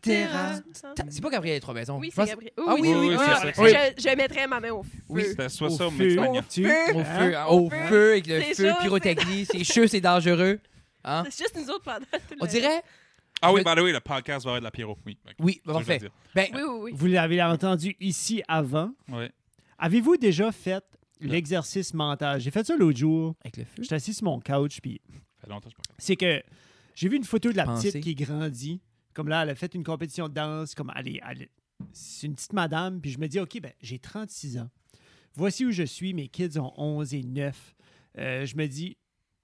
Speaker 1: Ta- C'est pas Gabriel des Trois Maisons.
Speaker 3: Oui,
Speaker 1: Je
Speaker 3: c'est
Speaker 1: pense-
Speaker 3: Gabriel.
Speaker 1: Ah
Speaker 3: oui, oui, oui.
Speaker 4: oui,
Speaker 3: oui.
Speaker 4: c'est ça.
Speaker 1: Oui.
Speaker 3: Je, je mettrais ma main au feu.
Speaker 1: Oui.
Speaker 4: C'était soit
Speaker 2: Au
Speaker 4: ça ou
Speaker 2: feu.
Speaker 4: Mixmania.
Speaker 3: Au feu.
Speaker 1: Au
Speaker 2: Hein?
Speaker 1: feu, hein, au
Speaker 3: feu.
Speaker 1: feu, avec le
Speaker 3: C'est
Speaker 1: feu,
Speaker 3: chaud,
Speaker 1: pyrotechnie, c'est chaud, c'est dangereux. Hein?
Speaker 3: C'est juste nous autres pendant tout
Speaker 1: On
Speaker 3: le-
Speaker 1: dirait.
Speaker 4: Ah
Speaker 1: Je
Speaker 4: oui,
Speaker 1: me-
Speaker 4: by the way, le podcast va avoir de la pyro. Oui, Ok,
Speaker 1: Oui,
Speaker 4: ça, je veux
Speaker 1: parfait.
Speaker 4: dire.
Speaker 1: Ben,
Speaker 3: Oui, oui, oui.
Speaker 2: Vous l'avez entendu ici avant.
Speaker 4: Ouais.
Speaker 2: Avez-vous déjà fait
Speaker 4: Non.
Speaker 2: l'exercice mental? J'ai fait ça l'autre jour.
Speaker 1: avec le feu.
Speaker 2: J'étais assis sur mon couch, puis
Speaker 4: Ça fait longtemps que je parle.
Speaker 2: c'est que j'ai vu une photo de la
Speaker 1: Pensez.
Speaker 2: petite qui grandit. Comme là, elle a fait une compétition de danse. Comme, allez, allez. C'est une petite madame. Puis je me dis, OK, ben, j'ai 36 ans. Voici où je suis. Mes kids ont 11 et 9. Euh, je me dis,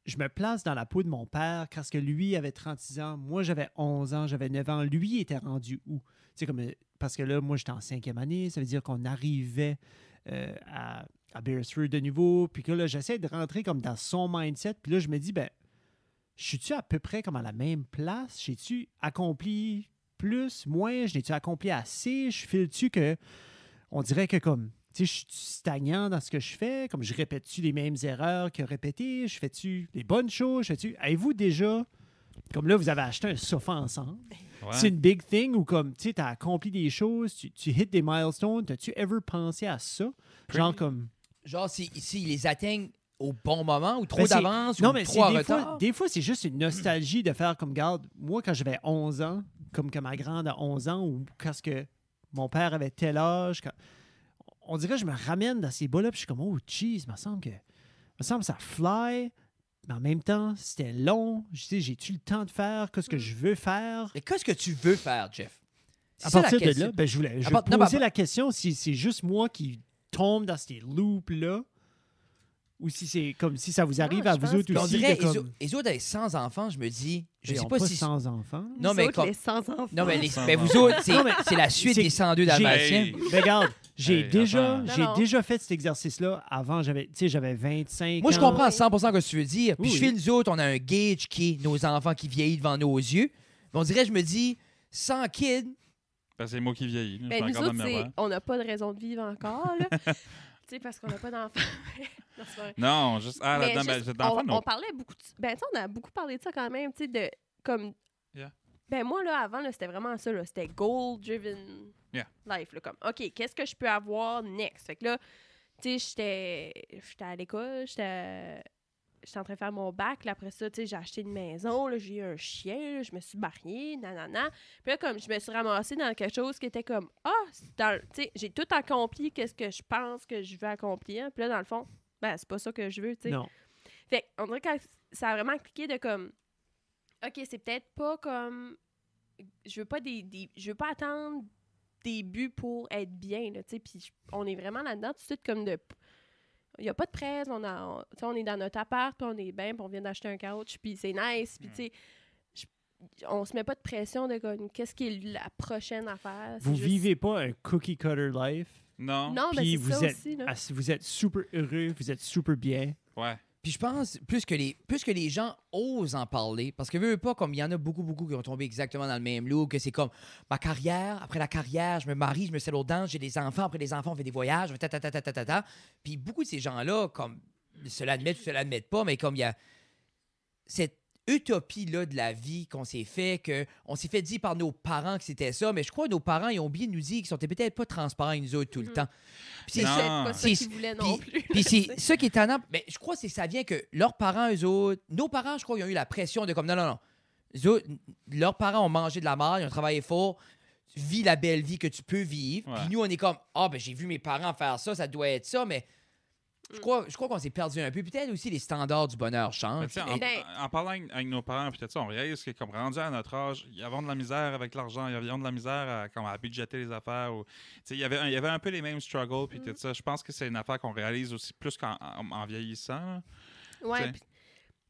Speaker 2: je me place dans la peau de mon père parce que lui avait 36 ans. Moi, j'avais 11 ans. J'avais 9 ans. Lui était rendu où? Tu sais, comme, euh, parce que là, moi, j'étais en cinquième année. Ça veut dire qu'on arrivait euh, à, à Beresford de nouveau. Puis que là, j'essaie de rentrer comme dans son mindset. Puis là, je me dis, ben, je suis-tu à peu près comme à la même place? J'ai-tu accompli plus, moins? Je n'ai-tu accompli assez? Je file-tu que. On dirait que comme. Tu sais, je suis stagnant dans ce que je fais? Comme je répète-tu les mêmes erreurs que répétées? Je fais-tu les bonnes choses? Je fais-tu. Avez-vous déjà. Comme là, vous avez acheté un sofa ensemble.
Speaker 4: Ouais.
Speaker 2: C'est une big thing ou comme, tu sais, t'as accompli des choses, tu, tu hits des milestones. T'as-tu ever pensé à ça? Genre comme.
Speaker 1: Genre, s'ils si, s'ils les atteignent au bon moment ou trop
Speaker 2: Ben, c'est-
Speaker 1: d'avance
Speaker 2: Non,
Speaker 1: ou
Speaker 2: mais c'est
Speaker 1: trop en
Speaker 2: des
Speaker 1: retard.
Speaker 2: fois, des fois, c'est juste une nostalgie de faire comme, garde, moi, quand j'avais 11 ans, comme quand ma grande a 11 ans, ou quand ce que mon père avait tel âge, quand- on dirait que je me ramène dans ces bas-là, puis je suis comme, oh, jeez, me semble que, me semble que ça fly, mais en même temps, c'était long, je sais, j'ai-tu le temps de faire, qu'est-ce que je veux faire?
Speaker 1: Mais qu'est-ce que tu veux faire, Jeff? C'est
Speaker 2: À
Speaker 1: ça, la
Speaker 2: partir de
Speaker 1: question.
Speaker 2: là, ben, je voulais je
Speaker 1: part- non,
Speaker 2: posais
Speaker 1: mais à-
Speaker 2: la question si c'est juste moi qui tombe dans ces loops-là ou si c'est comme si ça vous arrive
Speaker 3: Non,
Speaker 2: à
Speaker 3: je
Speaker 2: vous
Speaker 3: pense
Speaker 2: autres
Speaker 3: que-
Speaker 1: On
Speaker 2: aussi.
Speaker 1: dirait,
Speaker 2: de comme,
Speaker 1: les, au- les autres avec 100 enfants, je me dis, je
Speaker 2: Hey,
Speaker 1: sais
Speaker 2: on
Speaker 1: pas
Speaker 2: pas
Speaker 1: si.
Speaker 2: 100 enfants.
Speaker 1: Non,
Speaker 3: Vous
Speaker 1: mais
Speaker 3: autres,
Speaker 1: comme-
Speaker 3: les sans-enfants.
Speaker 1: Non, mais, les,
Speaker 4: Sans
Speaker 1: ben, vous
Speaker 4: enfants.
Speaker 1: autres, c'est
Speaker 2: Non, mais
Speaker 1: c'est la suite
Speaker 2: c'est-
Speaker 1: des 102
Speaker 2: j'ai-
Speaker 1: Dalmatiens.
Speaker 4: Hey.
Speaker 2: Ben, regarde, j'ai
Speaker 4: Hey,
Speaker 2: déjà,
Speaker 4: attends.
Speaker 2: j'ai
Speaker 3: Non, non.
Speaker 2: déjà fait cet exercice-là avant. J'avais, tu sais, j'avais 25
Speaker 1: Moi, je
Speaker 2: ans.
Speaker 1: comprends à 100 ce que tu veux dire. Puis
Speaker 2: Oui,
Speaker 1: je
Speaker 2: oui.
Speaker 1: fais nous autres, on a un gauge qui est nos enfants qui vieillissent devant nos yeux. Mais on dirait, je me dis, 100 kids,
Speaker 4: Ben, c'est moi qui vieillis. là.
Speaker 3: Ben,
Speaker 4: je
Speaker 3: nous
Speaker 4: me regarde dans
Speaker 3: autres,
Speaker 4: le
Speaker 3: c'est-
Speaker 4: miroir.
Speaker 3: on n'a pas de raison de vivre encore, là. tu sais, parce qu'on n'a pas d'enfants. Non, c'est pas vrai.
Speaker 4: Non, juste. Ah,
Speaker 3: Mais
Speaker 4: là-dedans, ben,
Speaker 3: juste,
Speaker 4: j'ai d'enfants,
Speaker 3: on, on
Speaker 4: non.
Speaker 3: parlait beaucoup de... Ben, tu sais, on a beaucoup parlé de ça quand même, tu sais, de... Comme...
Speaker 4: Yeah.
Speaker 3: Ben, moi, là, avant, là, c'était vraiment ça, là. C'était goal-driven
Speaker 4: Yeah.
Speaker 3: life, là. Comme, OK, qu'est-ce que je peux avoir next? Fait que là, tu sais, j'étais... J'étais à l'école, j'étais... J'étais en train de faire mon bac, là, après ça, tu sais, j'ai acheté une maison, là, j'ai eu un chien, là, je me suis mariée, nanana. Puis là, comme je me suis ramassée dans quelque chose qui était comme Ah, c'est dans le- tu sais, j'ai tout accompli, qu'est-ce que je pense que je veux accomplir. Puis là, dans le fond, ben, c'est pas ça que je veux, tu sais.
Speaker 2: Non.
Speaker 3: Fait on dirait que ça a vraiment cliqué de comme OK, c'est peut-être pas comme je veux pas des, des- je veux pas attendre des buts pour être bien là, tu sais, puis je- on est vraiment là-dedans tout de suite comme de il y a pas de presse, on a on, tu sais, on est dans notre appart, puis on est bien, puis on vient d'acheter un couch, puis c'est nice, puis
Speaker 4: Mm.
Speaker 3: tu sais je- on se met pas de pression de comme qu'est-ce qui est la prochaine affaire. c'est
Speaker 2: Vous
Speaker 3: juste-
Speaker 2: vivez pas un cookie cutter life.
Speaker 4: Non.
Speaker 3: Non, mais
Speaker 2: Puis
Speaker 3: c'est
Speaker 2: vous
Speaker 3: ça
Speaker 2: êtes,
Speaker 3: aussi là.
Speaker 2: ah, si vous êtes super heureux, vous êtes super bien.
Speaker 4: Ouais.
Speaker 1: Puis je pense, plus que, les, plus que les gens osent en parler, parce que veux, veux pas, comme il y en a beaucoup, beaucoup qui ont tombé exactement dans le même lot, que c'est comme ma carrière, après la carrière, je me marie, je me sers aux dents, j'ai des enfants, après les enfants, on fait des voyages, on fait ta, ta, ta, ta, ta, ta, ta. Puis beaucoup de ces gens-là, comme, cela l'admettent ou se l'admettent pas, mais comme il y a cette utopie-là de la vie qu'on s'est fait, que on s'est fait dire par nos parents que c'était ça, mais je crois que nos parents, ils ont oublié de nous dire qu'ils sont peut-être pas transparents avec nous autres tout le
Speaker 3: Mhm.
Speaker 1: temps. Puis c'est
Speaker 3: C'est
Speaker 4: Non.
Speaker 1: ça-
Speaker 3: peut-être pas ça
Speaker 1: C'est-
Speaker 3: qu'ils voulaient non plus.
Speaker 1: puis c'est ça qui est étonnant. Mais je crois que c'est- ça vient que leurs parents, eux autres, nos parents, je crois, ils ont eu la pression de comme non, non, non. Eux autres, leurs parents ont mangé de la merde, ils ont travaillé fort, vis la belle vie que tu peux vivre.
Speaker 4: Ouais.
Speaker 1: Puis nous, on est comme ah, ben j'ai vu mes parents faire ça, ça doit être ça, mais.
Speaker 3: Mm.
Speaker 1: Je crois, je crois qu'on s'est perdu un peu. Peut-être aussi les standards du bonheur
Speaker 4: Mais
Speaker 1: changent.
Speaker 4: tu sais, en,
Speaker 3: Ben-
Speaker 4: en parlant avec, avec nos parents, peut-être ça, on réalise que comme rendu à notre âge, ils avaient de la misère avec l'argent, ils avaient de la misère à, comme, à budgéter les affaires. Ou, tu sais, il, y avait, un- il y avait un peu les mêmes struggles, puis
Speaker 3: Mm-hmm.
Speaker 4: tout ça. Je pense que c'est une affaire qu'on réalise aussi plus qu'en en, en vieillissant. là.
Speaker 3: Ouais,
Speaker 4: c'est-
Speaker 3: puis-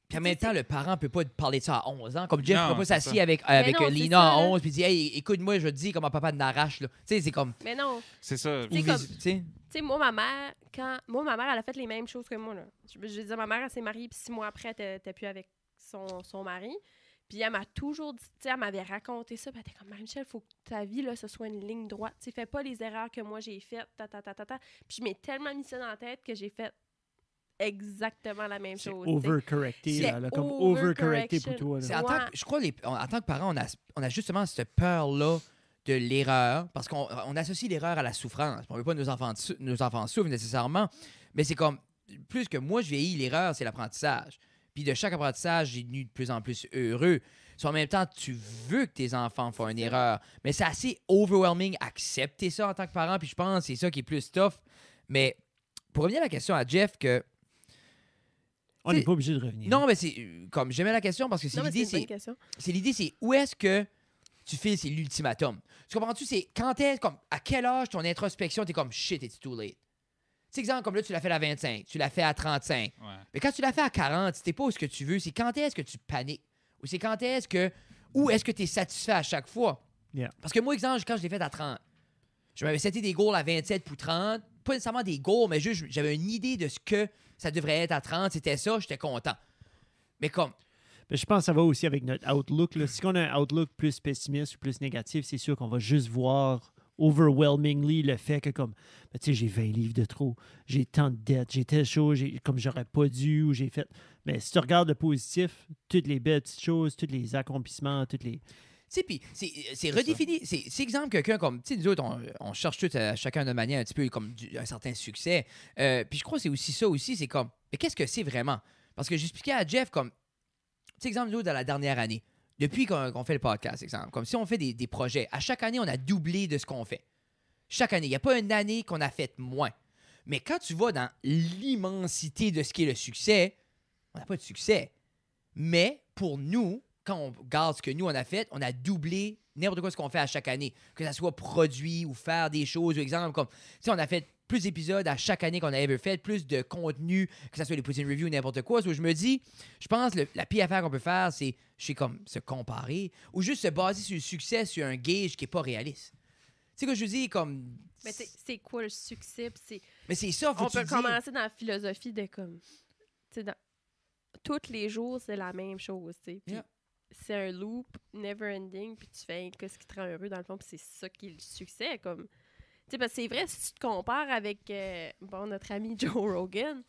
Speaker 1: Puis en même temps, le parent peut pas te parler de ça à 11 ans. Comme Jeff
Speaker 4: Non,
Speaker 1: peut pas
Speaker 4: c'est
Speaker 1: s'asseoir
Speaker 4: ça.
Speaker 1: avec, avec
Speaker 3: Ben non,
Speaker 1: euh,
Speaker 3: c'est
Speaker 1: Lina à
Speaker 3: ça.
Speaker 1: 11 puis dire Hey, écoute-moi, je te dis comment papa de l'arrache. là. Tu sais, c'est comme.
Speaker 3: mais non.
Speaker 4: C'est ça.
Speaker 3: Tu sais,
Speaker 1: ou
Speaker 3: comme-
Speaker 1: vis- tu sais.
Speaker 3: Tu sais, moi, ma mère, quand. Moi, ma mère, elle a fait les mêmes choses que moi, là. Je, je veux dire, ma mère, elle s'est mariée, puis six mois après, elle était plus avec son, son mari. Puis elle m'a toujours dit, tu sais, elle m'avait raconté ça, puis elle était comme, Michel, faut que ta vie, là, ce soit une ligne droite. Tu sais, fais pas les erreurs que moi j'ai faites, ta, ta, ta, ta, ta. Puis je m'ai tellement mis ça dans la tête que j'ai fait exactement la même
Speaker 2: C'est
Speaker 3: chose. tu sais.
Speaker 2: overcorrecté,
Speaker 3: C'est
Speaker 2: là, là, comme
Speaker 3: overcorrection.
Speaker 2: overcorrecté pour toi. là.
Speaker 1: C'est en
Speaker 3: Ouais.
Speaker 1: tant que- je crois les, en, en tant que parent, on a, on a justement cette peur-là de l'erreur, parce qu'on on associe l'erreur à la souffrance. On veut pas que nos enfants, sou- nos enfants souffrent nécessairement, mais c'est comme, plus que moi, je vieillis, l'erreur, c'est l'apprentissage. Puis de chaque apprentissage, j'ai devenu de plus en plus heureux. Puis en même temps, tu veux que tes enfants font une erreur, mais c'est assez overwhelming accepter ça en tant que parent, puis je pense que c'est ça qui est plus tough. Mais pour revenir à la question à Jeff, que...
Speaker 2: On n'est
Speaker 1: c'est-
Speaker 2: pas obligé de revenir.
Speaker 1: Non, mais c'est... Comme j'aimais la question, parce que c'est
Speaker 3: Non, mais
Speaker 1: l'idée,
Speaker 3: c'est une
Speaker 1: c'est
Speaker 3: bonne question.
Speaker 1: c'est l'idée, c'est où est-ce que tu files, c'est l'ultimatum. Tu comprends-tu? C'est quand est comme, à quel âge ton introspection, t'es comme shit, it's too late. Tu sais, exemple, comme là, tu l'as fait à 25, tu l'as fait à 35.
Speaker 4: Ouais.
Speaker 1: Mais quand tu l'as fait à 40, si t'es pas où ce que tu veux, c'est quand est-ce que tu paniques? Ou c'est quand est-ce que. Ou est-ce que tu es satisfait à chaque fois?
Speaker 2: Yeah.
Speaker 1: Parce que moi, exemple, quand je l'ai fait à 30, je m'avais seté des goals à 27 pour 30. Pas nécessairement des goals, mais juste j'avais une idée de ce que ça devrait être à 30. C'était ça, j'étais content. Mais comme,
Speaker 2: Ben, je pense que ça va aussi avec notre outlook. là. Si on a un outlook plus pessimiste ou plus négatif, c'est sûr qu'on va juste voir overwhelmingly le fait que comme ben, tu sais j'ai 20 livres de trop, j'ai tant de dettes, j'ai telle chose, j'ai- comme j'aurais pas dû ou j'ai fait. Mais si tu regardes le positif, toutes les belles petites choses, tous les accomplissements, toutes les
Speaker 1: Tu sais, puis c'est- c'est redéfini. C'est c'est exemple quelqu'un comme, tu sais, nous autres, on, on cherche tout à chacun de manière un petit peu comme du- un certain succès. Euh, puis je crois que c'est aussi ça aussi, c'est comme, mais qu'est-ce que c'est vraiment? Parce que j'expliquais à Jeff comme, tu sais, exemple, nous autres, dans la dernière année, depuis qu'on qu'on fait le podcast, exemple, comme si on fait des, des projets, à chaque année, on a doublé de ce qu'on fait. Chaque année. Il n'y a pas une année qu'on a fait moins. Mais quand tu vas dans l'immensité de ce qui est le succès, on n'a pas de succès. Mais pour nous, quand on regarde ce que nous, on a fait, on a doublé n'importe quoi ce qu'on fait à chaque année. Que ça soit produit ou faire des choses, ou exemple, comme, tu sais, on a fait plus d'épisodes à chaque année qu'on a ever fait, plus de contenu, que ce soit les Poutine Reviews ou n'importe quoi. So, je me dis, je pense que la pire affaire qu'on peut faire, c'est, je sais comme, se comparer ou juste se baser sur le succès, sur un gauge qui est pas réaliste. Tu sais que je dis, comme.
Speaker 3: Mais t'sais, c'est quoi le succès? Puis c'est-
Speaker 1: Mais c'est ça, faut
Speaker 3: On
Speaker 1: que tu
Speaker 3: peut
Speaker 1: le dises.
Speaker 3: commencer dans la philosophie de comme. t'sais, Dans... Tous les jours, c'est la même chose. t'sais, puis
Speaker 1: Yeah.
Speaker 3: C'est un loop never ending, puis tu fais ce qui te rend heureux dans le fond, puis c'est ça qui est le succès. Comme... t'sais, Parce que c'est vrai, si tu te compares avec euh, bon, notre ami Joe Rogan,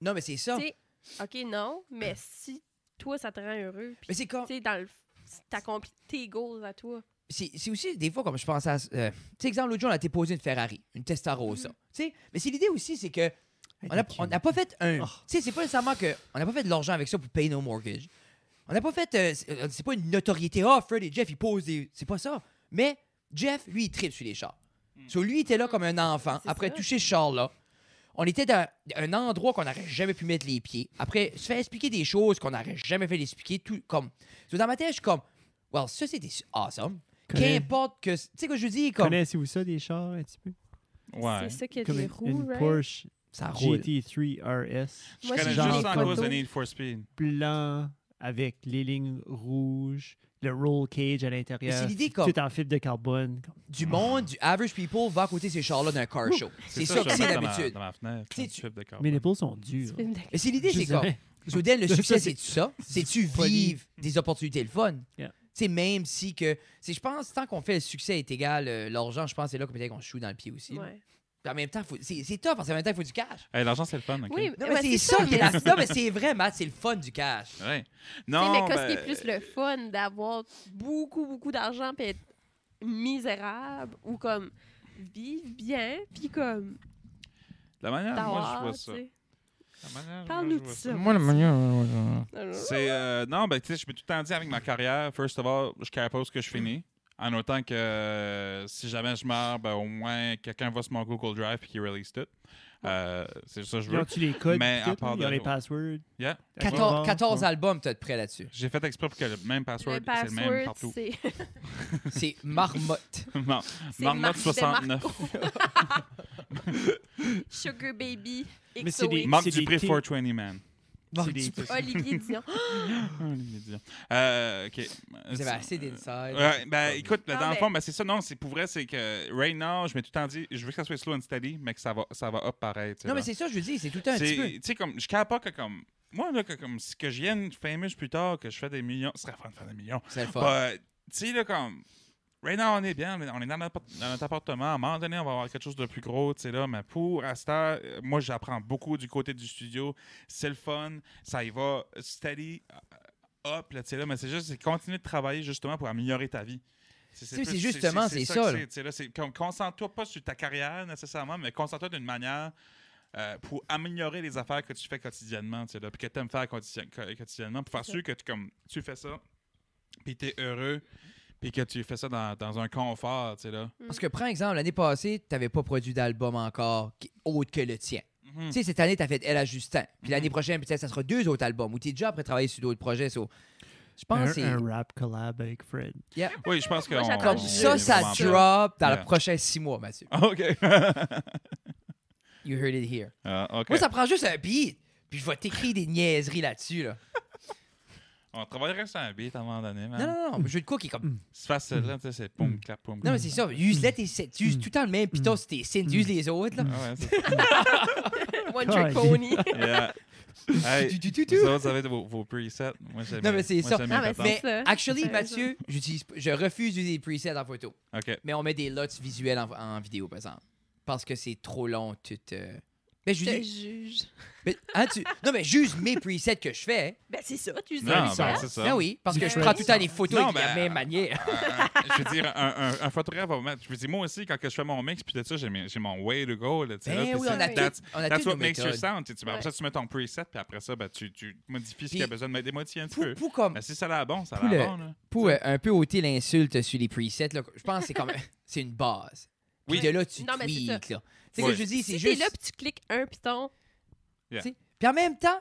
Speaker 1: Non, mais c'est ça.
Speaker 3: t'sais, ok, non, mais si toi, ça te rend heureux,
Speaker 1: Mais
Speaker 3: puis
Speaker 1: c'est comme.
Speaker 3: t'sais, dans le f- t'accomplis tes goals à toi.
Speaker 1: c'est c'est aussi des fois comme je pense à. euh, tu sais, exemple, l'autre jour, on a déposé une Ferrari, une Testarossa. Tu sais, mais c'est l'idée aussi, c'est que. On n'a on n'a pas fait un.
Speaker 2: Oh.
Speaker 1: Tu sais, c'est pas nécessairement que. On n'a pas fait de l'argent avec ça pour payer nos mortgages. On n'a pas fait. euh, c'est euh, c'est pas une notoriété. Ah, Fred et Jeff, ils posent des. C'est pas ça. Mais Jeff, lui, il tripe sur les chars.
Speaker 2: Hmm.
Speaker 1: So, lui, il était là comme un enfant.
Speaker 3: C'est
Speaker 1: Après
Speaker 3: ça.
Speaker 1: toucher ce char-là, on était dans un endroit qu'on n'aurait jamais pu mettre les pieds. Après, se faire expliquer des choses qu'on n'aurait jamais fait expliquer. Tout comme. So, dans ma tête, je suis comme. Well, ça, c'était awesome.
Speaker 2: Connais-
Speaker 1: Qu'importe que. Tu sais, que je dis, comme.
Speaker 2: Connaissez-vous ça, des chars, un petit peu?
Speaker 4: Ouais.
Speaker 3: C'est ça qui a
Speaker 2: Comme
Speaker 3: des
Speaker 2: une,
Speaker 3: roues,
Speaker 2: une
Speaker 3: right?
Speaker 2: Porsche
Speaker 1: Ça roule.
Speaker 2: GT3 RS.
Speaker 4: Je
Speaker 3: Moi,
Speaker 4: connais
Speaker 3: c'est
Speaker 2: genre
Speaker 4: juste
Speaker 2: des
Speaker 4: en cause de
Speaker 3: photos.
Speaker 4: Need for Speed.
Speaker 2: Blanc, avec les lignes rouges, le roll cage à
Speaker 1: Mais
Speaker 2: l'intérieur.
Speaker 1: c'est l'idée, comme.
Speaker 2: Tout en fibre de carbone. comme-
Speaker 1: du monde, du average people, va à côté de ces chars-là d'un car show. C'est ça, que
Speaker 4: je
Speaker 1: c'est
Speaker 4: mets dans ma-
Speaker 1: l'habitude.
Speaker 4: Dans ma fenêtre.
Speaker 1: Tu sais,
Speaker 4: un
Speaker 1: tu-
Speaker 4: chip de carbone.
Speaker 2: Mes nipples sont durs.
Speaker 3: Film de-
Speaker 1: Mais c'est l'idée, c'est
Speaker 2: Juste
Speaker 1: comme.
Speaker 2: vrai.
Speaker 1: Soudain, le
Speaker 2: Ça,
Speaker 1: succès,
Speaker 2: c'est-
Speaker 1: c'est ça. C'est-tu
Speaker 2: folie.
Speaker 1: vivre des opportunités le fun?
Speaker 2: Yeah.
Speaker 1: Tu sais, même si que. c'est- Je pense, tant qu'on fait le succès est égal, euh, l'argent, je pense, c'est là que peut-être qu'on se choue dans le pied aussi. là.
Speaker 3: Ouais.
Speaker 1: Puis en même temps, faut- c'est c'est tough parce qu'en même temps, il faut du cash.
Speaker 4: Hey, L'argent, c'est le fun. OK?
Speaker 3: Oui,
Speaker 1: Non,
Speaker 3: ouais,
Speaker 1: mais c'est ça qui est la.
Speaker 3: mais-
Speaker 1: Non, mais c'est vrai, Matt, c'est le fun du cash.
Speaker 4: Ouais.
Speaker 3: T'sais,
Speaker 4: Non,
Speaker 3: mais qu'est-ce qui
Speaker 4: ben,
Speaker 3: est plus le fun d'avoir beaucoup, beaucoup d'argent puis être misérable ou comme vivre bien puis comme
Speaker 4: La manière dont Ah, moi, je
Speaker 3: d'avoir,
Speaker 4: vois
Speaker 3: tu
Speaker 4: ça.
Speaker 3: sais.
Speaker 4: La manière dont
Speaker 3: Parle-nous
Speaker 4: je
Speaker 3: de
Speaker 4: vois
Speaker 3: ça.
Speaker 5: Moi, la manière. ouais, ouais, ouais.
Speaker 3: Non, non, non.
Speaker 4: C'est euh, non, ben tu sais, je peux tout le temps dire avec ma carrière, first of all, je care pas où ce que je finis. En autant que euh, si jamais je meurs, ben au moins quelqu'un va sur mon Google Drive et qu'il release tout. Euh, c'est ça que je
Speaker 2: Ils
Speaker 4: veux.
Speaker 2: ont-tu les codes?
Speaker 4: Mais
Speaker 2: pis tout,
Speaker 4: à part
Speaker 2: là? Ils ont
Speaker 4: de-
Speaker 2: les passwords.
Speaker 4: Yeah.
Speaker 1: 14, 14
Speaker 2: ans.
Speaker 1: albums, t'as de prêt là-dessus.
Speaker 4: J'ai fait exprès pour que le même password,
Speaker 3: le
Speaker 4: c'est le même
Speaker 3: password,
Speaker 4: partout.
Speaker 3: c'est
Speaker 1: C'est marmotte.
Speaker 4: Mar-
Speaker 3: c'est
Speaker 4: Marmotte
Speaker 3: Marc-
Speaker 4: 69.
Speaker 3: c'est Sugar Baby,
Speaker 2: Mais c'est des-
Speaker 3: XOX,
Speaker 4: Marc
Speaker 2: C'est
Speaker 4: Dupré
Speaker 2: T.
Speaker 4: 420 man.
Speaker 1: Marmotte.
Speaker 2: des-
Speaker 3: Olivier Dion.
Speaker 4: Euh, ok. Euh,
Speaker 1: Vous avez assez d'inside.
Speaker 4: Ouais, ben écoute,
Speaker 3: Non,
Speaker 4: dans le
Speaker 3: mais-
Speaker 4: fond, ben, c'est ça, non, c'est pour vrai, c'est que right now, je m'ai tout le temps dit, je veux que ça soit slow and steady, mais que ça va, ça va up pareil. tu sais,
Speaker 1: Non, mais
Speaker 4: là.
Speaker 1: c'est ça, je veux dire, c'est tout le temps un
Speaker 4: C'est-
Speaker 1: petit peu.
Speaker 4: Tu sais, comme, je capte pas que comme. Moi, là, que, comme, si que je vienne famous plus tard, que je fais des millions. Ce serait fun de faire des millions.
Speaker 1: C'est le fun.
Speaker 4: Bah, tu sais, là, comme. Right now, on est bien, on est- on est dans notre, appart- dans notre appartement. À un moment donné, on va avoir quelque chose de plus gros, tu sais, là. Mais pour, à cette heure, euh, moi, j'apprends beaucoup du côté du studio. C'est le fun, ça y va steady, euh, up, là, tu sais, là. Mais c'est juste, c'est continuer de travailler, justement, pour améliorer ta vie.
Speaker 1: Tu sais,
Speaker 4: plus-
Speaker 1: c'est justement, c'est ça,
Speaker 4: que
Speaker 1: là.
Speaker 4: c'est, tu sais, là. C'est comme, concentre-toi pas sur ta carrière, nécessairement, mais concentre-toi d'une manière euh, pour améliorer les affaires que tu fais quotidiennement, tu sais, là, puis que tu aimes faire quotidien- co- quotidiennement, pour faire sûr que tu, comme, tu fais ça, puis tu es heureux, puis que tu fais ça dans, dans un confort, tu sais, là.
Speaker 1: Parce que, prends exemple, l'année passée, t'avais pas produit d'album encore qui- autre que le tien.
Speaker 4: Mhm.
Speaker 1: Tu sais, cette année, t'as fait Elle à Justin. Puis l'année
Speaker 4: Mhm.
Speaker 1: prochaine, peut-être, ça sera deux autres albums. Ou t'es déjà après travailler sur d'autres projets. so, Je pense que
Speaker 2: Un,
Speaker 1: c'est-
Speaker 2: un rap collab avec Fred.
Speaker 4: Oui, je pense que...
Speaker 3: Moi,
Speaker 4: on-
Speaker 3: j'attends
Speaker 1: comme
Speaker 4: on-
Speaker 3: juste
Speaker 1: ça,
Speaker 4: on-
Speaker 1: ça
Speaker 4: on-
Speaker 1: drop dans
Speaker 4: Ouais.
Speaker 1: les prochains six mois, Mathieu.
Speaker 4: Ah, OK.
Speaker 1: You heard it here.
Speaker 4: Ah, OK.
Speaker 1: Moi, ça prend juste un beat. Puis je vais t'écrire des niaiseries là-dessus. Là.
Speaker 4: On travaillerait sur un beat à un moment donné, man.
Speaker 1: Non, non, non. Je veux de quoi qui est comme.
Speaker 4: C'est facile, là, tu sais, c'est poum, clap, poum.
Speaker 1: Non, mais c'est ça. Use là tes sets. Use tout le temps le même. Puis toi, c'est tes synths. Use les autres. Là.
Speaker 4: Ah ouais, c'est
Speaker 3: One
Speaker 2: Colin.
Speaker 3: Trick Pony.
Speaker 4: Yeah. Hey,
Speaker 1: Tu, tu, tu, tu.
Speaker 4: vous autres, vous avez vos, vos presets. Moi, j'aime
Speaker 1: Non, mais c'est
Speaker 4: moi,
Speaker 1: ça.
Speaker 4: j'aime
Speaker 3: Non,
Speaker 4: mes
Speaker 3: mais c'est
Speaker 4: patentes.
Speaker 1: Mais,
Speaker 3: ça.
Speaker 1: actually,
Speaker 3: T'as raison.
Speaker 1: Mathieu, j'utilise- je refuse d'utiliser des presets en photo.
Speaker 4: OK. Euh,
Speaker 1: Mais on met des lots visuels en, en vidéo, par exemple. Parce que c'est trop long, tout. euh. Mais je
Speaker 3: Je te
Speaker 1: dis.
Speaker 3: juge.
Speaker 1: mais, hein, tu- Non, mais juste mes presets que je fais.
Speaker 3: Ben, c'est ça, tu
Speaker 4: Non,
Speaker 3: sais.
Speaker 4: ben,
Speaker 1: Ah
Speaker 4: c'est ça.
Speaker 1: Ben oui, parce que je
Speaker 2: Ouais.
Speaker 1: prends tout le temps des photos
Speaker 4: Non,
Speaker 1: de la
Speaker 4: ben,
Speaker 1: même manière.
Speaker 4: Euh, je veux dire, un, un, un photographe va mettre. Je veux dire, moi aussi, quand que je fais mon mix, puis de ça, j'ai mes- j'ai mon way to go. Là, tu sais, là,
Speaker 1: Ben
Speaker 4: puis
Speaker 1: oui, on
Speaker 4: c'est-
Speaker 1: a
Speaker 4: that's-
Speaker 1: tout. On a
Speaker 4: That's
Speaker 1: toutes
Speaker 4: what
Speaker 1: nos
Speaker 4: makes your
Speaker 1: méthodes.
Speaker 4: sound. tu sais, tu- Après
Speaker 3: Ouais.
Speaker 4: ça, tu mets ton preset, puis après ça, ben, tu, tu modifies ce
Speaker 1: Puis-
Speaker 4: qu'il y a besoin de mettre. Modifie un petit
Speaker 1: Pour,
Speaker 4: peu.
Speaker 1: pour comme,
Speaker 4: Ben, si ça a l'air bon, ça a
Speaker 1: pour
Speaker 4: l'air
Speaker 1: le-
Speaker 4: bon. Là.
Speaker 1: pour euh, un peu ôter l'insulte sur les presets, là, je pense que c'est comme. c'est une base. Puis
Speaker 4: Oui.
Speaker 1: de là, tu
Speaker 3: Non, mais c'est ça.
Speaker 1: tweaks. là. C'est
Speaker 4: Ouais.
Speaker 1: que je dis, c'est
Speaker 3: Si t'es
Speaker 1: juste.
Speaker 3: là puis tu cliques un piton,
Speaker 1: Puis en même temps,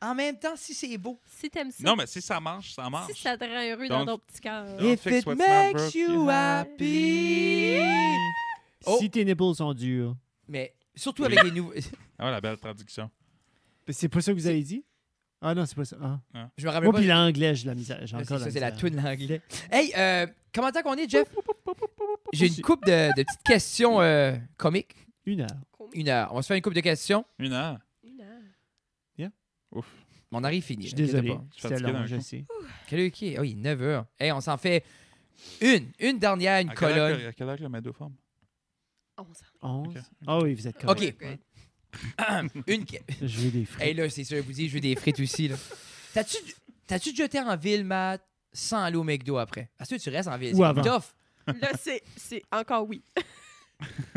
Speaker 1: en même temps, si c'est beau.
Speaker 3: si t'aimes ça,
Speaker 4: Non, mais si ça marche, ça marche.
Speaker 3: si ça te rend heureux
Speaker 4: Donc-
Speaker 3: dans ton petit cœur.
Speaker 4: Don't
Speaker 1: If
Speaker 4: fix
Speaker 1: it
Speaker 4: what's not
Speaker 1: makes
Speaker 4: broke,
Speaker 1: you
Speaker 4: you
Speaker 1: happy.
Speaker 2: Si tes nipples sont durs,
Speaker 1: Mais surtout
Speaker 4: Oui.
Speaker 1: avec les nouveaux.
Speaker 4: Ah, la belle traduction.
Speaker 2: Mais C'est pas ça que vous avez dit? Ah non, c'est pas ça. Ah.
Speaker 1: Je me rappelle
Speaker 2: Moi,
Speaker 1: pas.
Speaker 2: puis l'anglais, j'ai de la misère. J'ai
Speaker 1: Ah,
Speaker 2: encore
Speaker 1: c'est ça,
Speaker 2: de
Speaker 1: c'est la
Speaker 2: misère.
Speaker 1: toune l'anglais. Hey, euh, comment ça qu'on est, Jeff? J'ai une coupe de, de petites questions euh, comiques.
Speaker 2: Une heure.
Speaker 1: Une heure. On va se faire une coupe de questions.
Speaker 4: Une heure.
Speaker 3: Une heure.
Speaker 1: mais On arrive fini.
Speaker 2: Je suis
Speaker 1: inquiétez
Speaker 2: désolé.
Speaker 1: pas.
Speaker 4: Je suis
Speaker 2: C'était
Speaker 4: fatigué hein,
Speaker 2: long,
Speaker 4: d'un
Speaker 2: je
Speaker 4: coup.
Speaker 2: sais.
Speaker 1: Quelle heure qui est? Oui, 9 heures. Hey, on s'en fait une. Une dernière, une
Speaker 4: À quelle heure
Speaker 1: colonne.
Speaker 4: que- à quelle heure que le McDo ferme?
Speaker 3: 11 ans.
Speaker 2: 11. Ah oui, vous êtes correct.
Speaker 1: OK.
Speaker 2: Ouais.
Speaker 1: Une... que-
Speaker 2: Je veux des
Speaker 1: Hey,
Speaker 2: frites.
Speaker 1: là, c'est sûr, je vous dis, je veux des frites aussi. là. T'as-tu t'as-tu jeté en ville, Matt, sans aller au McDo après? Parce que tu restes en ville.
Speaker 2: Ou
Speaker 1: c'est
Speaker 2: avant.
Speaker 1: tough.
Speaker 3: Là, c'est c'est encore oui.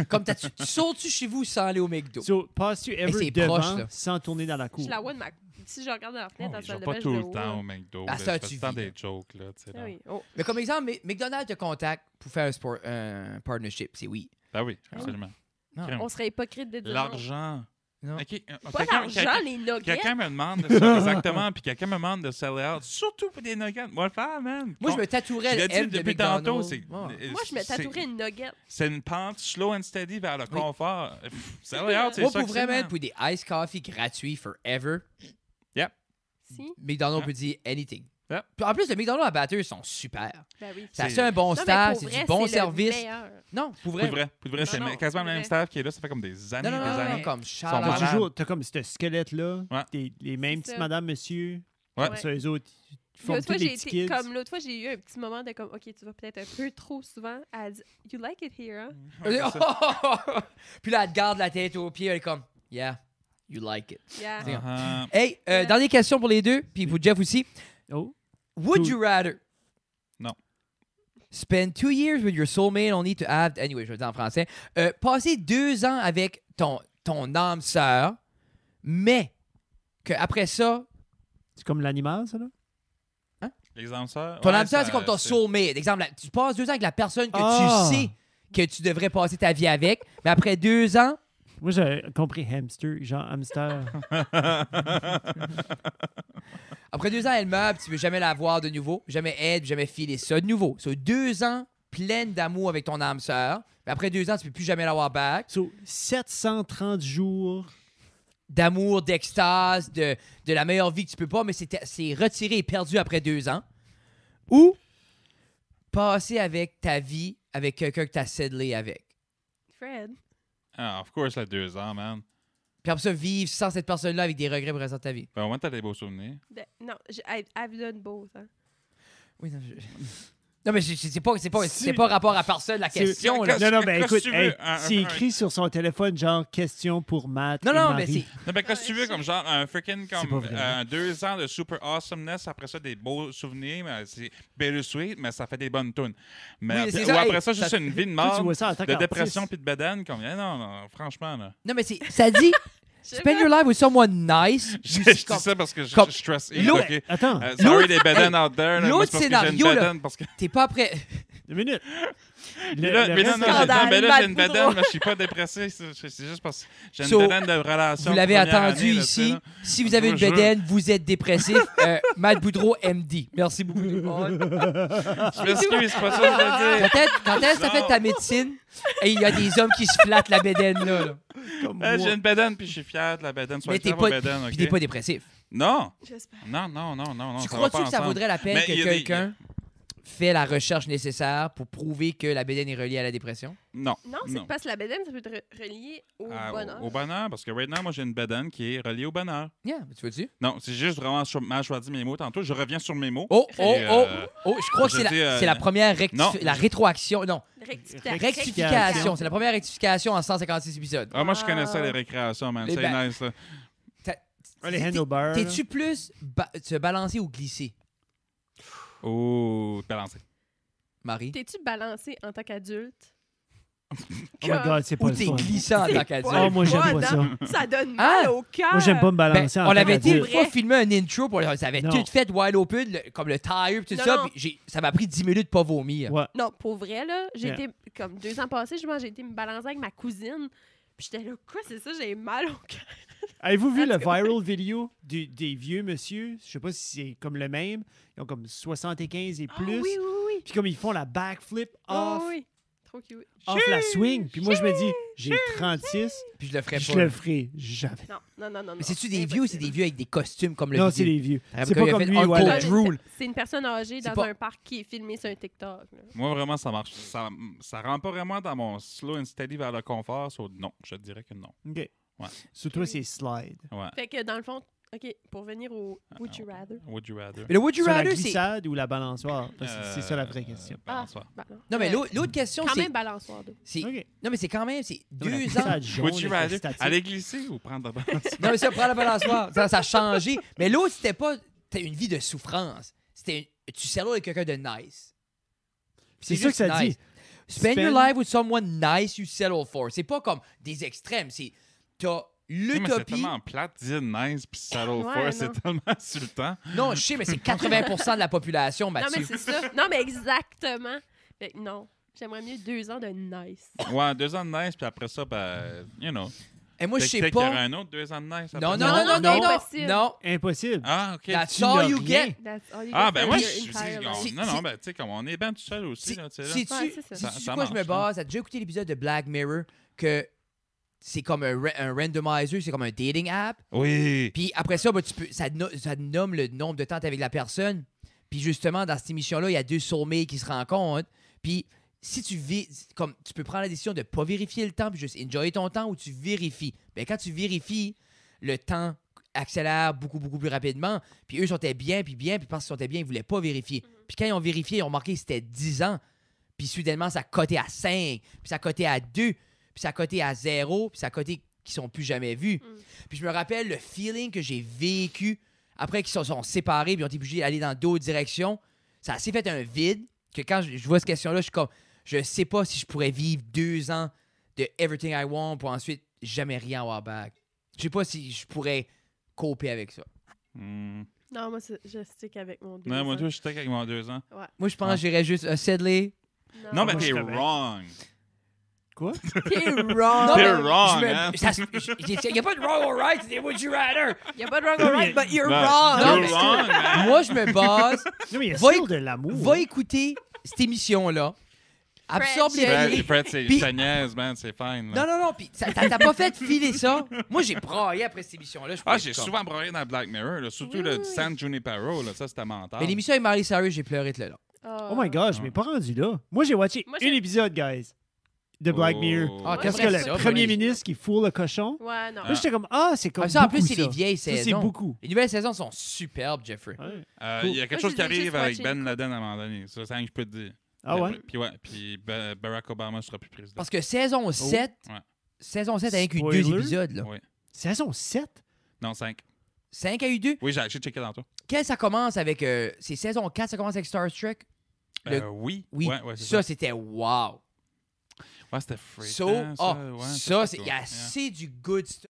Speaker 1: Comme t'as-tu, tu sautes-tu chez vous sans aller au McDo?
Speaker 2: So, passes-tu ever
Speaker 1: c'est
Speaker 2: devant
Speaker 1: proche, là.
Speaker 2: sans tourner dans la cour?
Speaker 3: Je la vois de ma... Si je regarde dans la fenètre, dans la
Speaker 4: Oh, Je vais
Speaker 3: salle de
Speaker 4: pas
Speaker 3: bain, je
Speaker 4: tout
Speaker 3: la
Speaker 4: le
Speaker 3: vois.
Speaker 4: temps au McDo.
Speaker 1: Ah,
Speaker 4: là.
Speaker 1: ça,
Speaker 4: Je fais
Speaker 1: tu
Speaker 4: tout le temps
Speaker 1: vis, là.
Speaker 4: des jokes, là. tu sais,
Speaker 3: Ah
Speaker 4: là.
Speaker 3: oui. Oh,
Speaker 1: Mais comme exemple, M- McDonald's te contacte pour faire un, sport, un partnership, c'est oui.
Speaker 4: Ah oui,
Speaker 3: oui.
Speaker 4: absolument.
Speaker 1: Non.
Speaker 4: Crème.
Speaker 3: on serait hypocrite de dire non.
Speaker 4: L'argent.
Speaker 1: Non.
Speaker 4: Ok, euh,
Speaker 3: Pas
Speaker 4: quelqu'un-
Speaker 3: l'argent,
Speaker 4: quelqu'un-
Speaker 3: les nuggets.
Speaker 4: Quelqu'un me demande de ça, exactement, puis quelqu'un me demande de sell out, surtout pour des nuggets. Moi, le faire, man.
Speaker 1: Moi, je me
Speaker 4: Je
Speaker 1: tatouerais
Speaker 4: l'ai
Speaker 1: le M
Speaker 4: dit
Speaker 1: de
Speaker 4: depuis
Speaker 1: McDonald's.
Speaker 4: tantôt, c'est.
Speaker 1: Ouais.
Speaker 4: euh,
Speaker 3: Moi, je me
Speaker 4: c'est-
Speaker 3: tatouerais une nugget.
Speaker 4: C'est une pente slow and steady vers le
Speaker 1: Oui.
Speaker 4: confort. Pff, Sell out, c'est
Speaker 1: Moi,
Speaker 4: ça.
Speaker 1: pour
Speaker 4: que c'est,
Speaker 1: vraiment
Speaker 4: man.
Speaker 1: être pour des ice coffee gratuits forever,
Speaker 3: Si?
Speaker 1: McDonald's
Speaker 4: Hein?
Speaker 1: peut dire anything.
Speaker 4: Hein?
Speaker 1: Puis En plus, les McDonald's à batteurs sont super.
Speaker 3: Ben oui.
Speaker 1: Ça
Speaker 4: C'est-
Speaker 1: fait un bon
Speaker 3: Non, mais
Speaker 1: staff,
Speaker 3: pour
Speaker 1: c'est
Speaker 3: vrai,
Speaker 1: du bon
Speaker 3: c'est le
Speaker 1: service.
Speaker 3: meilleur.
Speaker 1: Non, pour
Speaker 4: Pour
Speaker 1: vrai.
Speaker 4: de vrai, pour de vrai,
Speaker 3: Non,
Speaker 4: c'est
Speaker 3: non,
Speaker 4: quasiment le
Speaker 3: pour
Speaker 4: même
Speaker 3: vrai.
Speaker 4: staff qui est là, ça fait comme des années
Speaker 1: Non,
Speaker 4: et
Speaker 1: non,
Speaker 4: des
Speaker 1: non, non,
Speaker 4: années.
Speaker 1: comme
Speaker 4: sont
Speaker 2: T'as
Speaker 1: Charles.
Speaker 4: malades.
Speaker 2: toujours, t'as comme ce squelette-là,
Speaker 4: Ouais.
Speaker 2: t'es- les mêmes
Speaker 3: C'est
Speaker 2: petites
Speaker 3: ça.
Speaker 2: madame, monsieur,
Speaker 4: Ouais.
Speaker 2: comme ça, eux autres, ils font
Speaker 3: L'autre
Speaker 2: tous
Speaker 3: fois,
Speaker 2: des
Speaker 3: j'ai
Speaker 2: petits kids.
Speaker 3: été comme l'autre fois, j'ai eu un petit moment de comme, OK, tu vas peut-être un peu trop souvent. Elle dit, You like it here, hein?
Speaker 1: Oh, Puis là, elle te garde la tête aux pieds, elle est comme, yeah, you like it.
Speaker 3: Yeah.
Speaker 1: C'est-
Speaker 4: Ah,
Speaker 1: Hey, euh,
Speaker 3: Yeah.
Speaker 1: dernière question pour les deux, puis pour Jeff aussi.
Speaker 2: Oh,
Speaker 1: Would
Speaker 2: Cool.
Speaker 1: you rather?
Speaker 4: Non.
Speaker 1: Spend two years with your soulmate only to have. Anyway, je vais le dire en français. Euh, passer deux ans avec ton, ton âme sœur, mais que après ça,
Speaker 2: c'est comme l'animal, ça, là?
Speaker 4: Les âmes sœurs.
Speaker 1: ton
Speaker 4: ouais,
Speaker 1: âme sœur,
Speaker 4: ça-
Speaker 1: c'est comme ton
Speaker 4: c'est-
Speaker 1: soulmate. Exemple, la- tu passes deux ans avec la personne que
Speaker 2: Ah!
Speaker 1: tu sais que tu devrais passer ta vie avec, mais après deux ans,
Speaker 2: Moi, j'ai compris hamster, genre hamster.
Speaker 1: après deux ans, elle meurt, puis tu veux jamais la voir de nouveau, jamais aide, jamais filer ça de nouveau. So, deux ans pleine d'amour avec ton âme sœur, mais après deux ans, tu peux plus jamais l'avoir back.
Speaker 2: so, 730 jours.
Speaker 1: d'amour, d'extase, de, de la meilleure vie que tu peux pas, mais c'est c'est retiré et perdu après deux ans. Ou passer avec ta vie avec quelqu'un que t'as sédlé avec.
Speaker 3: Fred.
Speaker 4: Ah, of course, là, deux ans, man.
Speaker 1: Puis après ça, vivre sans cette personne-là avec des regrets pour le reste de ta vie.
Speaker 4: Ben, au moins, t'as des beaux souvenirs.
Speaker 3: de- non, je- elle, elle vous donne beau, hein. ça.
Speaker 1: Oui, non, je- non, mais je- je- c'est pas, c'est pas,
Speaker 2: Si-
Speaker 1: c'est pas rapport à personne, la
Speaker 2: C'est-
Speaker 1: question. Là.
Speaker 4: Qu'est-ce-
Speaker 2: Non, non, ben
Speaker 4: qu'est-ce
Speaker 2: écoute,
Speaker 4: que tu
Speaker 2: hey,
Speaker 4: veux? Un-
Speaker 2: c'est
Speaker 4: un-
Speaker 2: écrit sur son téléphone, genre question pour Matt.
Speaker 1: Non,
Speaker 2: et
Speaker 1: non, mais
Speaker 2: Marie.
Speaker 1: c'est...
Speaker 4: Non, ben, qu'est-ce que tu
Speaker 1: Euh,
Speaker 4: veux, comme genre, un freaking,
Speaker 2: pas
Speaker 4: comme
Speaker 2: vrai.
Speaker 4: euh, deux ans de super awesomeness, après ça, des beaux souvenirs, mais c'est bittersweet, mais ça fait des bonnes tunes. Mais
Speaker 1: Oui,
Speaker 4: après-
Speaker 1: c'est
Speaker 4: ou
Speaker 1: ça,
Speaker 4: après
Speaker 1: hey,
Speaker 4: ça, juste
Speaker 1: ça-
Speaker 4: une vie de
Speaker 2: Toi,
Speaker 4: mort,
Speaker 2: tu vois ça en tant
Speaker 4: de
Speaker 2: qu'artiste.
Speaker 4: dépression puis de badane, comme, eh, non, non, franchement, là.
Speaker 1: Non, mais c'est, ça dit, spend your life with someone nice.
Speaker 4: Je,
Speaker 1: Juste
Speaker 4: je
Speaker 1: comme-
Speaker 4: dis ça parce que je,
Speaker 1: comme-
Speaker 4: je stress.
Speaker 1: L'eau-
Speaker 4: ok. Euh,
Speaker 2: Attends,
Speaker 4: sorry, les badanes out there. là, mais
Speaker 1: l'autre
Speaker 4: c'est parce que j'ai une
Speaker 1: scénario, là.
Speaker 4: badane parce que-
Speaker 1: T'es pas prêt.
Speaker 2: deux minutes. Le-
Speaker 4: Mais là,
Speaker 2: le
Speaker 4: mais là,
Speaker 2: reste-
Speaker 4: non,
Speaker 3: scandale,
Speaker 4: j'ai- non, mais là, j'ai une
Speaker 3: Matt Boudreau.
Speaker 4: badane, mais je suis pas dépressé. C'est c'est juste parce que j'ai une
Speaker 1: So,
Speaker 4: badane de relation.
Speaker 1: Vous l'avez
Speaker 4: première
Speaker 1: attendu
Speaker 4: année, là, tu sais,
Speaker 1: ici.
Speaker 4: là.
Speaker 1: si vous avez une
Speaker 4: Je jure.
Speaker 1: BDN, vous êtes dépressif. Euh, Matt Boudreau, MD. Merci beaucoup. tout le monde.
Speaker 4: Je m'excuse, c'est pas ça que je veux dire.
Speaker 1: Quand est- Quand est-ce que t'as fait ta médecine et il y a des hommes qui se flattent la BDN là? là.
Speaker 2: comme moi.
Speaker 4: Eh, j'ai une bedaine, puis je suis fier de la bedaine. Sois
Speaker 1: Mais t'es
Speaker 4: fier de
Speaker 1: pas,
Speaker 4: la bedaine,
Speaker 1: puis
Speaker 4: OK?
Speaker 1: t'es pas dépressif.
Speaker 4: Non,
Speaker 3: J'espère.
Speaker 4: non, non, non, non. non,
Speaker 1: tu
Speaker 4: ça va
Speaker 1: crois-tu
Speaker 4: pas
Speaker 1: que ça
Speaker 4: ensemble.
Speaker 1: vaudrait la peine
Speaker 4: Mais il y
Speaker 1: que
Speaker 4: a des-
Speaker 1: quelqu'un fait la recherche nécessaire pour prouver que la BDN est reliée à la dépression?
Speaker 4: Non.
Speaker 3: Non, c'est parce que la bedaine, ça peut être re- relié au
Speaker 4: Ah,
Speaker 3: bonheur.
Speaker 4: au, au bonheur, parce que right now, moi, j'ai une bedaine qui est reliée au bonheur.
Speaker 1: Yeah, tu veux-tu?
Speaker 4: Non, c'est juste vraiment sur ma choisi mes mots tantôt. Je reviens sur mes mots.
Speaker 1: Oh, oh,
Speaker 4: Et,
Speaker 1: oh,
Speaker 4: euh,
Speaker 1: oh, je crois que
Speaker 4: je
Speaker 1: c'est la,
Speaker 4: dis, euh,
Speaker 1: c'est la première rectifi-
Speaker 4: non.
Speaker 1: la rétroaction. Non,
Speaker 3: Rectifica-
Speaker 1: rectification. C'est la première rectification en 156 épisodes.
Speaker 4: Ah, moi, je connais ça,
Speaker 3: Ah.
Speaker 4: les récréations, man.
Speaker 1: Les
Speaker 4: C'est
Speaker 1: ba-
Speaker 4: nice, là.
Speaker 2: Ah, les
Speaker 1: T'es-
Speaker 2: handlebars. là.
Speaker 1: T'es-tu plus ba- se balancer ou glisser,
Speaker 4: Oh, balancé.
Speaker 1: Marie?
Speaker 3: T'es-tu balancé en tant qu'adulte?
Speaker 2: Oh my god, c'est pas
Speaker 1: Ou
Speaker 2: le
Speaker 1: t'es
Speaker 2: fun.
Speaker 1: glissant en
Speaker 3: C'est
Speaker 1: tant
Speaker 3: pas
Speaker 1: qu'adulte?
Speaker 2: Oh, moi, j'aime
Speaker 3: fun,
Speaker 2: pas
Speaker 3: hein? Ça donne
Speaker 1: Ah!
Speaker 3: mal au cœur.
Speaker 2: Moi, j'aime pas me
Speaker 3: Ah!
Speaker 1: Ben,
Speaker 2: balancer en
Speaker 1: on
Speaker 2: tant
Speaker 1: avait dit
Speaker 2: qu'adulte.
Speaker 1: une fois filmer un intro pour ça avait
Speaker 2: Non.
Speaker 1: tout fait wide open, le- comme le tire tout
Speaker 3: Non,
Speaker 1: ça,
Speaker 3: non.
Speaker 1: puis j'ai- ça m'a pris 10 minutes de pas vomir.
Speaker 2: Ouais.
Speaker 3: Non, pour vrai, là, j'ai
Speaker 2: Yeah.
Speaker 3: été, comme deux ans passés, je j'ai été me balancer avec ma cousine. Puis j'étais là, quoi, c'est ça, j'ai mal au cœur.
Speaker 2: Avez-vous vu
Speaker 3: Ah,
Speaker 2: le
Speaker 3: tu comprends.
Speaker 2: viral vidéo du- des vieux monsieur? Je sais pas si c'est comme le même. Ils ont comme 75 et
Speaker 3: Ah
Speaker 2: plus.
Speaker 3: oui, oui, oui.
Speaker 2: Puis comme ils font la backflip
Speaker 3: Ah
Speaker 2: off
Speaker 3: oui. Trop cute.
Speaker 2: off la swing. Puis moi, je me dis, j'ai 36,
Speaker 1: Puis je le ferais
Speaker 2: je
Speaker 1: pas.
Speaker 2: le ferai jamais.
Speaker 3: Non, non, non, non.
Speaker 1: Mais c'est-tu des vieux ou c'est des vieux avec des costumes comme le
Speaker 2: Non, c'est
Speaker 1: vidéo?
Speaker 2: les vieux.
Speaker 1: Ah,
Speaker 2: C'est
Speaker 1: parce
Speaker 2: pas
Speaker 1: qu'il a
Speaker 2: comme
Speaker 1: fait
Speaker 2: lui,
Speaker 1: Uncle
Speaker 2: voilà.
Speaker 1: Drew. drôle.
Speaker 3: C'est une personne âgée
Speaker 1: C'est
Speaker 3: dans
Speaker 1: pas-
Speaker 3: un parc qui est filmée sur un TikTok. là.
Speaker 4: Moi, vraiment, ça marche. Ça, ça rentre pas vraiment dans mon slow and steady vers le confort. so non, je te dirais que non.
Speaker 2: OK.
Speaker 4: Ouais.
Speaker 2: Sur toi, c'est slide.
Speaker 4: Ouais.
Speaker 3: Fait que dans le fond, OK, pour venir au Would You Rather.
Speaker 4: Would you rather?
Speaker 1: Mais le Would You
Speaker 2: Sur la
Speaker 1: Rather, c'est.
Speaker 2: glissade ou la balançoire? Parce que C'est
Speaker 4: Euh,
Speaker 2: ça la vraie question.
Speaker 4: euh, balançoire.
Speaker 3: Bah, non.
Speaker 1: Non, mais
Speaker 3: Euh,
Speaker 1: l'au- l'autre question,
Speaker 3: Quand
Speaker 1: c'est.
Speaker 3: même balançoire, deux.
Speaker 1: c'est-
Speaker 2: OK.
Speaker 1: Non, mais c'est quand même. C'est
Speaker 2: La
Speaker 1: deux ans.
Speaker 2: glissade jaune
Speaker 4: Would you
Speaker 2: avec
Speaker 4: rather?
Speaker 2: la statique.
Speaker 4: Aller glisser ou prendre la balançoire?
Speaker 1: Non, mais ça, prends la balançoire. Ça, ça a changé. Mais l'autre, c'était pas. C'était une vie de souffrance. C'était. une- Tu sers avec quelqu'un de nice. Puis
Speaker 2: C'est ça que
Speaker 1: juste
Speaker 2: ça
Speaker 1: nice.
Speaker 2: dit.
Speaker 1: Spend, your
Speaker 2: Spend-
Speaker 1: life with someone nice you settle for. C'est pas comme des extrêmes. C'est. T'as
Speaker 4: Non, mais C'est
Speaker 1: l'utopie.
Speaker 4: tellement plate, dire nice puis saddle
Speaker 3: Ouais,
Speaker 4: force,
Speaker 3: non.
Speaker 4: c'est tellement insultant.
Speaker 1: Non, je sais, mais c'est 80 de la population,
Speaker 3: Non, mais
Speaker 1: Mathieu.
Speaker 3: c'est ça. Non, mais exactement. Fait que non, j'aimerais mieux deux ans de nice.
Speaker 4: Ouais, deux ans de nice, puis après ça, ben, you know.
Speaker 1: Et moi, je
Speaker 4: Peut-être-
Speaker 1: sais
Speaker 4: peut-être qu'il y
Speaker 1: pas.
Speaker 4: aura un autre deux ans de nice. après
Speaker 1: Non, non,
Speaker 4: ça.
Speaker 1: non, non,
Speaker 3: Non,
Speaker 1: non,
Speaker 3: non,
Speaker 1: non.
Speaker 3: impossible.
Speaker 1: Non.
Speaker 2: Impossible.
Speaker 4: Ah, OK.
Speaker 1: That's
Speaker 2: Tu n'as
Speaker 1: all you
Speaker 2: rien.
Speaker 1: get.
Speaker 3: That's all you
Speaker 4: Ah,
Speaker 3: get
Speaker 4: ben
Speaker 3: for
Speaker 4: moi, je
Speaker 3: your
Speaker 4: suis...
Speaker 3: entire life.
Speaker 1: C'est-
Speaker 4: Non,
Speaker 1: c'est-
Speaker 4: non, ben, tu sais, comme on est ben tout seul aussi, là, tu sais, là.
Speaker 1: C'est-tu
Speaker 3: Ouais, c'est ça.
Speaker 4: Ça- ça
Speaker 1: quoi je me
Speaker 4: marche,
Speaker 1: base? T'as déjà écouté l'épisode de Black Mirror que c'est comme un, ra- un randomizer, c'est comme un dating app.
Speaker 4: Oui.
Speaker 1: Puis après ça, bah, tu peux, ça, no- ça nomme le nombre de temps t'es avec la personne. Puis justement, dans cette émission-là, il y a deux sommets qui se rencontrent. Puis si tu vis, comme tu peux prendre la décision de pas vérifier le temps, puis juste enjoy ton temps, ou tu vérifies. Ben quand tu vérifies, le temps accélère beaucoup, beaucoup plus rapidement. Puis eux sortaient bien, puis bien, puis parce qu'ils sortaient bien, ils voulaient pas vérifier. Puis quand ils ont vérifié, ils ont marqué que c'était 10 ans. Puis soudainement, ça cotait à 5, puis ça cotait à 2, puis ça cotait à 0, puis ça cotait qui sont plus jamais vus. Puis je me rappelle le feeling que j'ai vécu après qu'ils se sont séparés, puis ils ont été obligés d'aller dans d'autres directions. Ça a assez fait un vide que quand je, je vois cette question-là, je suis comme, je sais pas si je pourrais vivre deux ans de everything I want pour ensuite jamais rien avoir back. Je sais pas si je pourrais coper avec ça.
Speaker 4: Hmm.
Speaker 3: Non, moi, c'est- je stick avec mon deux
Speaker 4: Non,
Speaker 3: ans.
Speaker 4: moi, toi, je suis avec mon deux ans.
Speaker 1: Moi, je pense
Speaker 4: Ouais.
Speaker 1: que j'irais juste euh, settler. Ah,
Speaker 4: Non,
Speaker 2: mais moi,
Speaker 4: mais t'es
Speaker 2: je serais
Speaker 4: wrong.
Speaker 2: Quoi?
Speaker 3: T'es wrong.
Speaker 1: Non, mais
Speaker 4: T'es
Speaker 1: je
Speaker 4: wrong,
Speaker 1: me-
Speaker 4: hein?
Speaker 1: ça se- je- Il n'y a pas de wrong or right, c'est would you rather.
Speaker 3: Y a pas de wrong or right, but you're
Speaker 4: Non.
Speaker 3: wrong.
Speaker 1: Non,
Speaker 4: Ben, You're
Speaker 1: mais-
Speaker 4: wrong, man.
Speaker 1: Moi, je me base
Speaker 2: Non, mais il y a
Speaker 1: Va
Speaker 2: still
Speaker 1: éc-
Speaker 2: de l'amour.
Speaker 1: va écouter cette émission-là. Absorbe les
Speaker 3: French.
Speaker 4: Fred,
Speaker 1: idées.
Speaker 4: Fred, c'est
Speaker 1: Puis-
Speaker 4: je te niaise, man, c'est fine. là.
Speaker 1: Non, non, non, pis ça- t'as t'as pas fait filer ça. Moi, j'ai braillé après cette émission-là. je
Speaker 4: Ah,
Speaker 1: pouvais
Speaker 4: j'ai
Speaker 1: comme-
Speaker 4: souvent broyé dans Black Mirror, là, surtout
Speaker 3: Oui,
Speaker 4: le
Speaker 3: oui,
Speaker 4: San Junipero, là, ça c'était mental.
Speaker 1: Mais l'émission avec Marie Cyrus, j'ai pleuré de là.
Speaker 2: Oh my gosh, je m'ai pas rendu là. Moi, j'ai watché
Speaker 3: Moi, j'ai-
Speaker 2: un épisode, guys, de Black
Speaker 4: Oh.
Speaker 2: Mirror.
Speaker 1: Ah,
Speaker 3: Ouais,
Speaker 2: Parce
Speaker 3: c'est
Speaker 2: que le
Speaker 3: ça,
Speaker 2: premier
Speaker 1: oui.
Speaker 2: ministre qui fourre le cochon.
Speaker 3: Ouais, non.
Speaker 2: Moi, j'étais comme, ah, c'est comme.
Speaker 1: Ah, ça, en
Speaker 2: beaucoup,
Speaker 1: plus, c'est les
Speaker 2: ça.
Speaker 1: vieilles
Speaker 2: Ça, c'est
Speaker 1: saisons.
Speaker 2: beaucoup.
Speaker 1: Les nouvelles saisons sont superbes, Jeffrey.
Speaker 2: Ouais.
Speaker 4: Euh,
Speaker 2: Cool.
Speaker 4: Il y a quelque
Speaker 3: Moi,
Speaker 4: chose
Speaker 3: je
Speaker 4: qui
Speaker 3: l'ai
Speaker 4: arrive
Speaker 3: juste
Speaker 4: avec
Speaker 3: watché.
Speaker 4: Ben Laden à un moment donné. Ça, c'est rien que je peux te dire.
Speaker 2: Ah
Speaker 4: Puis
Speaker 2: ouais?
Speaker 4: après- Puis ouais, puis Ba- Barack Obama sera plus président.
Speaker 1: Parce que saison 7,
Speaker 4: Oh, Ouais.
Speaker 1: saison 7 avec eu
Speaker 2: Spoiler.
Speaker 1: deux épisodes, là.
Speaker 4: Ouais.
Speaker 2: Saison 7?
Speaker 4: Non, 5.
Speaker 1: 5 a eu deux.
Speaker 4: Oui, j'ai j'ai checké dans toi.
Speaker 1: Quelle ça commence avec. euh, c'est saison 4, ça commence avec Star Trek. Le-
Speaker 4: Euh, oui.
Speaker 1: Oui.
Speaker 4: Ouais, ouais, c'est
Speaker 1: ça,
Speaker 4: ça.
Speaker 1: c'était wow.
Speaker 4: Ouais, c'était freak.
Speaker 1: So,
Speaker 4: hein,
Speaker 1: ah,
Speaker 4: ouais,
Speaker 1: ça, c'est-
Speaker 4: cool.
Speaker 1: il y a
Speaker 4: Yeah.
Speaker 1: assez du good stuff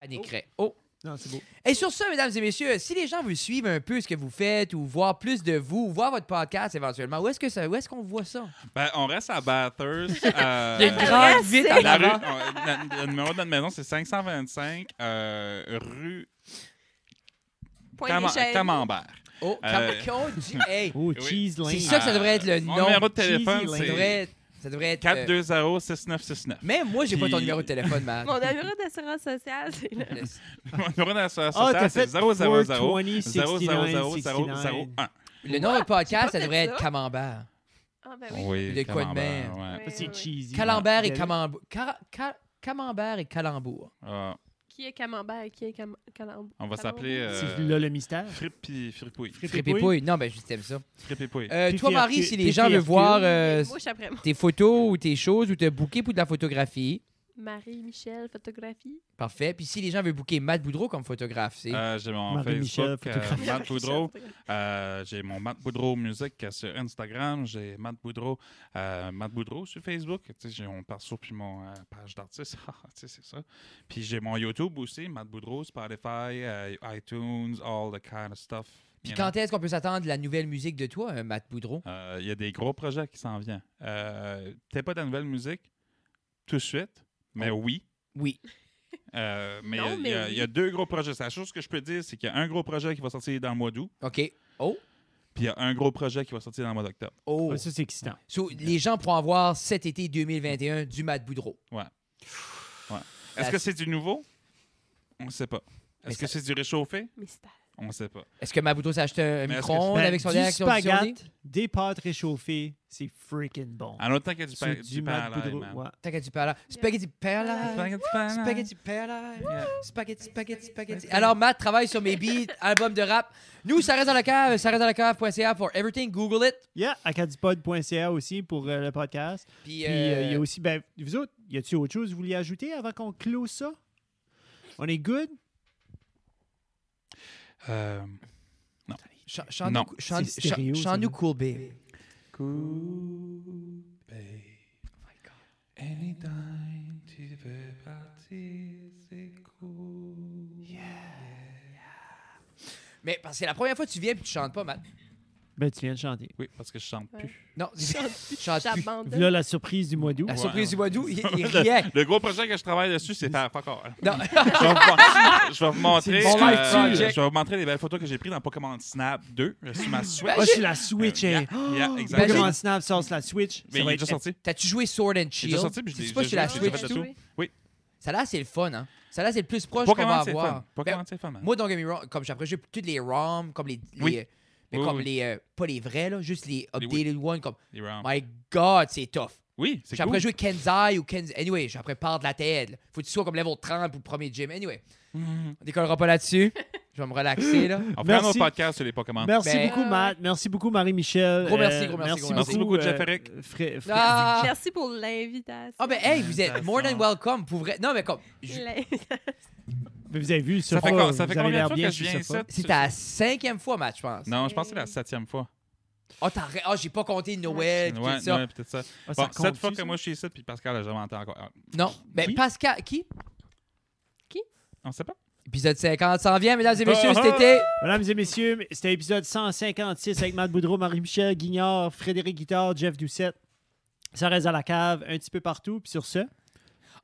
Speaker 1: à l'écran. Oh.
Speaker 2: Non, c'est beau.
Speaker 1: Et sur ce, mesdames et messieurs, si les gens vous suivent un peu ce que vous faites ou voir plus de vous, voir votre podcast éventuellement, où est-ce que ça, où est-ce qu'on voit ça
Speaker 4: Ben, on reste à Bathurst. euh,
Speaker 1: Il y a une grande vite en
Speaker 4: La rue,
Speaker 1: avant.
Speaker 4: on- la- le numéro de notre maison, c'est 525 euh, rue
Speaker 3: Point
Speaker 4: Cam-
Speaker 3: d'échelle.
Speaker 4: Camembert.
Speaker 1: Oh,
Speaker 4: Euh,
Speaker 1: Camembert, hey,
Speaker 2: Oh,
Speaker 4: Oui.
Speaker 2: cheese lane.
Speaker 1: c'est ça que ça devrait être le
Speaker 4: Mon
Speaker 1: nom.
Speaker 4: Euh, numéro de téléphone,
Speaker 2: Cheesy
Speaker 1: ça devrait
Speaker 4: c'est
Speaker 1: être, ça devrait être, euh,
Speaker 4: 420-6969.
Speaker 1: même moi, j'ai pas ton
Speaker 4: Puis-
Speaker 1: numéro de téléphone, man.
Speaker 3: Mon numéro d'assurance sociale, c'est le...
Speaker 1: Le-
Speaker 4: Mon numéro d'association,
Speaker 2: Ah, t'as
Speaker 4: c'est
Speaker 2: fait
Speaker 4: 000 000 000
Speaker 2: 000
Speaker 4: 001.
Speaker 1: Le nom de podcast, ça
Speaker 3: pas
Speaker 1: devrait
Speaker 3: fait
Speaker 1: être
Speaker 3: ça.
Speaker 1: Camembert.
Speaker 3: Ah, ben oui.
Speaker 4: Oui,
Speaker 1: De quoi de
Speaker 4: Camembert,
Speaker 1: merde?
Speaker 4: ouais.
Speaker 3: Ouais,
Speaker 2: C'est
Speaker 3: ouais.
Speaker 2: cheesy.
Speaker 1: Calambert et
Speaker 2: Vous avez-
Speaker 1: Camembour. Camembert et Calembour.
Speaker 4: Ah,
Speaker 3: Qui est Camembert et qui est Cam... Calam-
Speaker 4: on va
Speaker 3: Calambo?
Speaker 4: s'appeler euh,
Speaker 2: C'est là le mystère.
Speaker 4: Frippe puis Fripouille.
Speaker 2: Frippe et
Speaker 1: Frépépouille.
Speaker 2: Pouille.
Speaker 1: Non, ben, je t'aime ça.
Speaker 4: Frippe et Pouille.
Speaker 1: Euh,
Speaker 2: Puis
Speaker 1: toi,
Speaker 2: Hercule-
Speaker 1: Marie, si les
Speaker 2: puis
Speaker 1: gens veulent
Speaker 2: Hercule.
Speaker 1: voir euh,
Speaker 3: Moi, je suis après moi.
Speaker 1: tes photos ou tes choses ou te booker pour de la photographie,
Speaker 3: Marie-Michel, photographie.
Speaker 1: parfait. Puis si les gens veulent booker Matt Boudreau comme photographe, c'est.
Speaker 4: Euh, j'ai mon
Speaker 2: Marie-Michel,
Speaker 4: Facebook, euh,
Speaker 2: photographe.
Speaker 4: Matt Boudreau. Euh, j'ai mon Matt Boudreau Musique euh, sur Instagram. J'ai Matt Boudreau, euh, Matt Boudreau sur Facebook. Tu sais, j'ai mon perso puis mon euh, page d'artiste. Ah, tu sais, c'est ça. Puis j'ai mon YouTube aussi, Matt Boudreau, Spotify, euh, iTunes, all the kind of stuff.
Speaker 1: Puis
Speaker 4: you know.
Speaker 1: quand est-ce qu'on peut s'attendre de la nouvelle musique de toi, euh, Matt Boudreau?
Speaker 4: Euh, Il y a des gros projets qui s'en viennent. Euh, Peut-être pas de la nouvelle musique tout de suite, mais oui.
Speaker 1: Oui.
Speaker 4: Euh, Oh. mais il y
Speaker 3: Non,
Speaker 4: a- il y, a-
Speaker 3: mais
Speaker 4: il y a deux gros projets. C'est La chose que je peux dire, c'est qu'il y a un gros projet qui va sortir dans le mois d'août.
Speaker 1: OK. Oh,
Speaker 4: Puis il y a un gros projet qui va sortir dans le mois d'octobre.
Speaker 1: Oh.
Speaker 2: Ouais, Ah, ça, c'est excitant.
Speaker 1: So, les gens pourront voir cet été 2021 du Matt Boudreau.
Speaker 4: Est-ce
Speaker 1: La-
Speaker 4: que c'est du nouveau? On ne sait pas.
Speaker 1: Mais
Speaker 4: Est-ce que c'est du réchauffé?
Speaker 3: Mystère.
Speaker 4: On ne sait pas.
Speaker 1: Est-ce que Matt Boudreau s'est acheté un
Speaker 4: Mais est-ce que-
Speaker 1: micro-ondes
Speaker 2: Ben,
Speaker 1: avec son
Speaker 2: du
Speaker 1: direction
Speaker 2: spaghette, des pâtes réchauffées, c'est freaking bon.
Speaker 4: En autant qu'il y a du,
Speaker 2: Sous
Speaker 4: pa- du pain
Speaker 2: Matt
Speaker 4: à l'ail,
Speaker 2: Boudreau,
Speaker 4: man.
Speaker 2: ouais.
Speaker 1: Spaghetti Pala. Spaghetti Pala.
Speaker 4: Ah, Spaghetti pain à l'ail.
Speaker 1: Spaghetti Pala.
Speaker 4: Yeah.
Speaker 1: Spaghetti, spaghetti, spaghetti. Alors, Matt travaille sur mes beats, album de rap. Nous, ça reste dans la cave, ça reste dans la cave.ca for everything. Google it.
Speaker 2: Yeah, acadipod.ca aussi pour euh, le podcast.
Speaker 1: Puis,
Speaker 2: Puis
Speaker 1: euh,
Speaker 2: euh, il y a aussi, ben, vous autres, y a-tu autre chose que vous vouliez ajouter avant qu'on close ça? On est good?
Speaker 4: Euh,
Speaker 1: Ch- chante-
Speaker 4: Non.
Speaker 1: chante-
Speaker 2: C'est stéréo,
Speaker 1: ch-
Speaker 2: ça,
Speaker 1: chante-nous
Speaker 2: non?
Speaker 1: Cool Baby.
Speaker 4: Cool, babe. Anytime tu veux partir, c'est cool.
Speaker 1: Mais parce que c'est la première fois que tu viens et tu chantes pas, Matt.
Speaker 2: Ben, tu viens de chanter.
Speaker 4: Oui, parce que je chante
Speaker 3: Ouais.
Speaker 4: plus.
Speaker 1: Non, Ah, tu chantes plus.
Speaker 3: J'abandonne.
Speaker 2: Voilà la surprise du mois d'août.
Speaker 1: La
Speaker 4: Ouais,
Speaker 1: surprise
Speaker 4: ouais.
Speaker 1: du mois d'août, il, il riait.
Speaker 4: Le, le gros projet que je travaille dessus, c'est faire fuck all.
Speaker 1: Non.
Speaker 4: Je vais vous- je vais vous montrer.
Speaker 2: C'est
Speaker 1: mon life
Speaker 4: euh,
Speaker 1: project.
Speaker 4: je vais vous montrer les belles photos que j'ai prises dans Pokémon Snap 2 euh, sur ma Switch.
Speaker 2: Ah, c'est la Switch,
Speaker 4: Euh,
Speaker 2: hein!
Speaker 4: yeah, yeah,
Speaker 2: Oh,
Speaker 4: exactement.
Speaker 2: Pokémon Snap sort sur la Switch.
Speaker 4: Mais
Speaker 2: ça
Speaker 4: il
Speaker 2: va
Speaker 4: est
Speaker 2: être
Speaker 4: déjà sorti.
Speaker 1: T'as-tu joué Sword and
Speaker 4: Il est
Speaker 1: Shield?
Speaker 4: déjà sorti, puis je
Speaker 1: C'est
Speaker 4: l'ai
Speaker 1: pas
Speaker 4: je-
Speaker 1: sur la
Speaker 3: Ah,
Speaker 4: je- je-
Speaker 1: Switch,
Speaker 4: je- je-
Speaker 1: tout.
Speaker 4: je- Oui.
Speaker 1: Ça là, c'est le fun, hein. Ça là, c'est le plus proche qu'on va
Speaker 4: Pokémon, c'est
Speaker 1: avoir.
Speaker 4: fun. Pokémon, c'est fun, man.
Speaker 1: Ben, moi, don't get me wrong, comme j'ai joué toutes les ROM, comme les. les-
Speaker 4: Oui.
Speaker 1: euh, Mais
Speaker 4: Oui,
Speaker 1: comme
Speaker 4: oui.
Speaker 1: les. euh, pas les vrais, là, juste les
Speaker 4: Les- oui.
Speaker 1: updated ones, comme.
Speaker 4: Les rounds.
Speaker 1: My God, c'est tough.
Speaker 4: Oui, Ah. c'est
Speaker 1: J'ai après
Speaker 4: cool.
Speaker 1: joué Kenzai ou Kenzai. Anyway, j'ai après part de la tête. là. Faut que tu sois comme level 30 pour le premier gym. Anyway,
Speaker 4: Mhm.
Speaker 1: on décollera pas là-dessus. Je vais me relaxer, là.
Speaker 4: On fera un
Speaker 2: Merci.
Speaker 4: autre podcast sur les Pokémon.
Speaker 2: Merci
Speaker 1: Ben-
Speaker 2: beaucoup,
Speaker 3: Ah,
Speaker 2: Matt. Merci beaucoup, Marie-Michel.
Speaker 1: Gros merci, gros merci, gros
Speaker 4: hein. merci.
Speaker 2: beaucoup,
Speaker 4: Merci
Speaker 2: euh,
Speaker 4: beaucoup, Jeff-Eric.
Speaker 2: Fré- Fré-
Speaker 1: Ah!
Speaker 3: Merci pour l'invitation.
Speaker 1: Ah, ben, hey, vous êtes more than welcome. Pour vrai. Non, mais comme. je-
Speaker 3: L'invitation.
Speaker 2: Mais Vous avez vu,
Speaker 4: Ça fait
Speaker 2: sofa,
Speaker 4: quoi- ça
Speaker 2: vous
Speaker 4: fait
Speaker 2: avez
Speaker 4: combien de
Speaker 2: l'air
Speaker 4: fois
Speaker 2: bien
Speaker 4: que je
Speaker 2: sur le
Speaker 4: viens
Speaker 2: sofa.
Speaker 4: ici?
Speaker 1: C'est ta cinquième fois, Matt, je pense.
Speaker 4: Non, je pense que c'est la septième fois.
Speaker 1: Oh, t'as ra- oh, j'ai pas compté Noël, tout
Speaker 4: Ouais,
Speaker 1: ça.
Speaker 4: ouais, peut-être ça.
Speaker 2: Ah, ça
Speaker 4: Bon, cette
Speaker 2: compte-tu,
Speaker 4: fois
Speaker 2: ça?
Speaker 4: que moi je suis ici, puis Pascal a jamais entendu encore. Euh,
Speaker 1: Non, mais
Speaker 2: Qui?
Speaker 1: Pascal, qui?
Speaker 4: On sait pas.
Speaker 1: Épisode 50 s'en vient, mesdames et messieurs,
Speaker 4: Ah,
Speaker 1: cet
Speaker 4: ah.
Speaker 1: été.
Speaker 2: Mesdames et messieurs, c'était épisode 156 avec Matt Boudreau, Marie-Michel Guignard, Frédéric Guittard, Jeff Doucette. Ça reste à la cave un petit peu partout. Puis sur ce,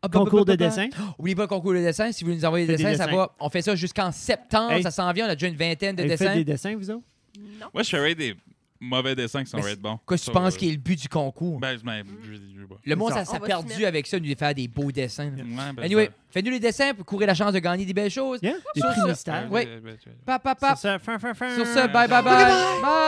Speaker 1: Ah, bah,
Speaker 2: concours
Speaker 1: bah,
Speaker 2: de
Speaker 1: bah, bah.
Speaker 2: dessin.
Speaker 1: Oubliez pas le concours de dessin. Si vous nous envoyez des
Speaker 2: Faites des
Speaker 1: dessins, ça
Speaker 2: dessins.
Speaker 1: va. On fait ça jusqu'en septembre.
Speaker 2: Hey.
Speaker 1: Ça s'en vient. On a déjà une vingtaine de
Speaker 2: Vous
Speaker 1: dessins.
Speaker 2: faites des dessins, vous autres?
Speaker 3: Non.
Speaker 4: Moi, je ferais des mauvais dessins qui sont
Speaker 1: Mais
Speaker 4: red bons.
Speaker 1: Qu'est-ce que
Speaker 4: Ça,
Speaker 1: tu penses
Speaker 4: euh,
Speaker 1: qui est le but du concours?
Speaker 4: Ben, je- ben, je- je- je-
Speaker 1: le monde,
Speaker 2: ça.
Speaker 1: ça
Speaker 2: On
Speaker 1: s'est
Speaker 3: va s'y
Speaker 1: perdu
Speaker 3: mettre.
Speaker 1: avec ça, de nous faire des beaux dessins. là.
Speaker 4: Ouais, ben,
Speaker 1: Anyway,
Speaker 4: ça-
Speaker 1: faites-nous les dessins pour courir la chance de gagner des belles choses.
Speaker 2: Yeah? Hein? Des
Speaker 1: Sur
Speaker 2: prix
Speaker 1: ce- euh,
Speaker 2: mystères.
Speaker 1: Ouais.
Speaker 4: ben, ben, ben, ben.
Speaker 1: Pap, pap,
Speaker 2: Sur
Speaker 1: pap.
Speaker 2: ce, fin, fin, fin.
Speaker 1: Sur ce, bye, bye, bye. Bye.